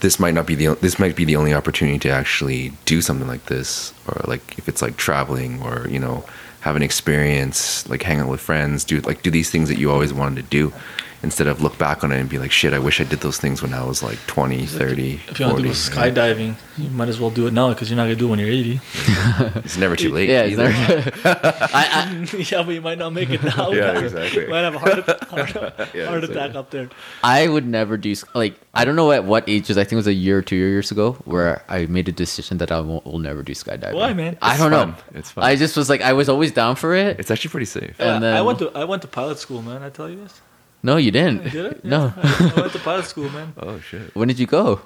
[SPEAKER 3] this might not be the o- this might be the only opportunity to actually do something like this or like if it's like traveling or you know have an experience like hang out with friends do like do these things that you always wanted to do instead of look back on it and be like shit I wish I did those things when I was like 20 30
[SPEAKER 2] If you want to
[SPEAKER 3] 40
[SPEAKER 2] do
[SPEAKER 3] right?
[SPEAKER 2] skydiving, you might as well do it now because you're not gonna do it when you're 80.
[SPEAKER 3] it's never too late
[SPEAKER 1] Yeah,
[SPEAKER 3] either.
[SPEAKER 1] exactly.
[SPEAKER 2] yeah, but you might not make it now.
[SPEAKER 3] Yeah,
[SPEAKER 2] You
[SPEAKER 3] exactly.
[SPEAKER 2] Might have a heart, heart,
[SPEAKER 3] Yeah,
[SPEAKER 2] heart
[SPEAKER 3] exactly.
[SPEAKER 2] attack up there.
[SPEAKER 1] I would never do s- like I don't know at what ages. I think it was a year or two years ago where I made a decision that I won't, will never do skydiving.
[SPEAKER 2] Why, man?
[SPEAKER 1] I
[SPEAKER 3] It's
[SPEAKER 1] don't
[SPEAKER 3] fun.
[SPEAKER 1] know.
[SPEAKER 3] It's fun.
[SPEAKER 1] I just was like I was always down for it.
[SPEAKER 3] it's actually pretty safe
[SPEAKER 1] And
[SPEAKER 2] Yeah, I
[SPEAKER 1] then-
[SPEAKER 2] went to I went to pilot school, man. I tell you this.
[SPEAKER 1] No, you didn't.
[SPEAKER 2] Did it?
[SPEAKER 1] No.
[SPEAKER 2] I went to pilot school, man.
[SPEAKER 3] oh shit
[SPEAKER 1] When did you go?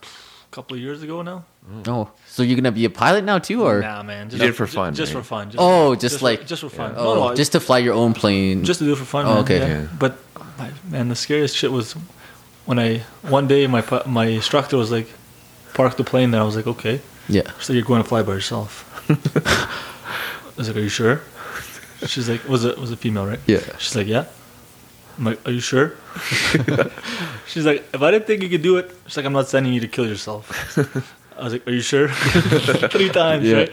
[SPEAKER 2] A couple of years ago now.
[SPEAKER 3] Mm.
[SPEAKER 1] Oh, so you're gonna be a pilot now too, or
[SPEAKER 2] nah, man. Just
[SPEAKER 3] did it for fun,
[SPEAKER 2] Just,
[SPEAKER 3] right?
[SPEAKER 2] for fun. Just
[SPEAKER 1] Oh,
[SPEAKER 2] for-
[SPEAKER 1] just
[SPEAKER 2] for-
[SPEAKER 1] like-
[SPEAKER 2] just for fun.
[SPEAKER 1] oh,
[SPEAKER 2] No, no, I-
[SPEAKER 1] just to fly your own plane?
[SPEAKER 2] just to do it for fun.
[SPEAKER 1] Oh,
[SPEAKER 2] man,
[SPEAKER 1] okay.
[SPEAKER 2] yeah.
[SPEAKER 3] Yeah.
[SPEAKER 2] But my, man, the scariest shit was when I one day my pi- my instructor was like, "Park the plane." There, I was like, "Okay."
[SPEAKER 1] yeah,
[SPEAKER 2] So you're going to fly by yourself? I was like, "Are you sure?" She's like, "Was it was a female, right?"
[SPEAKER 1] Yeah.
[SPEAKER 2] She's like, "Yeah." I'm like, "Are you sure?" She's like, "If I didn't think you could do it, she's like, I'm not sending you to kill yourself." I was like, "Are you sure?" Three times,
[SPEAKER 3] Yeah.
[SPEAKER 2] right?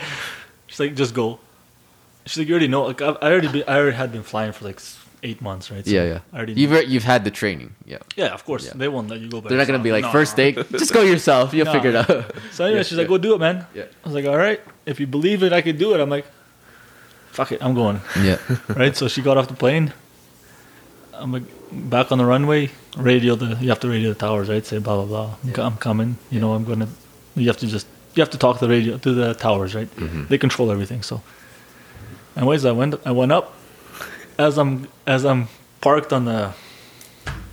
[SPEAKER 2] She's like, "Just go." She's like, "You already know. Like, I've, I already, been, I already had been flying for like s- eight months, right? So
[SPEAKER 1] yeah, yeah.
[SPEAKER 2] I already,
[SPEAKER 1] You've re- you've had the training. Yeah,
[SPEAKER 2] yeah, of course,
[SPEAKER 1] Yeah.
[SPEAKER 2] they won't let you go. by
[SPEAKER 1] they're not gonna
[SPEAKER 2] yourself.
[SPEAKER 1] be like
[SPEAKER 2] No,
[SPEAKER 1] first
[SPEAKER 2] no, no.
[SPEAKER 1] date. Just go yourself. You'll
[SPEAKER 2] No.
[SPEAKER 1] figure it out.
[SPEAKER 2] So anyway,
[SPEAKER 1] Yeah,
[SPEAKER 2] she's like,
[SPEAKER 1] yeah.
[SPEAKER 2] "Go do it, man."
[SPEAKER 1] Yeah.
[SPEAKER 2] I was like, "All right, if you believe it, I could do it." I'm like, "Fuck it, I'm going."
[SPEAKER 1] yeah,
[SPEAKER 2] right? So she got off the plane. I'm like, back on the runway. Radio the you have to radio the towers, right? Say blah blah blah. I'm, co- I'm coming. You know I'm gonna. You have to just you have to talk to the radio to the towers, right? They control everything. So, anyways, I went I went up as I'm as I'm parked on the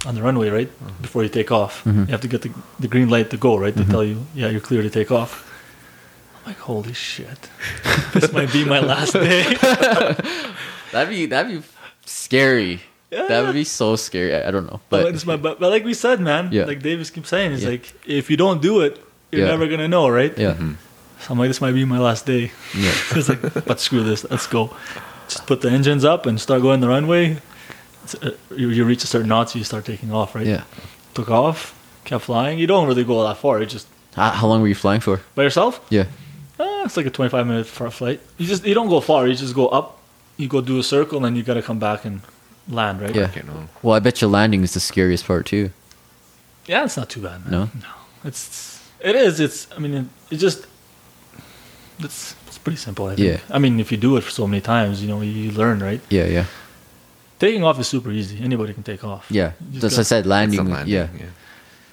[SPEAKER 2] on the runway, right? Before you take off, you have to get the the green light to go, right? They tell you, yeah, you're clear to take off. I'm like, holy shit, this might be my last day.
[SPEAKER 1] that'd be that'd be scary. That would be so scary. I, I don't know,
[SPEAKER 2] But,
[SPEAKER 1] but
[SPEAKER 2] it's my, but, but like we said, man,
[SPEAKER 1] Yeah.
[SPEAKER 2] like Davis keeps saying, it's
[SPEAKER 1] Yeah.
[SPEAKER 2] like, if you don't do it, you're
[SPEAKER 1] Yeah.
[SPEAKER 2] never going to know, right?
[SPEAKER 1] yeah, mm,
[SPEAKER 2] So I'm like, this might be my last day.
[SPEAKER 1] yeah.
[SPEAKER 2] it's like, but screw this, let's go. Just put the engines up and start going the runway. It's, uh, you, you reach a certain knots, you start taking off, right?
[SPEAKER 1] Yeah.
[SPEAKER 2] Took off, kept flying. You don't really go that far. You just
[SPEAKER 1] How, how long were you flying for?
[SPEAKER 2] by yourself.
[SPEAKER 1] Yeah.
[SPEAKER 2] Uh, it's like a 25 minute far flight. You just you don't go far. You just go up. You go do a circle, and then you got to come back and land, right?
[SPEAKER 1] Yeah.
[SPEAKER 3] Okay, no.
[SPEAKER 1] Well, I bet your landing is the scariest part too.
[SPEAKER 2] Yeah, it's not too bad. Man.
[SPEAKER 1] No?
[SPEAKER 2] no, it's it is. It's I mean, it, it just it's it's pretty simple. I think.
[SPEAKER 1] Yeah.
[SPEAKER 2] I mean, if you do it for so many times, you know, you, you learn, right?
[SPEAKER 1] Yeah, yeah,
[SPEAKER 2] Taking off is super easy. Anybody can take off.
[SPEAKER 1] yeah.
[SPEAKER 2] You just
[SPEAKER 1] As I
[SPEAKER 2] gotta-
[SPEAKER 1] said,
[SPEAKER 3] It's
[SPEAKER 1] landing.
[SPEAKER 3] not landing,
[SPEAKER 1] yeah.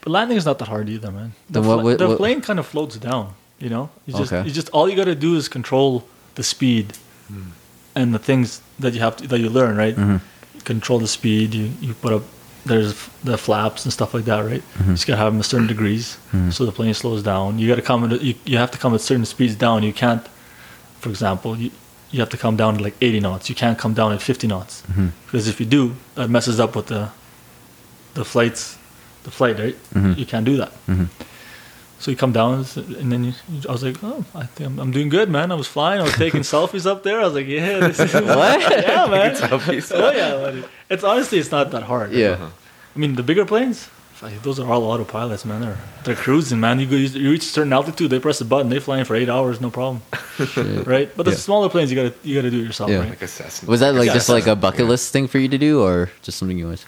[SPEAKER 2] But landing is not that hard either, man. The,
[SPEAKER 1] Then what-
[SPEAKER 2] fl-
[SPEAKER 1] what-
[SPEAKER 2] the
[SPEAKER 1] what-
[SPEAKER 2] plane kind of floats down. You know, you just
[SPEAKER 1] Okay.
[SPEAKER 2] you just all you got to do is control the speed
[SPEAKER 1] Hmm.
[SPEAKER 2] and the things that you have to, that you learn, right?
[SPEAKER 1] Mm-hmm.
[SPEAKER 2] Control the speed. You you put up there's f- the flaps and stuff like that, right?
[SPEAKER 1] Mm-hmm.
[SPEAKER 2] You just gotta have them at certain degrees so the plane slows down. You gotta come at, you you have to come at certain speeds down. You can't, for example, you. You have to come down to like 80 knots. You can't come down at 50 knots because if you do, that messes up with the the flights, the flight, right? You can't do that. So you come down, and then you, I was like, oh, I think I'm, I'm doing good, man. I was flying. I was taking selfies up there. I was like, yeah, this is
[SPEAKER 1] What?
[SPEAKER 2] yeah, man.
[SPEAKER 3] Selfies.
[SPEAKER 2] oh yeah, buddy. It's honestly, it's not that hard.
[SPEAKER 1] Yeah.
[SPEAKER 2] I mean, the bigger planes, fuck, those are all autopilots, man. They're they're cruising, man. You go, you reach a certain altitude, they press the button, they flying for eight hours, no problem, right? But the
[SPEAKER 1] Yeah.
[SPEAKER 2] smaller planes, you gotta you gotta do it yourself,
[SPEAKER 1] Yeah.
[SPEAKER 2] right?
[SPEAKER 3] Like assassin.
[SPEAKER 1] Was that like
[SPEAKER 2] Yeah,
[SPEAKER 1] just
[SPEAKER 2] that's
[SPEAKER 1] like a bucket list thing for you to do, or just something you want?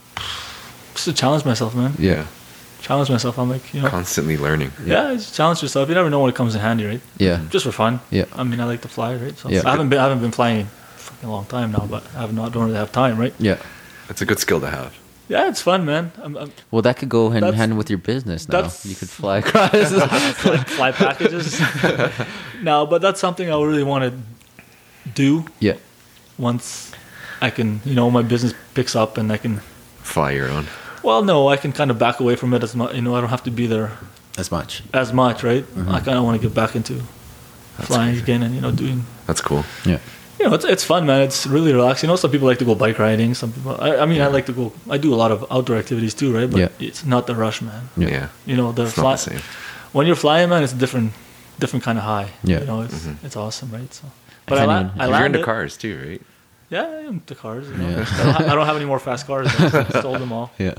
[SPEAKER 2] Just to challenge myself, man.
[SPEAKER 3] Yeah.
[SPEAKER 2] Challenge myself. I'm like, you know,
[SPEAKER 3] Constantly learning.
[SPEAKER 2] yeah, just challenge yourself. You never know when it comes in handy, right?
[SPEAKER 1] Yeah,
[SPEAKER 2] just for fun.
[SPEAKER 1] Mm. Yeah.
[SPEAKER 2] I mean, I like to fly, right? So
[SPEAKER 1] Yeah.
[SPEAKER 2] I haven't been I haven't been flying in fucking long time now, but I have not don't really have time, right?
[SPEAKER 1] yeah.
[SPEAKER 3] That's a good skill to have.
[SPEAKER 2] Yeah, it's fun, man. I'm, I'm
[SPEAKER 1] Well, that could go hand in
[SPEAKER 2] That's-
[SPEAKER 1] hand with your business now.
[SPEAKER 2] that's-
[SPEAKER 1] You could fly across.
[SPEAKER 2] fly, fly packages now, but that's something I really want to do
[SPEAKER 1] yeah,
[SPEAKER 2] once I can, you know, my business picks up and I can.
[SPEAKER 3] Fly your own.
[SPEAKER 2] Well, no, I can kind of back away from it as much. You know, I don't have to be there
[SPEAKER 1] as much.
[SPEAKER 2] as much, right?
[SPEAKER 1] Mm-hmm.
[SPEAKER 2] I kind of want to get back into flying again and you know doing
[SPEAKER 3] That's cool.
[SPEAKER 1] Yeah,
[SPEAKER 2] you know, it's, it's fun, man. It's really relaxing. You know, some people like to go bike riding. Some people, I, I mean, I like to go. I do a lot of outdoor activities too, right? But
[SPEAKER 1] Yeah.
[SPEAKER 2] it's not the rush, man.
[SPEAKER 1] Yeah.
[SPEAKER 3] Yeah.
[SPEAKER 2] You know, the,
[SPEAKER 3] It's not
[SPEAKER 2] fly,
[SPEAKER 3] the same.
[SPEAKER 2] when you're flying, man, it's a different, different kind of high.
[SPEAKER 1] Yeah.
[SPEAKER 2] you know, it's
[SPEAKER 3] Mm-hmm.
[SPEAKER 2] it's awesome, right? So, but I,
[SPEAKER 1] can't
[SPEAKER 2] la-
[SPEAKER 1] even-
[SPEAKER 2] I
[SPEAKER 3] You're into
[SPEAKER 2] landed-
[SPEAKER 3] cars too, right?
[SPEAKER 2] Yeah, I'm into cars. You know?
[SPEAKER 1] Yeah.
[SPEAKER 2] I, don't ha- I don't have any more fast cars. though. I sold them all.
[SPEAKER 1] yeah.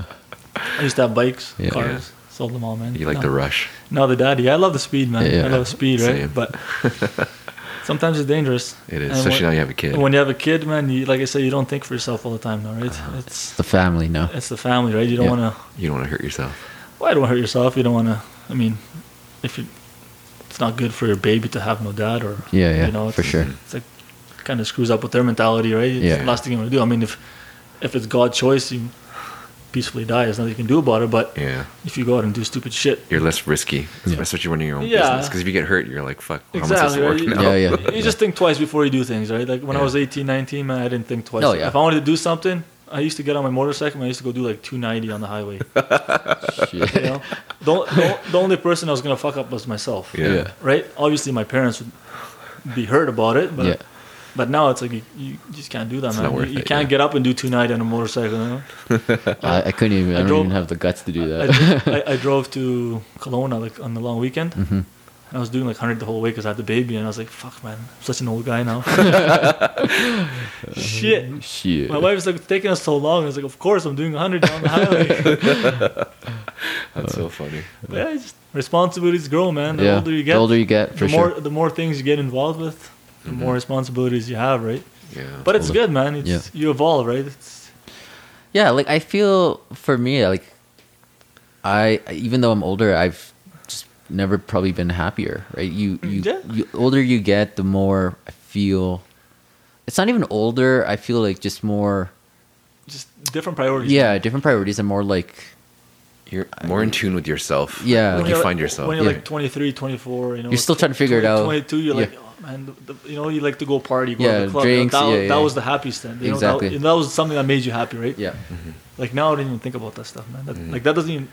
[SPEAKER 2] I used to have bikes,
[SPEAKER 1] Yeah.
[SPEAKER 2] cars. Sold them all, man.
[SPEAKER 3] You like
[SPEAKER 2] no,
[SPEAKER 3] the rush.
[SPEAKER 2] No, the daddy. I love the speed, man.
[SPEAKER 1] Yeah.
[SPEAKER 2] I love speed, right?
[SPEAKER 3] Same.
[SPEAKER 2] But sometimes it's dangerous.
[SPEAKER 3] It
[SPEAKER 2] And
[SPEAKER 3] is. Especially
[SPEAKER 2] when-
[SPEAKER 3] now you have a kid.
[SPEAKER 2] and when you have a kid, man, you, like I said, you don't think for yourself all the time, now, right?
[SPEAKER 3] Uh-huh.
[SPEAKER 1] It's
[SPEAKER 2] It's
[SPEAKER 1] the family now.
[SPEAKER 2] it's the family, right? You don't
[SPEAKER 1] Yeah.
[SPEAKER 2] want to.
[SPEAKER 3] You don't want to hurt yourself.
[SPEAKER 2] Well, you don't want to hurt yourself. You don't want to. I mean, if you, it's not good for your baby to have no dad, or
[SPEAKER 1] Yeah, yeah,
[SPEAKER 2] you know,
[SPEAKER 1] for
[SPEAKER 2] it's-
[SPEAKER 1] sure.
[SPEAKER 2] It's like kind of screws up with their mentality, right? It's
[SPEAKER 1] Yeah.
[SPEAKER 2] the last thing you want to do. I mean, if if it's God's choice, you peacefully die. There's nothing you can do about it. But
[SPEAKER 3] Yeah.
[SPEAKER 2] if you go out and do stupid shit,
[SPEAKER 3] You're less risky,
[SPEAKER 1] Yeah.
[SPEAKER 3] especially when you're your own
[SPEAKER 2] Yeah.
[SPEAKER 3] business. Because if you get hurt, you're like, fuck, how am I supposed
[SPEAKER 2] Exactly.
[SPEAKER 3] to
[SPEAKER 2] Right?
[SPEAKER 3] work
[SPEAKER 2] You,
[SPEAKER 3] now?
[SPEAKER 1] Yeah, yeah.
[SPEAKER 2] you just think twice before you do things, right? Like when I
[SPEAKER 3] Yeah.
[SPEAKER 2] was 18, 19, man, I didn't think twice.
[SPEAKER 1] Oh, yeah.
[SPEAKER 2] If I wanted to do something, I used to get on my motorcycle and I used to go do like 290 on the highway. You
[SPEAKER 1] Shit.
[SPEAKER 2] know, don't, don't, the only person I was gonna fuck up was myself.
[SPEAKER 3] Yeah.
[SPEAKER 1] Yeah.
[SPEAKER 2] Right? Obviously, my parents would be hurt about it, but
[SPEAKER 1] Yeah.
[SPEAKER 2] but now it's like you, you just can't do that, man.
[SPEAKER 3] not worth
[SPEAKER 2] you, you
[SPEAKER 3] it,
[SPEAKER 2] can't
[SPEAKER 3] yeah.
[SPEAKER 2] get up and do 290 on a motorcycle. You know?
[SPEAKER 1] I, I couldn't even. I,
[SPEAKER 2] I
[SPEAKER 1] don't
[SPEAKER 2] drove-
[SPEAKER 1] even have the guts to do
[SPEAKER 2] I,
[SPEAKER 1] that.
[SPEAKER 2] dro- I, I drove to Kelowna like on the long weekend.
[SPEAKER 1] Mm-hmm.
[SPEAKER 2] And I was doing like 100 the whole way because I had the baby, and I was like, "Fuck, man, I'm such an old guy now." Shit.
[SPEAKER 1] Shit.
[SPEAKER 2] My wife was like, "It's taking us so long." I was like, "Of course, I'm doing 100 down the highway."
[SPEAKER 3] That's so funny.
[SPEAKER 2] But yeah, it's just responsibilities grow, man. The
[SPEAKER 1] yeah.
[SPEAKER 2] older you get,
[SPEAKER 1] the older you get, for
[SPEAKER 2] the more
[SPEAKER 1] sure. Mm-hmm.
[SPEAKER 2] the more things you get involved with, the more responsibilities you have, right?
[SPEAKER 3] Yeah.
[SPEAKER 2] But it's
[SPEAKER 1] Older.
[SPEAKER 2] good, man. It's you evolve, right? It's
[SPEAKER 1] Yeah, like I feel for me, like I even though I'm older, I've just never probably been happier, right? You you,
[SPEAKER 2] Mm, Yeah.
[SPEAKER 1] you older you get, the more I feel. It's not even older. I feel like just more.
[SPEAKER 2] just different priorities.
[SPEAKER 1] Yeah, different priorities and more like
[SPEAKER 3] you're more in tune with yourself.
[SPEAKER 1] Yeah.
[SPEAKER 3] Like
[SPEAKER 1] When
[SPEAKER 3] you
[SPEAKER 2] you're-
[SPEAKER 3] find yourself.
[SPEAKER 2] when you're
[SPEAKER 1] Yeah.
[SPEAKER 2] like 23, 24, you know,
[SPEAKER 1] You're still trying to figure it
[SPEAKER 2] 20,
[SPEAKER 1] out.
[SPEAKER 2] 22, you're
[SPEAKER 1] Yeah.
[SPEAKER 2] like, oh, man, the, the- you know, you like to go party, go to
[SPEAKER 1] Yeah,
[SPEAKER 2] the club.
[SPEAKER 1] drinks,
[SPEAKER 2] you know, that,
[SPEAKER 1] yeah,
[SPEAKER 2] that
[SPEAKER 1] yeah.
[SPEAKER 2] was the happiest thing. You
[SPEAKER 1] Exactly.
[SPEAKER 2] know, that, that was something that made you happy, right?
[SPEAKER 1] yeah,
[SPEAKER 2] Like now, I didn't even think about that stuff, man. That,
[SPEAKER 3] Mm.
[SPEAKER 2] Like that doesn't even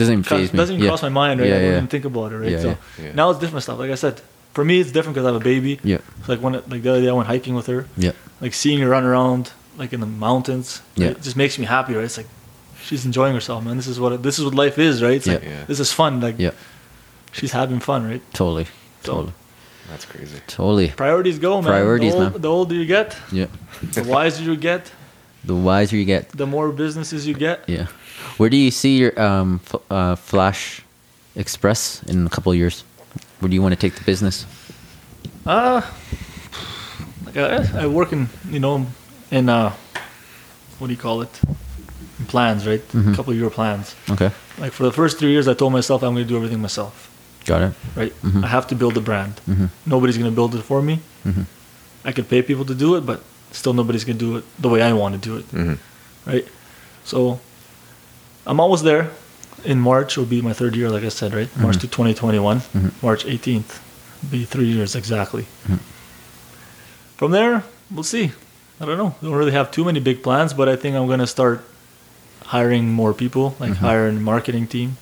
[SPEAKER 1] doesn't even
[SPEAKER 2] Cause-
[SPEAKER 1] phase me.
[SPEAKER 2] doesn't even
[SPEAKER 1] yeah.
[SPEAKER 2] cross my mind, right?
[SPEAKER 1] Yeah,
[SPEAKER 2] I don't
[SPEAKER 1] yeah.
[SPEAKER 2] even think about it, right?
[SPEAKER 1] Yeah,
[SPEAKER 2] so
[SPEAKER 3] yeah. Yeah.
[SPEAKER 2] now it's different stuff. Like I said, for me it's different because I have a baby.
[SPEAKER 1] Yeah.
[SPEAKER 2] So like when like the other day I went hiking with her,
[SPEAKER 1] Yeah,
[SPEAKER 2] like seeing her run around like in the mountains,
[SPEAKER 1] Yeah.
[SPEAKER 2] it just makes me happy, right? It's like she's enjoying herself, man. This is what this is what life is, right? It's like
[SPEAKER 3] Yeah. Yeah.
[SPEAKER 2] this is fun. Like
[SPEAKER 1] yeah,
[SPEAKER 2] she's having fun, right?
[SPEAKER 1] totally,
[SPEAKER 2] So-
[SPEAKER 1] totally,
[SPEAKER 3] That's crazy.
[SPEAKER 1] totally.
[SPEAKER 2] Priorities go, man.
[SPEAKER 1] Priorities,
[SPEAKER 2] the, old-
[SPEAKER 1] man.
[SPEAKER 2] the older you get,
[SPEAKER 1] Yeah,
[SPEAKER 2] the wiser you get,
[SPEAKER 1] the wiser you get,
[SPEAKER 2] the more businesses you get.
[SPEAKER 1] yeah. Where do you see your um, f- uh, Flash Express in a couple of years? Where do you want to take the business?
[SPEAKER 2] Uh like I, I work in you know in uh what do you call it? Plans, right?
[SPEAKER 1] Mhm.
[SPEAKER 2] A couple of year plans.
[SPEAKER 1] Okay,
[SPEAKER 2] Like for the first three years, I told myself I'm going to do everything myself.
[SPEAKER 1] got it.
[SPEAKER 2] Right?
[SPEAKER 1] Mhm.
[SPEAKER 2] I have to build a brand.
[SPEAKER 1] Mhm.
[SPEAKER 2] Nobody's going to build it for me.
[SPEAKER 1] Mhm.
[SPEAKER 2] I could pay people to do it, but still nobody's going to do it the way I want to do it.
[SPEAKER 3] hmm
[SPEAKER 2] Right? So I'm almost there. In March will be my third year, like I said, right? March
[SPEAKER 1] Mm-hmm.
[SPEAKER 2] to 2021. March 18th will be three years exactly.
[SPEAKER 1] Mm-hmm.
[SPEAKER 2] From there, we'll see. I don't know. Don't really have too many big plans, but I think I'm going to start hiring more people, like
[SPEAKER 1] Mm-hmm.
[SPEAKER 2] hire a marketing team,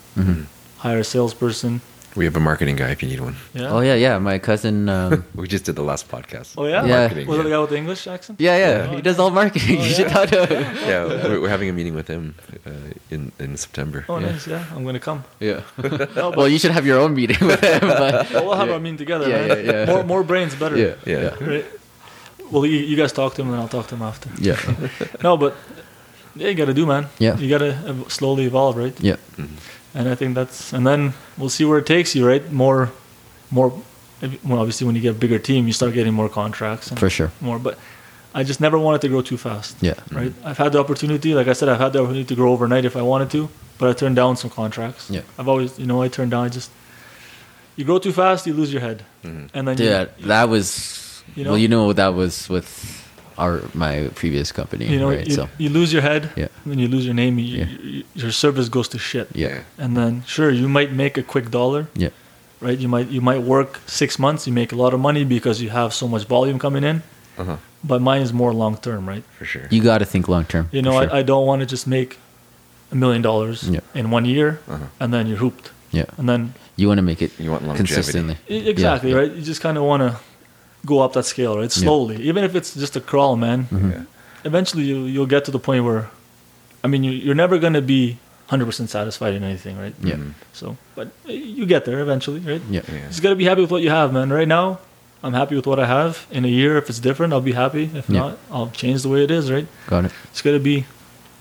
[SPEAKER 2] hire a salesperson.
[SPEAKER 3] We have a marketing guy if you need one.
[SPEAKER 2] Yeah.
[SPEAKER 1] Oh yeah, yeah. My cousin. Um,
[SPEAKER 3] We just did the last podcast.
[SPEAKER 2] Oh, yeah?
[SPEAKER 1] Yeah.
[SPEAKER 3] Marketing,
[SPEAKER 2] Was it the
[SPEAKER 3] yeah.
[SPEAKER 2] guy with the English accent?
[SPEAKER 1] yeah, yeah. He does all marketing. you should talk to him.
[SPEAKER 3] Yeah, we're, we're having a meeting with him uh, in in September.
[SPEAKER 2] Oh,
[SPEAKER 1] Yeah.
[SPEAKER 2] nice. Yeah, I'm going to come.
[SPEAKER 1] Yeah.
[SPEAKER 2] No, but
[SPEAKER 1] Well, you should have your own meeting with him. But
[SPEAKER 2] we'll have
[SPEAKER 1] yeah.
[SPEAKER 2] our meeting together.
[SPEAKER 1] Yeah,
[SPEAKER 2] right?
[SPEAKER 1] yeah, yeah.
[SPEAKER 2] More, more brains, better.
[SPEAKER 1] Yeah,
[SPEAKER 3] Yeah.
[SPEAKER 2] Right? Well, you, you guys talk to him, and I'll talk to him after.
[SPEAKER 1] yeah,
[SPEAKER 2] No, but yeah, you gotta do, man.
[SPEAKER 1] Yeah.
[SPEAKER 2] you gotta ev- slowly evolve, right?
[SPEAKER 1] yeah.
[SPEAKER 2] And I think that's, and then we'll see where it takes you, right? More, more. Well, obviously, when you get a bigger team, you start getting more contracts. And
[SPEAKER 1] For sure.
[SPEAKER 2] More, but I just never wanted to grow too fast.
[SPEAKER 1] Yeah.
[SPEAKER 2] Right. I've had the opportunity, like I said, I've had the opportunity to grow overnight if I wanted to, but I turned down some contracts.
[SPEAKER 1] Yeah.
[SPEAKER 2] I've always, you know, I turned down. I just, you grow too fast, you lose your head, and then
[SPEAKER 1] Mm-hmm. Yeah,
[SPEAKER 2] you,
[SPEAKER 1] that was.
[SPEAKER 2] You know-
[SPEAKER 1] well, you know that was with our my previous company,
[SPEAKER 2] you know,
[SPEAKER 1] right?
[SPEAKER 2] you,
[SPEAKER 1] so
[SPEAKER 2] you lose your head,
[SPEAKER 1] Yeah.
[SPEAKER 2] and then you lose your name. You,
[SPEAKER 1] Yeah.
[SPEAKER 2] you, your service goes to shit.
[SPEAKER 1] yeah,
[SPEAKER 2] And then, sure, you might make a quick dollar,
[SPEAKER 1] yeah,
[SPEAKER 2] right? You might you might work six months, you make a lot of money because you have so much volume coming in.
[SPEAKER 3] Uh-huh.
[SPEAKER 2] But mine is more long term, right?
[SPEAKER 3] For sure.
[SPEAKER 1] you got to think long term.
[SPEAKER 2] You know,
[SPEAKER 1] for sure.
[SPEAKER 2] I, I don't want to just make a million dollars
[SPEAKER 1] Yeah.
[SPEAKER 2] in one year,
[SPEAKER 3] Uh-huh.
[SPEAKER 2] and then you're hooped.
[SPEAKER 1] yeah,
[SPEAKER 2] And then
[SPEAKER 1] you want to make it
[SPEAKER 3] You want longevity.
[SPEAKER 1] consistently.
[SPEAKER 2] e- exactly,
[SPEAKER 1] yeah.
[SPEAKER 2] right? You just kind of want to go up that scale, right?
[SPEAKER 1] Yeah.
[SPEAKER 2] Slowly, even if it's just a crawl, man.
[SPEAKER 3] Yeah.
[SPEAKER 2] Eventually, you you'll get to the point where, I mean, you, you're never gonna be 100% satisfied in anything, right?
[SPEAKER 1] Yeah,
[SPEAKER 2] So, but uh, you get there eventually, right?
[SPEAKER 1] Mm-hmm. yeah,
[SPEAKER 3] Yeah.
[SPEAKER 2] Just gotta be happy with what you have, man. Right now, I'm happy with what I have. In a year, if it's different, I'll be happy. If
[SPEAKER 1] Yeah.
[SPEAKER 2] not, I'll change the way it is, right?
[SPEAKER 1] got it.
[SPEAKER 2] Just gotta be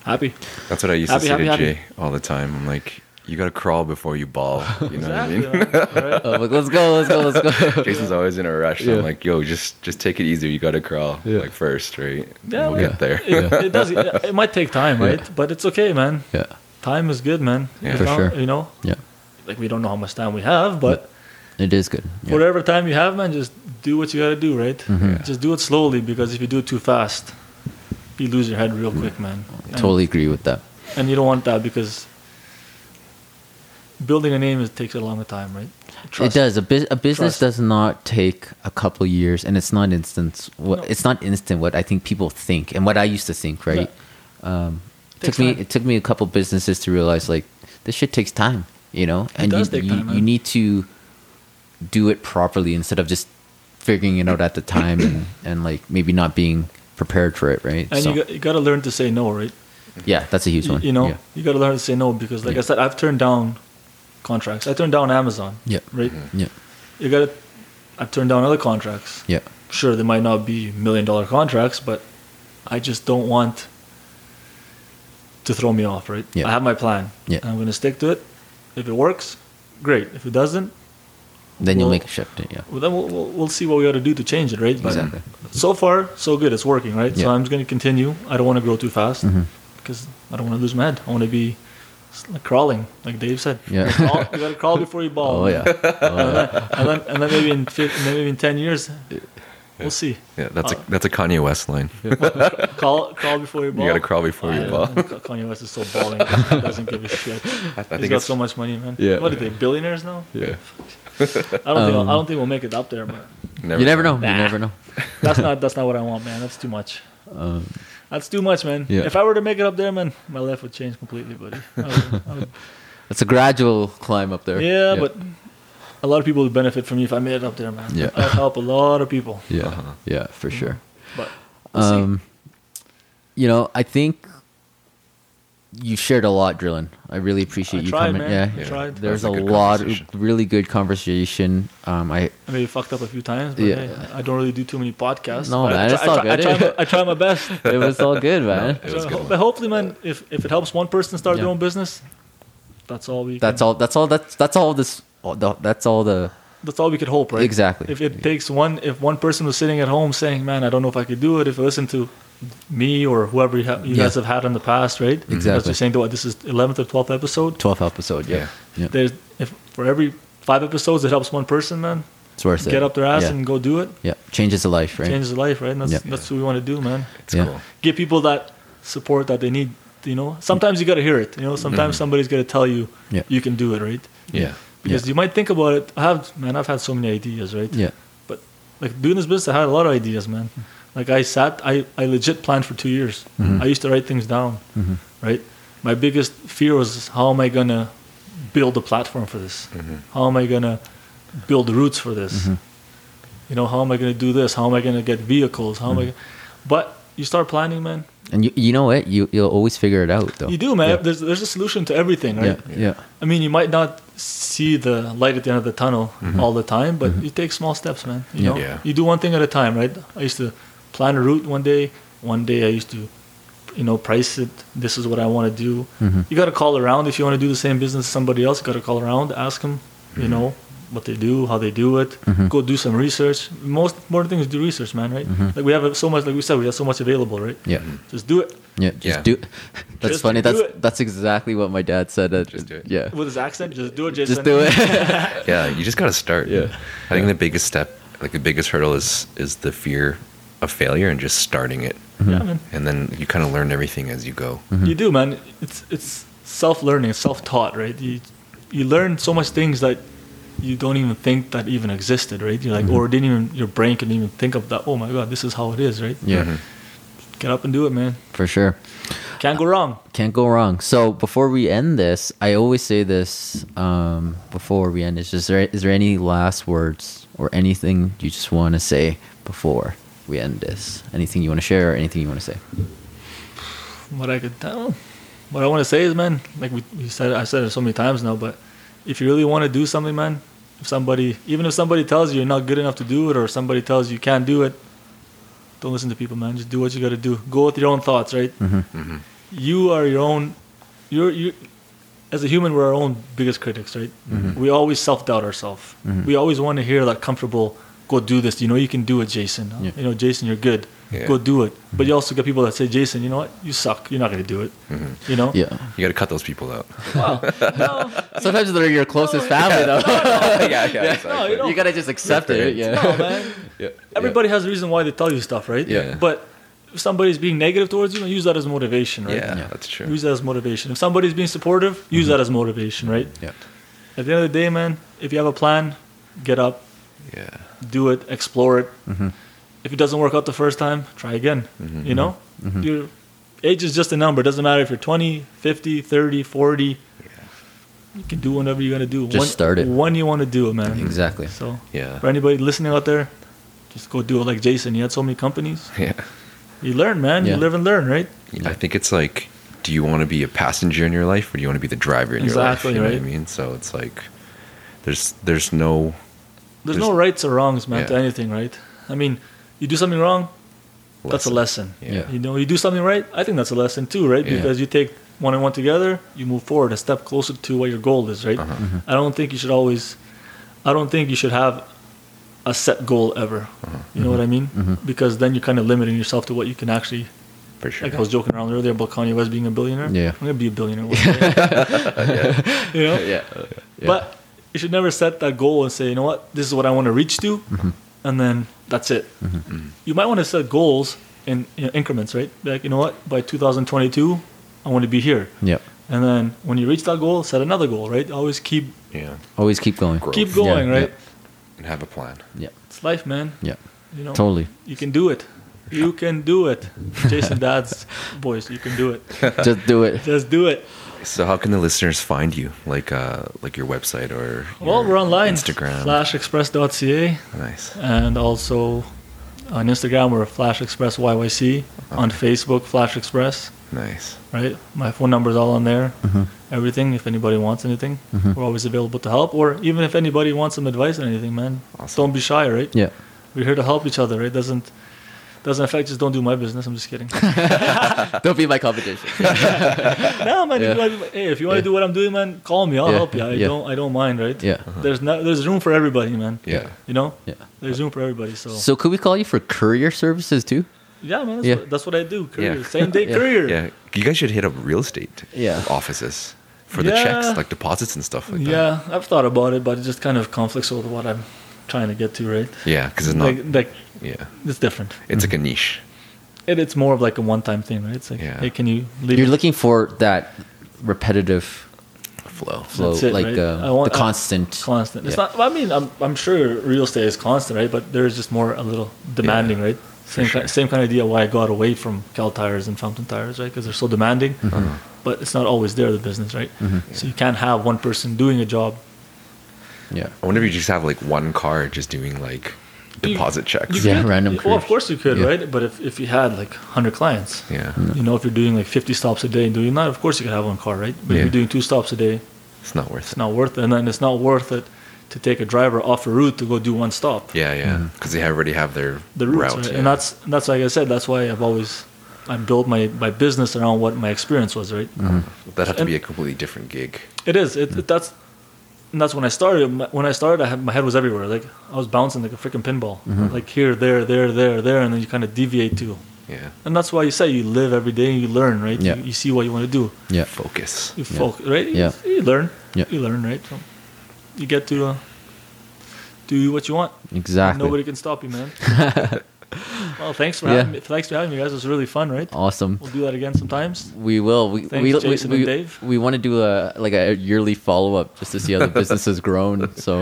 [SPEAKER 2] happy.
[SPEAKER 3] That's what I used
[SPEAKER 2] Happy,
[SPEAKER 3] to say
[SPEAKER 2] happy,
[SPEAKER 3] to
[SPEAKER 2] happy.
[SPEAKER 3] Jay all the time. I'm like, you got to crawl before you ball. You know what I mean?
[SPEAKER 2] man. All right?
[SPEAKER 1] Oh, but let's go, let's go, let's go.
[SPEAKER 3] Jason's always in a rush.
[SPEAKER 1] Yeah.
[SPEAKER 3] I'm like, yo, just just take it easy. You got to crawl
[SPEAKER 1] Yeah.
[SPEAKER 3] like first, right?
[SPEAKER 2] Yeah,
[SPEAKER 3] we'll
[SPEAKER 2] yeah.
[SPEAKER 3] get there.
[SPEAKER 2] It, it does. It, it might take time, right? But it's okay, man.
[SPEAKER 1] yeah,
[SPEAKER 2] Time is good, man.
[SPEAKER 3] Yeah.
[SPEAKER 2] You
[SPEAKER 3] For
[SPEAKER 2] know-
[SPEAKER 1] sure.
[SPEAKER 2] You know,
[SPEAKER 1] yeah,
[SPEAKER 2] like we don't know how much time we have, but
[SPEAKER 1] it is good. Yeah. Mm-hmm.
[SPEAKER 2] whatever time you have, man, just do what you gotta do, right?
[SPEAKER 3] Yeah.
[SPEAKER 2] Just do it slowly because if you do it too fast, you lose your head real quick, man. And-
[SPEAKER 1] Totally agree with that.
[SPEAKER 2] and you don't want that because building a name is, takes a long time, right? Trust.
[SPEAKER 1] It does. A, bus a business
[SPEAKER 2] Trust.
[SPEAKER 1] does not take a couple years, and it's not instant. What
[SPEAKER 2] No.
[SPEAKER 1] it's not instant. What I think people think, and what I used to think, right? Um,
[SPEAKER 2] Takes
[SPEAKER 1] took me.
[SPEAKER 2] time.
[SPEAKER 1] It took me a couple businesses to realize like this shit takes time, you know. and
[SPEAKER 2] does
[SPEAKER 1] you,
[SPEAKER 2] take
[SPEAKER 1] you,
[SPEAKER 2] time,
[SPEAKER 1] you
[SPEAKER 2] man.
[SPEAKER 1] need to do it properly instead of just figuring it out at the time and, and like maybe not being prepared for it, right?
[SPEAKER 2] And
[SPEAKER 1] so,
[SPEAKER 2] you, got, you got to learn to say no, right?
[SPEAKER 1] yeah, that's a huge
[SPEAKER 2] You,
[SPEAKER 1] one.
[SPEAKER 2] you know,
[SPEAKER 1] yeah,
[SPEAKER 2] you got to learn to say no because, like I
[SPEAKER 1] Yeah.
[SPEAKER 2] said, I've turned down contracts. I turned down Amazon,
[SPEAKER 1] yeah,
[SPEAKER 2] right?
[SPEAKER 1] yeah,
[SPEAKER 2] You got to. I've turned down other contracts.
[SPEAKER 1] yeah,
[SPEAKER 2] Sure, they might not be million dollar contracts, but I just don't want to throw me off, right?
[SPEAKER 1] Yeah.
[SPEAKER 2] I have my plan.
[SPEAKER 1] Yeah.
[SPEAKER 2] I'm going to stick to it. If it works, great. If it doesn't,
[SPEAKER 1] Then you'll
[SPEAKER 2] Well-
[SPEAKER 1] make a shift. Yeah.
[SPEAKER 2] well, then we'll, we'll, we'll see what we got to do to change it, right? But
[SPEAKER 1] Exactly.
[SPEAKER 2] so far, so good. It's working, right?
[SPEAKER 1] Yeah.
[SPEAKER 2] So I'm just going to continue. I don't want to grow too fast
[SPEAKER 1] Mm-hmm.
[SPEAKER 2] because I don't want to lose my head. I want to be s- like crawling, like Dave said.
[SPEAKER 1] Yeah.
[SPEAKER 2] You, crawl, you got to crawl before you ball.
[SPEAKER 1] Oh yeah. Oh, yeah.
[SPEAKER 2] And then, and then maybe in fif- and then maybe in ten years, we'll see.
[SPEAKER 3] Yeah, that's
[SPEAKER 2] Uh,
[SPEAKER 3] a that's a Kanye West line.
[SPEAKER 2] Crawl, crawl before you ball.
[SPEAKER 3] You got to crawl before
[SPEAKER 2] Yeah,
[SPEAKER 3] you ball.
[SPEAKER 2] Kanye West is so balling. He doesn't give a shit.
[SPEAKER 3] I think
[SPEAKER 2] He's got
[SPEAKER 3] it's-
[SPEAKER 2] so much money, man.
[SPEAKER 3] Yeah.
[SPEAKER 2] What are they billionaires now?
[SPEAKER 3] Yeah,
[SPEAKER 2] I don't think I'll- I don't think we'll make it up there, but
[SPEAKER 1] You never know. You
[SPEAKER 2] Nah.
[SPEAKER 1] never know.
[SPEAKER 2] that's not that's not what I want, man. That's too much.
[SPEAKER 1] Um,
[SPEAKER 2] That's too much, man.
[SPEAKER 1] Yeah.
[SPEAKER 2] If I were to make it up there, man, my life would change completely, buddy. I would- I would-
[SPEAKER 1] it's a gradual climb up there.
[SPEAKER 2] yeah, but a lot of people would benefit from me if I made it up there, man.
[SPEAKER 1] Yeah.
[SPEAKER 2] I'd help a lot of people.
[SPEAKER 1] yeah,
[SPEAKER 3] Uh-huh.
[SPEAKER 1] yeah, for sure.
[SPEAKER 2] But we'll see.
[SPEAKER 1] Um, you know, I think you shared a lot, Drillin. I really appreciate
[SPEAKER 2] I
[SPEAKER 1] you
[SPEAKER 2] tried,
[SPEAKER 1] coming.
[SPEAKER 2] man.
[SPEAKER 1] Yeah,
[SPEAKER 2] I
[SPEAKER 1] yeah.
[SPEAKER 2] tried.
[SPEAKER 1] there's a,
[SPEAKER 3] That was a good
[SPEAKER 1] lot
[SPEAKER 3] conversation.
[SPEAKER 1] of really good conversation. Um, I
[SPEAKER 2] I maybe fucked up a few times, but
[SPEAKER 1] Yeah.
[SPEAKER 2] hey, I don't really do too many podcasts.
[SPEAKER 1] No,
[SPEAKER 2] but
[SPEAKER 1] man,
[SPEAKER 2] I try,
[SPEAKER 1] it's all
[SPEAKER 2] I try, I
[SPEAKER 1] good.
[SPEAKER 2] try, my- I try my best.
[SPEAKER 1] it was all good, man.
[SPEAKER 3] It was
[SPEAKER 2] So
[SPEAKER 3] a good
[SPEAKER 2] ho-
[SPEAKER 3] one.
[SPEAKER 2] but hopefully, man, if, if it helps one person start
[SPEAKER 1] Yeah.
[SPEAKER 2] their own business, that's all we.
[SPEAKER 1] That's
[SPEAKER 2] can,
[SPEAKER 1] all. That's all. That's that's all. This. all the- That's all the.
[SPEAKER 2] That's all we could hope, right?
[SPEAKER 1] Exactly.
[SPEAKER 2] If it takes one, if one person was sitting at home saying, "Man, I don't know if I could do it," if you listen to me or whoever you, ha- you
[SPEAKER 1] Yeah.
[SPEAKER 2] guys have had in the past, right? As
[SPEAKER 1] Exactly.
[SPEAKER 2] you're saying, what this is eleventh or twelfth episode.
[SPEAKER 1] Twelfth episode. Yeah, yeah.
[SPEAKER 2] There's if for every five episodes it helps one person, man,
[SPEAKER 1] It's worth it.
[SPEAKER 2] get up their ass
[SPEAKER 1] yeah.
[SPEAKER 2] and go do it.
[SPEAKER 1] yeah, changes the life, right?
[SPEAKER 2] Changes life, right? And that's
[SPEAKER 1] Yeah.
[SPEAKER 2] that's what we want to do, man.
[SPEAKER 3] It's
[SPEAKER 1] Yeah.
[SPEAKER 3] cool.
[SPEAKER 2] give people that support that they need. You know, sometimes you gotta hear it. You know, sometimes somebody's gotta tell you
[SPEAKER 1] Mm-hmm. Yeah.
[SPEAKER 2] you can do it, right?
[SPEAKER 3] Yeah,
[SPEAKER 2] Because you might think about it. I have, man, I've had so many ideas, right?
[SPEAKER 1] Yeah,
[SPEAKER 2] But like doing this business, I had a lot of ideas, man. Like I sat, I, I legit planned for two years.
[SPEAKER 1] Mm-hmm.
[SPEAKER 2] I used to write things down, right? My biggest fear was how am I gonna build a platform for this?
[SPEAKER 1] Mm-hmm.
[SPEAKER 2] How am I gonna build the roots for this? You know, how am I gonna do this? How am I gonna get vehicles? How am
[SPEAKER 1] Mm-hmm.
[SPEAKER 2] I? Gonna, but you start planning, man.
[SPEAKER 1] and you you know what? You you'll always figure it out though.
[SPEAKER 2] You do, man.
[SPEAKER 1] Yeah.
[SPEAKER 2] There's there's a solution to everything, right?
[SPEAKER 1] Yeah, yeah,
[SPEAKER 2] I mean, you might not see the light at the end of the tunnel all the time, but you take small steps, man. You
[SPEAKER 1] Mm-hmm. Yeah.
[SPEAKER 2] know,
[SPEAKER 3] Yeah.
[SPEAKER 2] you do one thing at a time, right? I used to plan a route one day. One day I used to, you know, price it. This is what I want to do.
[SPEAKER 1] Mm-hmm.
[SPEAKER 2] You got to call around if you want to do the same business as somebody else. You got to call around, ask them,
[SPEAKER 1] Mm-hmm.
[SPEAKER 2] you know, what they do, how they do it. Go do some research. Most important thing is do research, man. Right?
[SPEAKER 1] Mm-hmm.
[SPEAKER 2] Like we have so much, like we said, we have so much available, right?
[SPEAKER 1] yeah.
[SPEAKER 2] Just do it
[SPEAKER 1] Yeah, just
[SPEAKER 3] Yeah.
[SPEAKER 1] do. That's
[SPEAKER 2] Just
[SPEAKER 1] funny.
[SPEAKER 2] do
[SPEAKER 1] That's
[SPEAKER 2] it.
[SPEAKER 1] that's exactly what my dad said. uh,
[SPEAKER 3] Just do it.
[SPEAKER 1] Yeah,
[SPEAKER 2] with his accent. Just do it, Jason.
[SPEAKER 1] just do it.
[SPEAKER 3] yeah. You just got to start.
[SPEAKER 1] Yeah.
[SPEAKER 3] I think the biggest step, like the biggest hurdle, is is the fear of failure and just starting it,
[SPEAKER 2] Yeah, man.
[SPEAKER 3] and then you kind of learn everything as you go.
[SPEAKER 2] You do, man. It's it's self learning, self taught, right? You you learn so much things that you don't even think that even existed, right? You're like, or didn't even your brain can even think of that. Oh my god, this is how it is, right?
[SPEAKER 1] yeah,
[SPEAKER 2] Get up and do it, man.
[SPEAKER 1] for sure.
[SPEAKER 2] Can't go wrong.
[SPEAKER 1] Can't go wrong. So before we end this, I always say this um, before we end. Is just there is there any last words or anything you just want to say before we end this? Anything you want to share or anything you want to say?
[SPEAKER 2] What I could tell, what I want to say is, man, like we, we said, I said it so many times now, but if you really want to do something, man, if somebody, even if somebody tells you you're not good enough to do it, or somebody tells you you can't do it, don't listen to people, man. Just do what you got to do. Go with your own thoughts, right? you are your own you're you as a human we're our own biggest critics right we always self-doubt ourselves we always want to hear that comfortable go do this you know you can do it jason
[SPEAKER 1] Yeah.
[SPEAKER 2] you know jason you're good
[SPEAKER 3] Yeah.
[SPEAKER 2] go do it but you also get people that say jason you know what you suck you're not going to do it you know
[SPEAKER 1] Yeah.
[SPEAKER 3] You got to cut those people out.
[SPEAKER 2] Wow. no,
[SPEAKER 1] Sometimes they're your closest family,
[SPEAKER 3] yeah, yeah,
[SPEAKER 2] no, you
[SPEAKER 1] though.
[SPEAKER 2] don't.
[SPEAKER 1] You gotta just accept
[SPEAKER 3] Yeah.
[SPEAKER 1] it. Yeah.
[SPEAKER 2] no, man. Everybody has a reason why they tell you stuff, right?
[SPEAKER 3] Yeah.
[SPEAKER 2] But if somebody's being negative towards you, use that as motivation, right?
[SPEAKER 3] Yeah,
[SPEAKER 1] Yeah. Mm-hmm.
[SPEAKER 3] that's true.
[SPEAKER 2] Use that as motivation. If somebody's being supportive, use that as motivation, right?
[SPEAKER 1] Yeah.
[SPEAKER 2] At the end of the day, man, if you have a plan, get up,
[SPEAKER 3] yeah,
[SPEAKER 2] do it, explore it.
[SPEAKER 1] Mm-hmm.
[SPEAKER 2] If it doesn't work out the first time, try again. You know?
[SPEAKER 1] Mm-hmm.
[SPEAKER 2] Your age is just a number. It doesn't matter if you're 20, 50, 30, 40. You can do whatever you got to do.
[SPEAKER 1] Just start it.
[SPEAKER 2] When you want to do it, man.
[SPEAKER 1] Exactly.
[SPEAKER 2] So,
[SPEAKER 3] Yeah.
[SPEAKER 2] for anybody listening out there, just go do it like Jason. He had so many companies.
[SPEAKER 3] yeah.
[SPEAKER 2] You learn, man.
[SPEAKER 1] Yeah.
[SPEAKER 2] You live and learn, right?
[SPEAKER 3] I think it's like, do you want to be a passenger in your life or do you want to be the driver in
[SPEAKER 2] Exactly,
[SPEAKER 3] your life? You know
[SPEAKER 2] right.
[SPEAKER 3] what I mean? So it's like, there's there's no
[SPEAKER 2] There's,
[SPEAKER 3] There's-
[SPEAKER 2] no rights or wrongs, man, to
[SPEAKER 3] Yeah.
[SPEAKER 2] anything, right? I mean, you do something wrong, that's a lesson.
[SPEAKER 3] Yeah.
[SPEAKER 2] You know, you do something right. I think that's a lesson too, right?
[SPEAKER 3] Yeah.
[SPEAKER 2] Because you take one and one together, you move forward a step closer to what your goal is, right?
[SPEAKER 3] Uh-huh.
[SPEAKER 2] I don't think you should always, I don't think you should have a set goal ever.
[SPEAKER 3] Uh-huh.
[SPEAKER 2] You know what I mean? Because then you're kind of limiting yourself to what you can actually.
[SPEAKER 3] for sure.
[SPEAKER 2] Like I was joking around earlier about Kanye West being a billionaire.
[SPEAKER 1] Yeah.
[SPEAKER 2] I'm gonna be a billionaire. One day. You know,
[SPEAKER 1] yeah.
[SPEAKER 2] but you should never set that goal and say, you know what, this is what I want to reach to,
[SPEAKER 1] Mm-hmm.
[SPEAKER 2] and then that's it. You might want to set goals in you know, increments, right? Like, you know what, by 2022, I want to be here.
[SPEAKER 1] Yep.
[SPEAKER 2] And then when you reach that goal, set another goal, right? Always keep
[SPEAKER 3] yeah,
[SPEAKER 1] Always keep going.
[SPEAKER 3] Growth.
[SPEAKER 2] keep going,
[SPEAKER 1] Yeah,
[SPEAKER 2] right?
[SPEAKER 3] and have a plan.
[SPEAKER 1] Yep.
[SPEAKER 2] It's life, man.
[SPEAKER 1] Yep.
[SPEAKER 2] You know,
[SPEAKER 1] Totally.
[SPEAKER 2] you can do it. You can do it, Jason Dad's voice. You can do it.
[SPEAKER 1] Just do it.
[SPEAKER 2] Just do it.
[SPEAKER 3] So how can the listeners find you? Like uh, like your website or
[SPEAKER 2] Well,
[SPEAKER 3] your
[SPEAKER 2] we're online.
[SPEAKER 3] Instagram.
[SPEAKER 2] Flashexpress.ca.
[SPEAKER 3] Nice.
[SPEAKER 2] and also on Instagram we're Flash Express YYC. On Facebook, Flash Express.
[SPEAKER 3] Nice.
[SPEAKER 2] Right, my phone number's all on there.
[SPEAKER 1] Mm-hmm.
[SPEAKER 2] Everything. If anybody wants anything, we're always available to help. Or even if anybody wants some advice on anything, man,
[SPEAKER 3] Awesome.
[SPEAKER 2] don't be shy. Right,
[SPEAKER 1] Yeah.
[SPEAKER 2] we're here to help each other. Right, doesn't doesn't affect. Just don't do my business. I'm just kidding.
[SPEAKER 1] Don't be my competition.
[SPEAKER 2] no, man. If
[SPEAKER 1] Yeah.
[SPEAKER 2] you want, hey, if you want to
[SPEAKER 1] Yeah.
[SPEAKER 2] do what I'm doing, man, call me. I'll
[SPEAKER 1] Yeah,
[SPEAKER 2] help you. I
[SPEAKER 1] yeah.
[SPEAKER 2] don't. I don't mind. Right.
[SPEAKER 1] Yeah.
[SPEAKER 2] There's not. There's room for everybody, man.
[SPEAKER 3] Yeah.
[SPEAKER 2] You know.
[SPEAKER 1] Yeah.
[SPEAKER 2] There's room for everybody. So.
[SPEAKER 1] So could we call you for courier services too?
[SPEAKER 2] yeah, man. That's,
[SPEAKER 1] Yeah.
[SPEAKER 2] What, that's what I do. Career.
[SPEAKER 3] Yeah.
[SPEAKER 2] Same day
[SPEAKER 1] Yeah.
[SPEAKER 2] career.
[SPEAKER 3] Yeah. You guys should hit up real estate
[SPEAKER 1] Yeah.
[SPEAKER 3] offices for the
[SPEAKER 2] Yeah.
[SPEAKER 3] checks, like deposits and stuff like that.
[SPEAKER 2] Yeah, I've thought about it, but it just kind of conflicts with what I'm trying to get to, right?
[SPEAKER 3] Yeah, because it's not.
[SPEAKER 2] like, like
[SPEAKER 3] yeah,
[SPEAKER 2] it's different.
[SPEAKER 3] it's like a niche.
[SPEAKER 2] It, it's more of like a one-time thing, right? It's like,
[SPEAKER 3] Yeah.
[SPEAKER 2] hey, can you leave?
[SPEAKER 1] You're looking for that repetitive
[SPEAKER 3] Flow.
[SPEAKER 1] flow,
[SPEAKER 2] That's it,
[SPEAKER 1] like
[SPEAKER 2] right?
[SPEAKER 1] um,
[SPEAKER 2] I want- uh,
[SPEAKER 1] the
[SPEAKER 2] I-
[SPEAKER 1] constant.
[SPEAKER 2] constant. It's
[SPEAKER 1] Yeah.
[SPEAKER 2] not. I mean, I'm I'm sure real estate is constant, right? But there's just more a little demanding, right? Same
[SPEAKER 3] sure.
[SPEAKER 2] kind, same kind of idea why I got away from Cal tires and fountain tires, right? Because they're so demanding.
[SPEAKER 3] Mm-hmm.
[SPEAKER 2] But it's not always there the business, right? So you can't have one person doing a job.
[SPEAKER 1] yeah.
[SPEAKER 3] I wonder if you just have like one car just doing like deposit checks.
[SPEAKER 1] Yeah, random
[SPEAKER 2] Well, of
[SPEAKER 1] careers.
[SPEAKER 2] course you could,
[SPEAKER 1] Yeah.
[SPEAKER 2] right? But if, if you had like 100 clients,
[SPEAKER 3] Yeah.
[SPEAKER 2] You know, if you're doing like 50 stops a day and doing that, of course you can have one car, right? But if
[SPEAKER 3] Yeah.
[SPEAKER 2] you're doing two stops a day,
[SPEAKER 3] It's not worth
[SPEAKER 2] it's
[SPEAKER 3] it.
[SPEAKER 2] not worth it. And then it's not worth it to take a driver off a route to go do one stop.
[SPEAKER 3] Yeah, yeah. Because they already have their
[SPEAKER 2] The routes,
[SPEAKER 3] route.
[SPEAKER 2] right?
[SPEAKER 3] yeah.
[SPEAKER 2] And that's that's like I said, that's why I've always I built my, my business around what my experience was, right?
[SPEAKER 1] Mm-hmm.
[SPEAKER 3] That'd have to
[SPEAKER 2] and-
[SPEAKER 3] be a completely different gig.
[SPEAKER 2] It is. It, it- that's and that's when I started. My- When I started, I had, my head was everywhere. Like I was bouncing like a freaking pinball,
[SPEAKER 1] Mm-hmm.
[SPEAKER 2] like here, there, there, there, there, and then you kind of deviate to.
[SPEAKER 3] Yeah.
[SPEAKER 2] And that's why you say you live every day and you learn, right?
[SPEAKER 1] Yeah.
[SPEAKER 2] You, you see what you want to do.
[SPEAKER 1] Yeah.
[SPEAKER 3] Focus.
[SPEAKER 2] You focus, right? You-
[SPEAKER 1] Yeah.
[SPEAKER 2] You, learn.
[SPEAKER 1] Yeah.
[SPEAKER 2] You learn, right? So you get to uh, do what you want.
[SPEAKER 1] Exactly.
[SPEAKER 2] Nobody can stop you, man. well, thanks for
[SPEAKER 1] Yeah.
[SPEAKER 2] having me. Thanks for having me, guys. It was really fun, right?
[SPEAKER 1] Awesome.
[SPEAKER 2] We'll do that again sometimes.
[SPEAKER 1] We will. We
[SPEAKER 2] Thanks,
[SPEAKER 1] we, we-
[SPEAKER 2] Jason
[SPEAKER 1] we,
[SPEAKER 2] and Dave.
[SPEAKER 1] we want to do a like a yearly follow up just to see how the business has grown. So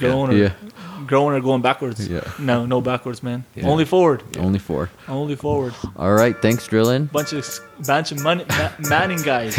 [SPEAKER 2] Growing
[SPEAKER 1] Yeah.
[SPEAKER 2] or growing or going backwards.
[SPEAKER 1] Yeah.
[SPEAKER 2] No, no backwards, man.
[SPEAKER 3] Yeah.
[SPEAKER 2] Only forward.
[SPEAKER 1] only four.
[SPEAKER 2] Only forward.
[SPEAKER 1] All right. Thanks, Drillin.
[SPEAKER 2] Bunch of bunch of money, ma- manning guys.